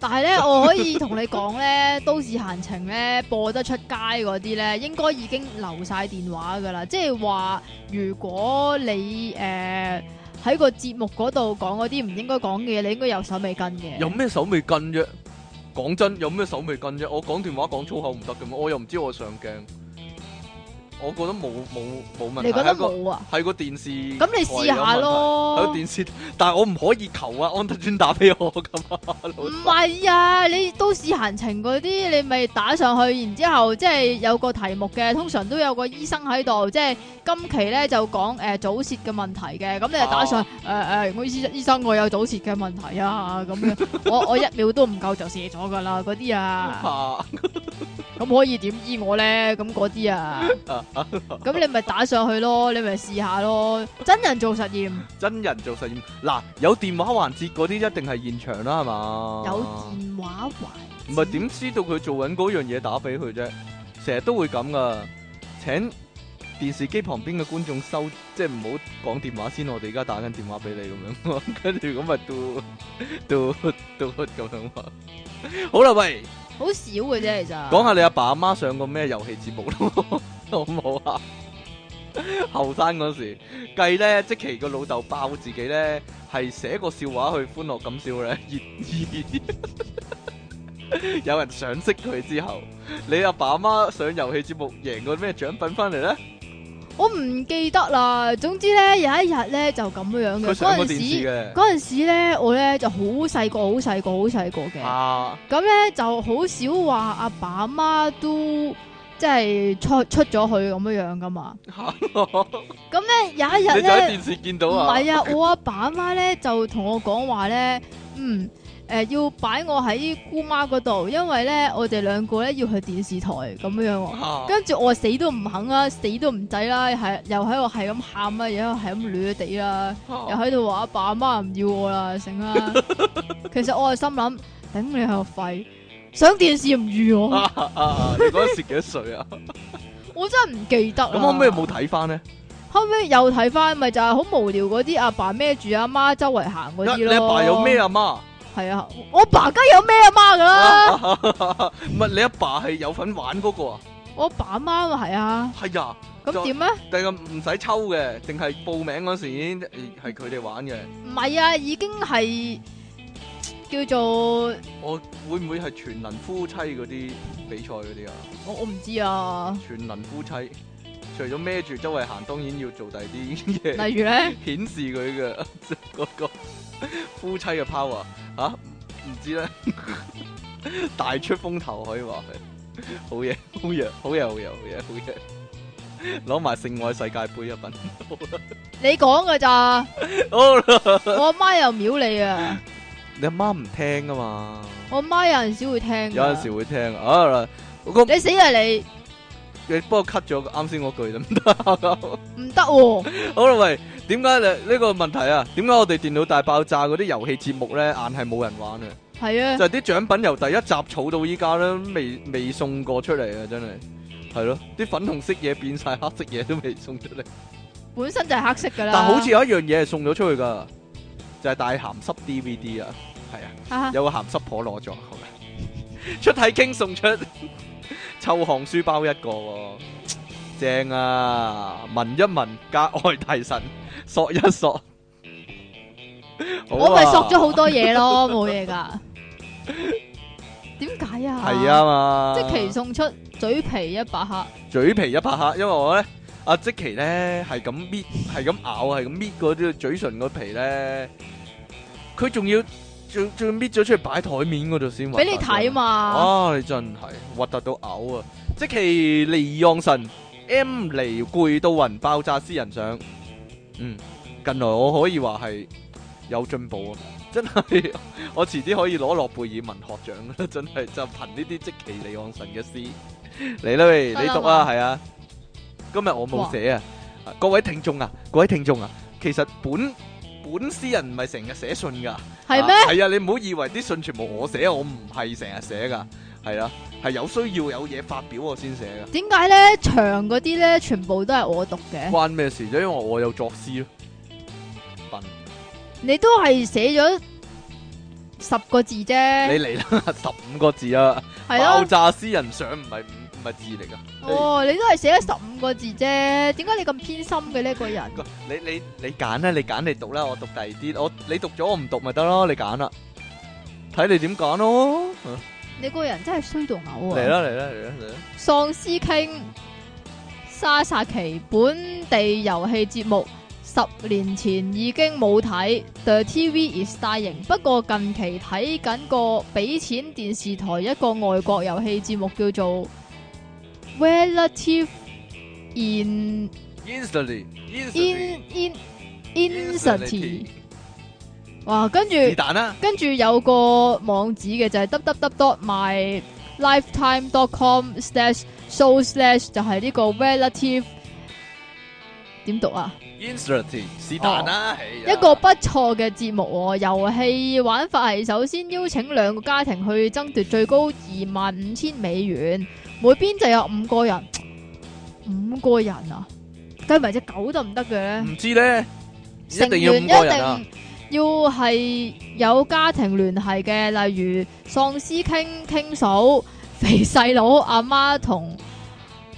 S2: 但係咧 我可以同你講咧，都市閒情咧播得出街嗰啲咧，應該已經留晒電話噶啦，即係話如果你誒喺、個節目嗰度講嗰啲唔應該講嘅嘢，你應該有手尾跟嘅。
S1: 有咩手尾跟啫？講真，有咩手尾跟啫？我講電話講粗口唔得嘅咩？我又唔知我上鏡，我覺得冇冇冇問題。
S2: 你覺
S1: 係
S2: 得
S1: 個
S2: 冇啊？
S1: 係個電視台有問
S2: 咁
S1: 題，
S2: 你試下咯
S1: 係個電視，但係我唔可以求啊安德尊打俾我咁啊，老
S2: 唔
S1: 實
S2: 係啊，你都市閒情嗰啲，你咪打上去，然之後即係有個題目嘅，通常都有個醫生喺度，即係今期咧就講誒、呃、早泄嘅問題嘅，咁你就打上誒誒、呃呃我醫醫生我有早泄嘅問題啊，咁 樣我我一秒都唔夠就泄咗噶啦，嗰啲啊，
S1: 啊
S2: 咁可以點醫我咧？咁嗰 啲啊，咁你咪打上去咯，你咪試下咯，真人做實驗，
S1: 真人做實驗嗱，有電話環節嗰啲一定係現場啦，係嘛？
S2: 有電話
S1: 唔
S2: 還
S1: 係點知道佢做緊嗰樣嘢打俾佢啫？成日都會咁噶。請電視機旁邊嘅觀眾收，即係唔好講電話先，我哋而家打緊電話俾你咁樣， 跟住咁咪嘟嘟嘟咁樣話。好啦，喂，
S2: 好少嘅啫，其實
S1: 講下你阿爸阿媽上過咩遊戲節目咯， 好唔好啊？後生嗰時計咧，即其個老豆爆自己咧，係寫個笑話去歡樂咁笑 咧，熱熱 有人賞識佢之後，你阿爸阿媽上遊戲節目贏過咩獎品翻嚟咧？
S2: 我唔記得啦，總之咧有一日咧就咁樣嘅。
S1: 佢上
S2: 嗰
S1: 過
S2: 陣
S1: 電視
S2: 時，
S1: 嘅，
S2: 嗰陣時咧我咧就好細個，好細個，好細個嘅。
S1: 啊
S2: 咁咧就好少話阿爸阿媽都即係出出咗去咁樣樣噶嘛。咁咧有一日
S1: 你就喺
S2: 咧，
S1: 電視見
S2: 唔
S1: 到啊？
S2: 係啊，我阿爸阿媽咧就同我講話咧，嗯。誒、要擺我喺姑媽嗰度，因為咧我哋兩個咧要去電視台咁樣喎。
S1: 啊，
S2: 跟住我死都唔肯啦，死都唔制啦，係又喺度係咁喊啊啦，又喺度係咁攣地啦，
S1: 哦
S2: 又喺度話阿爸阿媽唔要我啦，成啦。其實我係心諗，頂你係個肺，上電視唔預 我，
S1: 啊啊啊！你嗰陣時幾多歲啊？
S2: 我真係唔記得啦。啊
S1: 咁後尾有冇睇翻咧？
S2: 後尾又睇翻，咪就係好無聊嗰啲阿爸孭住阿媽周圍行嗰啲
S1: 啊你
S2: 咯。
S1: 阿爸有咩？阿媽？
S2: 係啊，我爸梗係有咩阿啊媽噶啦，
S1: 啊唔係你阿爸係有份玩嗰個啊？
S2: 我爸阿媽咪係啊，
S1: 係啊，
S2: 咁點咧？
S1: 但係唔使抽嘅，定係報名嗰時已經係佢哋玩嘅。
S2: 唔係啊，已經係叫做。
S1: 我會唔會係全能夫妻嗰啲比賽嗰啲啊？
S2: 我我唔知啊，
S1: 全能夫妻除咗孭住周圍行，當然要做第啲嘢。
S2: 例如咧，
S1: 顯示佢嘅 嗰個夫妻嘅 power 嚇、啊，唔知咧， 大出風頭可以話係好嘢，好嘢，好嘢，好嘢，好嘢，好嘢，攞埋性愛世界盃一份，
S2: 你講 噶咋，
S1: 好啦，
S2: 我阿媽又秒你啊，
S1: 你阿媽唔聽噶嘛，
S2: 我阿媽有陣時會聽㗎，
S1: 有陣時會聽啊啦，咁
S2: 你死啊你，
S1: 你幫我 cut 咗啱先嗰句得唔 得？
S2: 唔得喎，
S1: 好啦，喂，點解你呢個問題啊？點解我哋電腦大爆炸嗰啲遊戲節目咧，硬係冇人玩啊？
S2: 係啊，
S1: 就係啲獎品由第一集儲到依家咧，未未送過出嚟啊！真係係咯，啲粉紅色嘢變晒黑色嘢都未送出嚟。
S2: 本身就係黑色噶啦，
S1: 但好似有一樣嘢係送咗出去㗎，就係大鹹濕 DVD 啊，係啊，
S2: 哈哈
S1: 有個鹹濕婆攞咗，好啦， 出體傾送出 臭汗書包一個喎，正啊！聞一聞，格外提神， 索一索。好
S2: 我咪
S1: 啊
S2: 索咗好多嘢咯，冇嘢噶，點解啊？
S1: 係啊，嘛，
S2: 即期送出嘴皮一百克，
S1: 嘴皮一拍黑，因為我咧阿即奇咧係咁搣，係咁咬，係咁搣嗰啲嘴唇嗰皮咧，佢仲要仲仲要搣咗出去擺台面嗰度先，
S2: 俾你睇！嘛，
S1: 啊，你真係核突到嘔啊！即奇離讓神 M 嚟攰到暈，爆炸私人相。嗯，近來我可以話係有進步啊！真係， 我遲啲可以攞諾貝爾文學獎啦！真係就憑呢啲即奇離岸神嘅詩嚟啦喂，
S2: 得啦
S1: 你讀啊，係啊！今日我冇寫啊，啊各位聽眾啊，各位聽眾啊，其實本本詩人唔係成日寫信噶，
S2: 係咩？
S1: 啊係啊，你唔好以為啲信全部我寫，我唔係成日寫噶，係啦，係有需要有嘢發表我先寫噶，
S2: 點解咧長嗰啲咧全部都係我讀嘅？
S1: 關咩事啫？因為我有作詩咯，笨。
S2: 你都係寫咗十個字啫，
S1: 你嚟啦， 十五個字啊！
S2: 係
S1: 爆
S2: 咯。
S1: 炸私人相唔係唔係字嚟噶。
S2: 哦，你都係寫咗十五個字啫，點解你咁偏心嘅呢個人？
S1: 你你你揀啦，你揀你讀啦，我讀第二啲，我你讀咗我唔讀咪得咯，你揀啦，睇你點揀咯。
S2: 你個人真係衰到嘔啊！
S1: 嚟！啦嚟啦嚟啦嚟啦！
S2: 喪屍傾沙薩奇本地遊戲節目，十年前已經冇睇，The TV is dying。不過近期睇緊個俾錢電視台一個外國遊戲節目叫做 Relative In
S1: Instantly
S2: In
S1: instantly
S2: In Insanity。哇，跟住。
S1: 是但啦。
S2: 跟住有個網址嘅就係 www.mylifetime.com/slash/so/slash 就係呢個 relative 點讀啊？
S1: Instantly 是但啦，係啊
S2: 一個不錯嘅節目喎、遊戲玩法係首先邀請兩個家庭去爭奪最高二萬五千美元，每邊就有五個人，五個人啊，計埋只狗得唔得嘅咧？
S1: 唔知咧，
S2: 成
S1: 一定
S2: 員
S1: 要五
S2: 一
S1: 個人啊
S2: 定！要係有家庭聯繫嘅，例如喪屍傾傾嫂、肥細佬、阿媽同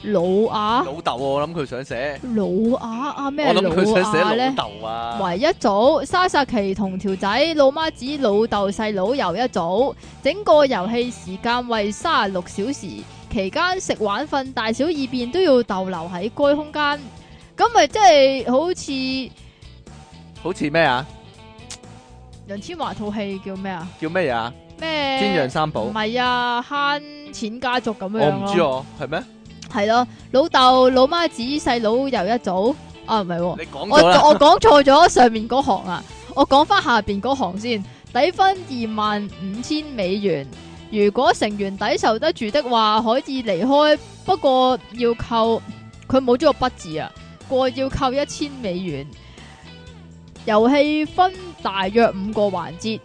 S2: 老亞、
S1: 老豆啊，我諗佢想寫，
S2: 老亞啊
S1: 我
S2: 咩
S1: 諗
S2: 老
S1: 佢想
S2: 亞
S1: 寫老
S2: 咧？
S1: 豆啊，
S2: 為一組，沙薩奇同條仔、老媽子、老豆、細佬又一組，整個遊戲時間為三十六小時，期間食玩瞓大小二便都要逗留喺該空間，咁咪即係好似。
S1: 好似咩啊？
S2: 楊千嬅套戲叫咩啊？
S1: 叫咩啊？
S2: 咩？
S1: 天陽三寶
S2: 唔，係啊，慳錢家族咁樣
S1: 我唔知
S2: 咯。
S1: 哦，係咩？
S2: 系咯，老豆老媽子細佬又一組啊，唔係喎，
S1: 你講
S2: 我
S1: 咗啦，
S2: 我講錯咗上面嗰行啊，我講翻下边嗰行啊先，底分二萬五千美元。如果成員抵受得住的話，可以離開，不過要扣佢冇咗個筆字啊，過要扣一千美元。遊戲分大約五個環節，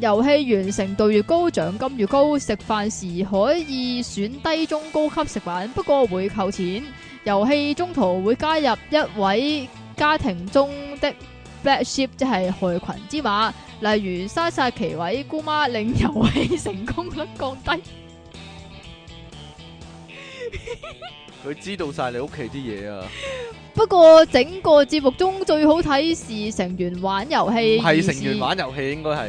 S2: 遊戲完成度越高，獎金越高。食飯時可以選低中高級食品，不過會扣錢。遊戲中途會加入一位家庭中的 black sheep，即係害群之馬，例如沙沙奇位姑媽，令遊戲成功率降低。
S1: 佢知道晒你屋企啲嘢啊，
S2: 不過整個節目中最好睇是成員玩遊戲，
S1: 唔係成員玩遊戲應該係，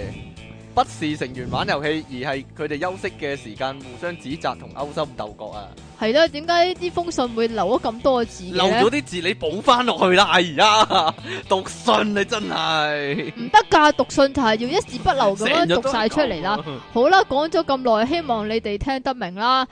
S1: 不是成員玩遊戲，而係佢哋休息嘅時間互相指責同勾心鬥角啊，
S2: 而是。係啦，點解啲封信會留咗咁多字嘅
S1: 漏
S2: 呢
S1: 咗啲字你補翻落去啦，哎呀， 讀信你真係
S2: 唔得㗎，讀信就係要一字不漏咁
S1: 成日
S2: 樣
S1: 都
S2: 讀晒出嚟啦。
S1: 講啊
S2: 好啦，講咗咁耐，希望你哋聽得明啦。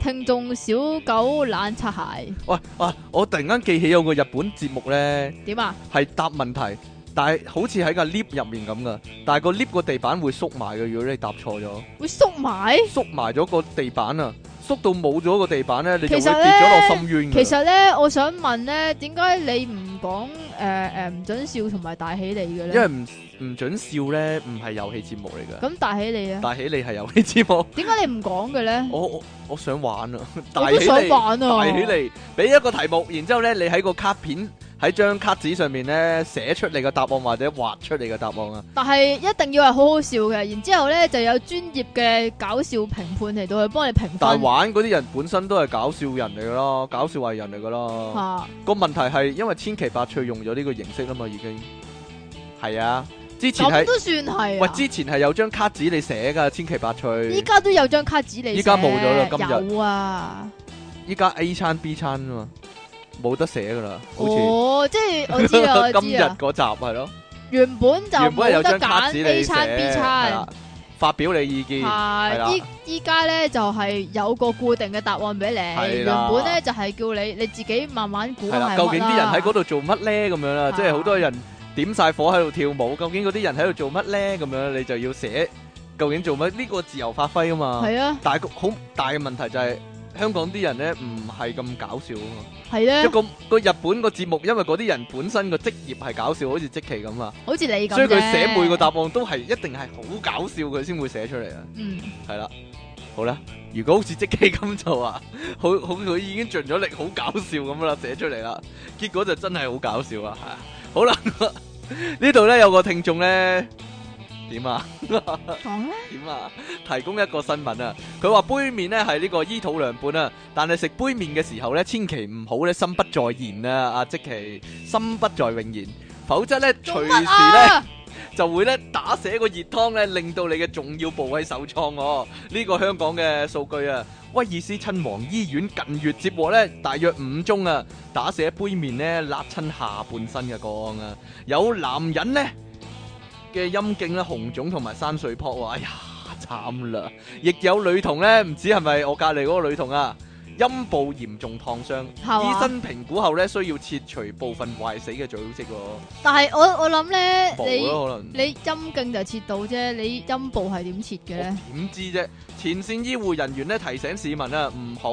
S2: 聽眾小狗懶擦鞋
S1: 喂啊！我突然間記起有個日本節目咧。
S2: 點啊？
S1: 係答問題，但係好似喺個 lift 入面咁噶，但係個 lift 個地板會縮埋嘅，如果你答錯咗，
S2: 會縮埋。
S1: 縮埋咗個地板啊，縮到冇咗個地板咧，你就會
S2: 其
S1: 跌
S2: 實呢
S1: 咗落深淵㗎
S2: 其實咧，我想問咧，點解你唔講诶诶唔准笑同埋大喜利嘅
S1: 因為
S2: 咧？
S1: 唔唔准笑咧，唔係遊戲節目嚟噶，
S2: 咁大喜利啊？
S1: 大喜你係遊戲節目，
S2: 點解你唔講嘅咧？
S1: 我我我想玩啊，
S2: 我
S1: 大喜
S2: 都想
S1: 你，
S2: 玩啊！
S1: 大喜你，俾一個題目，然之后咧你喺個卡片喺張卡紙上面咧寫出你嘅答案或者畫出你嘅答案啊，
S2: 但係一定要係好好笑嘅，然之后咧就有專業嘅搞笑評判嚟到去幫你評
S1: 但係
S2: 分
S1: 玩嗰啲人本身都係搞笑人嚟噶咯，
S2: 嗯
S1: 搞笑藝人嚟噶咯。
S2: 吓。
S1: 個問題係因為千奇百趣用咗呢個形式啦啊嘛，已經係啊。之前
S2: 咁
S1: 係
S2: 都算
S1: 喂，
S2: 係啊。
S1: 之前係有張卡紙你寫噶，千奇百
S2: 依
S1: 趣。
S2: 家都有張卡紙你寫。
S1: 依家冇咗啦今日
S2: 有啊，
S1: 依家 A 餐 B 餐啊嘛，冇得寫噶啦，好似。
S2: 哦，即係我 知啦，我
S1: 今
S2: 知
S1: 日
S2: 啦。
S1: 嗰集係咯，
S2: 原本就
S1: 原本係
S2: 冇
S1: 有
S2: 得
S1: 張卡
S2: 揀
S1: 紙
S2: A
S1: 你寫，
S2: 餐 B
S1: 係
S2: 餐
S1: 啦。發表你意見，係啦
S2: 系依依家咧就係有個固定嘅答案俾你，
S1: 係
S2: 原
S1: 啦
S2: 本咧就係叫你你自己慢慢估
S1: 係
S2: 係
S1: 啦，
S2: 乜
S1: 究竟啲人喺嗰
S2: 度
S1: 度做乜咧？咁樣啦，
S2: 啊
S1: 即係好多人點晒火喺度跳舞，究竟嗰啲人喺度做乜咧？咁樣你就要寫究竟做乜？呢個自由發揮啊嘛。
S2: 係啊
S1: 但係個好大嘅問題就係、香港啲人咧唔係咁搞笑啊嘛，
S2: 係咧
S1: 即係，個個日本個節目，因為嗰啲人本身個職業係搞笑，好似即期咁啊，
S2: 好似你咁啫
S1: 所以佢寫每個答案都係一定係好搞笑，佢先會寫出嚟啊，
S2: 嗯
S1: 係啦，好啦，如果好似即期咁就話， 好好佢已經盡咗力好搞笑咁啦，寫出嚟啦，結果就真係好搞笑啊， 係啊好啦，呢度咧有個聽眾咧點啊？
S2: 講咧
S1: 點啊？提供一個新聞啊！佢話杯麵呢係呢個醫肚良伴啊，但係食杯麵嘅時候呢，千祈唔好呢心不在焉啊！阿即其心不在泳言，否則呢
S2: 做
S1: 隨時
S2: 乜
S1: 呢
S2: 啊？
S1: 就會呢打瀉個熱湯呢，令到你嘅重要部位受創哦、呢、個香港嘅數據啊，威爾斯親王醫院近月接獲呢大約五宗啊打瀉杯面呢辣親下半身嘅個案啊，有男人呢嘅陰莖呢紅腫同埋山水泡喎，哎呀慘啦！亦有女童呢，唔知係咪我隔離嗰個女童啊，陰部嚴重燙傷，
S2: 係嘛
S1: 醫生評估後呢，需要切除部分壞死嘅組織喎，
S2: 但係我我諗咧，
S1: 冇
S2: 你
S1: 咯可能。
S2: 你陰莖就切到啫，你陰部係點切嘅咧？
S1: 點知啫？前線醫護人員咧提醒市民啊，唔好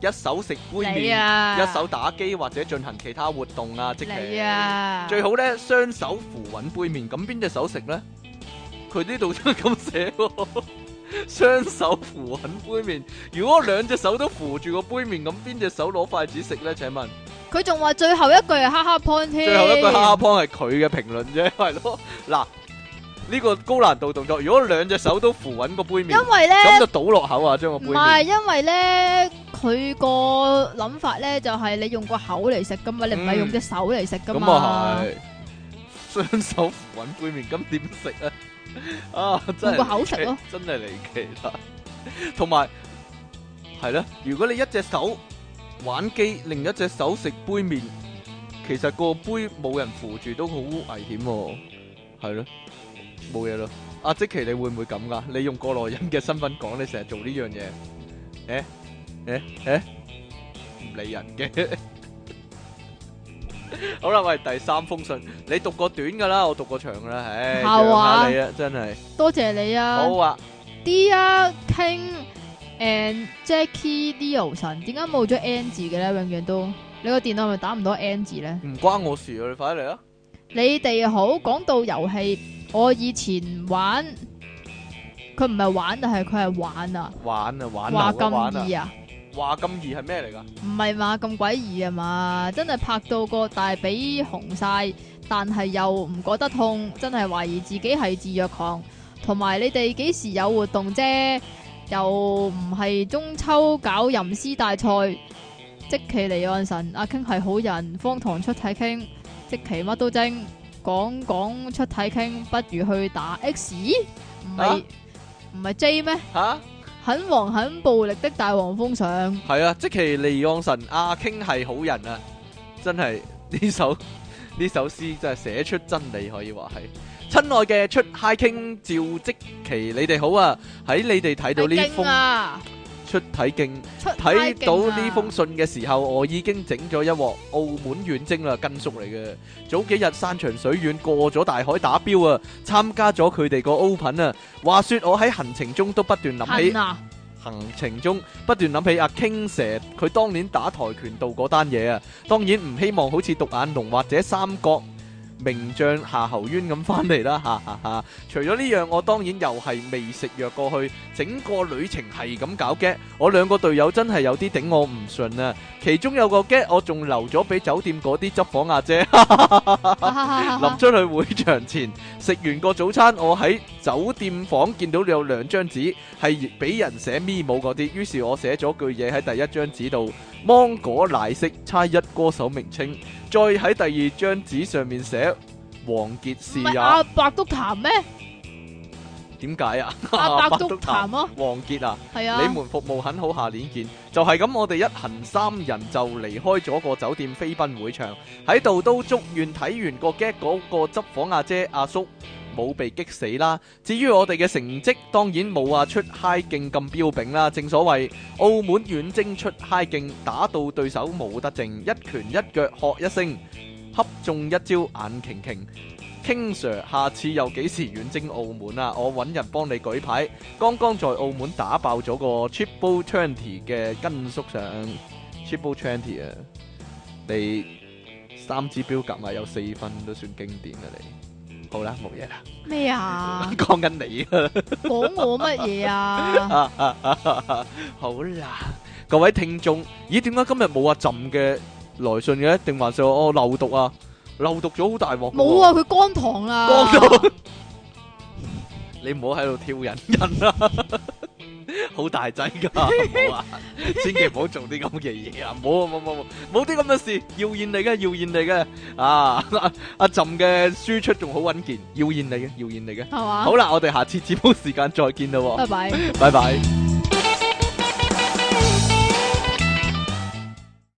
S1: 一手食杯
S2: 你
S1: 麵，
S2: 啊，
S1: 一手打機或者進行其他活動啊，即係
S2: 你啊，
S1: 最好咧雙手扶穩杯麵，咁邊隻手食咧？佢呢度都咁寫喎， 雙手扶穩杯麵。如果兩隻手都扶住個杯麵，咁邊隻手攞筷子食咧？請問？
S2: 佢仲話最後一句係哈哈 point 添，
S1: 最後一句哈哈 pon 係佢嘅評論啫，係咯。嗱，呢個高難度動作，如果兩隻手都扶穩個杯麵。
S2: 因 為咧。
S1: 咁就倒落口啊，將個杯
S2: 唔
S1: 麵
S2: 係，因為咧佢個諗法咧就係你用個口嚟食噶嘛，你唔係用隻手嚟食噶
S1: 嗯咁啊
S2: 嘛，
S1: 係雙手扶穩杯麵，咁點食啊？ 啊，真
S2: 用
S1: 係
S2: 個口食咯。
S1: 離奇真係離奇啦。同埋係啦，如果你一隻手玩機，另一隻手食杯麵，其實個杯冇人扶住都好危險喎。係咯，冇嘢咯。阿即奇，你會唔會咁噶？你用過來人嘅身份講，你成日做呢樣嘢，誒誒誒唔理人嘅。 好啦，喂，第三封信，你讀過短噶啦，我讀過長噶啦，唉，
S2: 係
S1: 養
S2: 嘛
S1: 下你啊，真係
S2: 多謝你啊
S1: 好啊，
S2: ，Dear King and Jackie Leo 神，點解冇咗 N 字嘅咧？永遠都你個電腦係咪打唔到 N 字咧？
S1: 唔關我事啊，你快啲嚟啊！
S2: 你哋好，講到遊戲，我以前玩，佢唔係玩，但係佢係玩啊，
S1: 玩啊，玩
S2: 話
S1: 流啊玩
S2: 咁
S1: 啊
S2: 易，啊！
S1: 話咁易係咩嚟㗎？
S2: 唔係嘛，咁詭異啊嘛，真係拍到個大髀紅晒，但係又唔覺得痛，真係懷疑自己係自虐狂。同埋你哋幾時有活動啫？又唔係中秋搞吟詩大賽，即其離岸神，阿傾係好人，荒唐出體傾，即其乜都精，講講出體傾，不如去打 X，唔
S1: 啊
S2: 係唔係 J 咩？
S1: 吓？
S2: 很黃很暴力的大黃蜂上。
S1: 係啊，即其利昂神阿傾係好人啊，真係 呢首呢首詩真係寫出真理，可以話係。親愛嘅出 Hi King 趙即其，你哋好啊！喺你哋睇到呢
S2: 係勁
S1: 封
S2: 啊！
S1: 出體徑，
S2: 出太
S1: 睇
S2: 勁
S1: 到
S2: 啊
S1: 呢封信嘅時候，我已經整咗一鑊澳門遠征啦，跟叔嚟嘅。早幾日山長水遠過咗大海打標啊，參加咗佢哋個 open 啊。話說我喺行程中都不斷諗起
S2: 恨。啊，
S1: 行程中不斷諗起阿 King 蛇，佢當年打跆拳道嗰單嘢啊，當然唔希望好似獨眼龍或者三角名將夏侯淵咁翻嚟啦，哈哈哈！除咗呢樣，我當然又係未食藥過去，整個旅程係咁搞 g 我兩個隊友真係有啲頂我唔順啊，其中有個 g 我仲留咗俾酒店嗰啲執房阿姐。
S2: 林
S1: 臨出去會場前啊食完個早餐，我喺酒店房見到有兩張紙係俾人寫咪冇嗰啲，於是我寫咗句嘢喺第一張紙度，芒果奶昔猜一歌手名稱，再喺第二張紙上面寫王傑是
S2: 唔係
S1: 也，
S2: 阿白督痰咩？
S1: 點解啊？
S2: 阿白
S1: 白
S2: 督
S1: 督
S2: 痰
S1: 痰
S2: 咯，
S1: 王傑啊！
S2: 係啊，
S1: 你們服務很好，下年見。就係咁，我哋一行三人就離開咗個酒店，飛奔會場。喺度都祝願睇完個 get 嗰個執房阿姐阿叔冇被激死啦。至於我哋嘅成績，當然冇啊出 high 勁咁標炳啦。正所謂澳門遠征出 high 勁，打到對手冇得剩，一拳一腳喝一聲，恰中一招眼擎擎。King Sir，下次又幾時遠征澳門啊？我揾人幫你舉牌。剛剛在澳門打爆咗個 Triple Twenty 嘅根叔上 Triple Twenty 啊！你三支標夾埋有四分都算經典啦你。好啦，冇嘢啦，
S2: 咩啊？
S1: 講緊你
S2: 講我乜 嘢啊？
S1: 啊！好啦，各位聽眾，咦？點解今日冇阿朕嘅來信嘅？定還是我漏讀啊？漏讀咗好大鑊㗎喎。
S2: 冇啊，佢乾糖啦，
S1: 乾 糖你唔好喺度挑引人啦， 好大劑 噶，唔好啊！千祈唔好做啲咁嘅嘢啊！冇冇冇冇冇啲咁嘅事，謠言嚟嘅，謠言嚟嘅啊！ 阿阿朕嘅輸出仲好穩健，謠言嚟嘅，謠言嚟嘅。
S2: 係嘛？
S1: 好啦，我哋下次節目時間再見啦喎，
S2: 啊
S1: 拜
S2: 拜拜。
S1: 拜。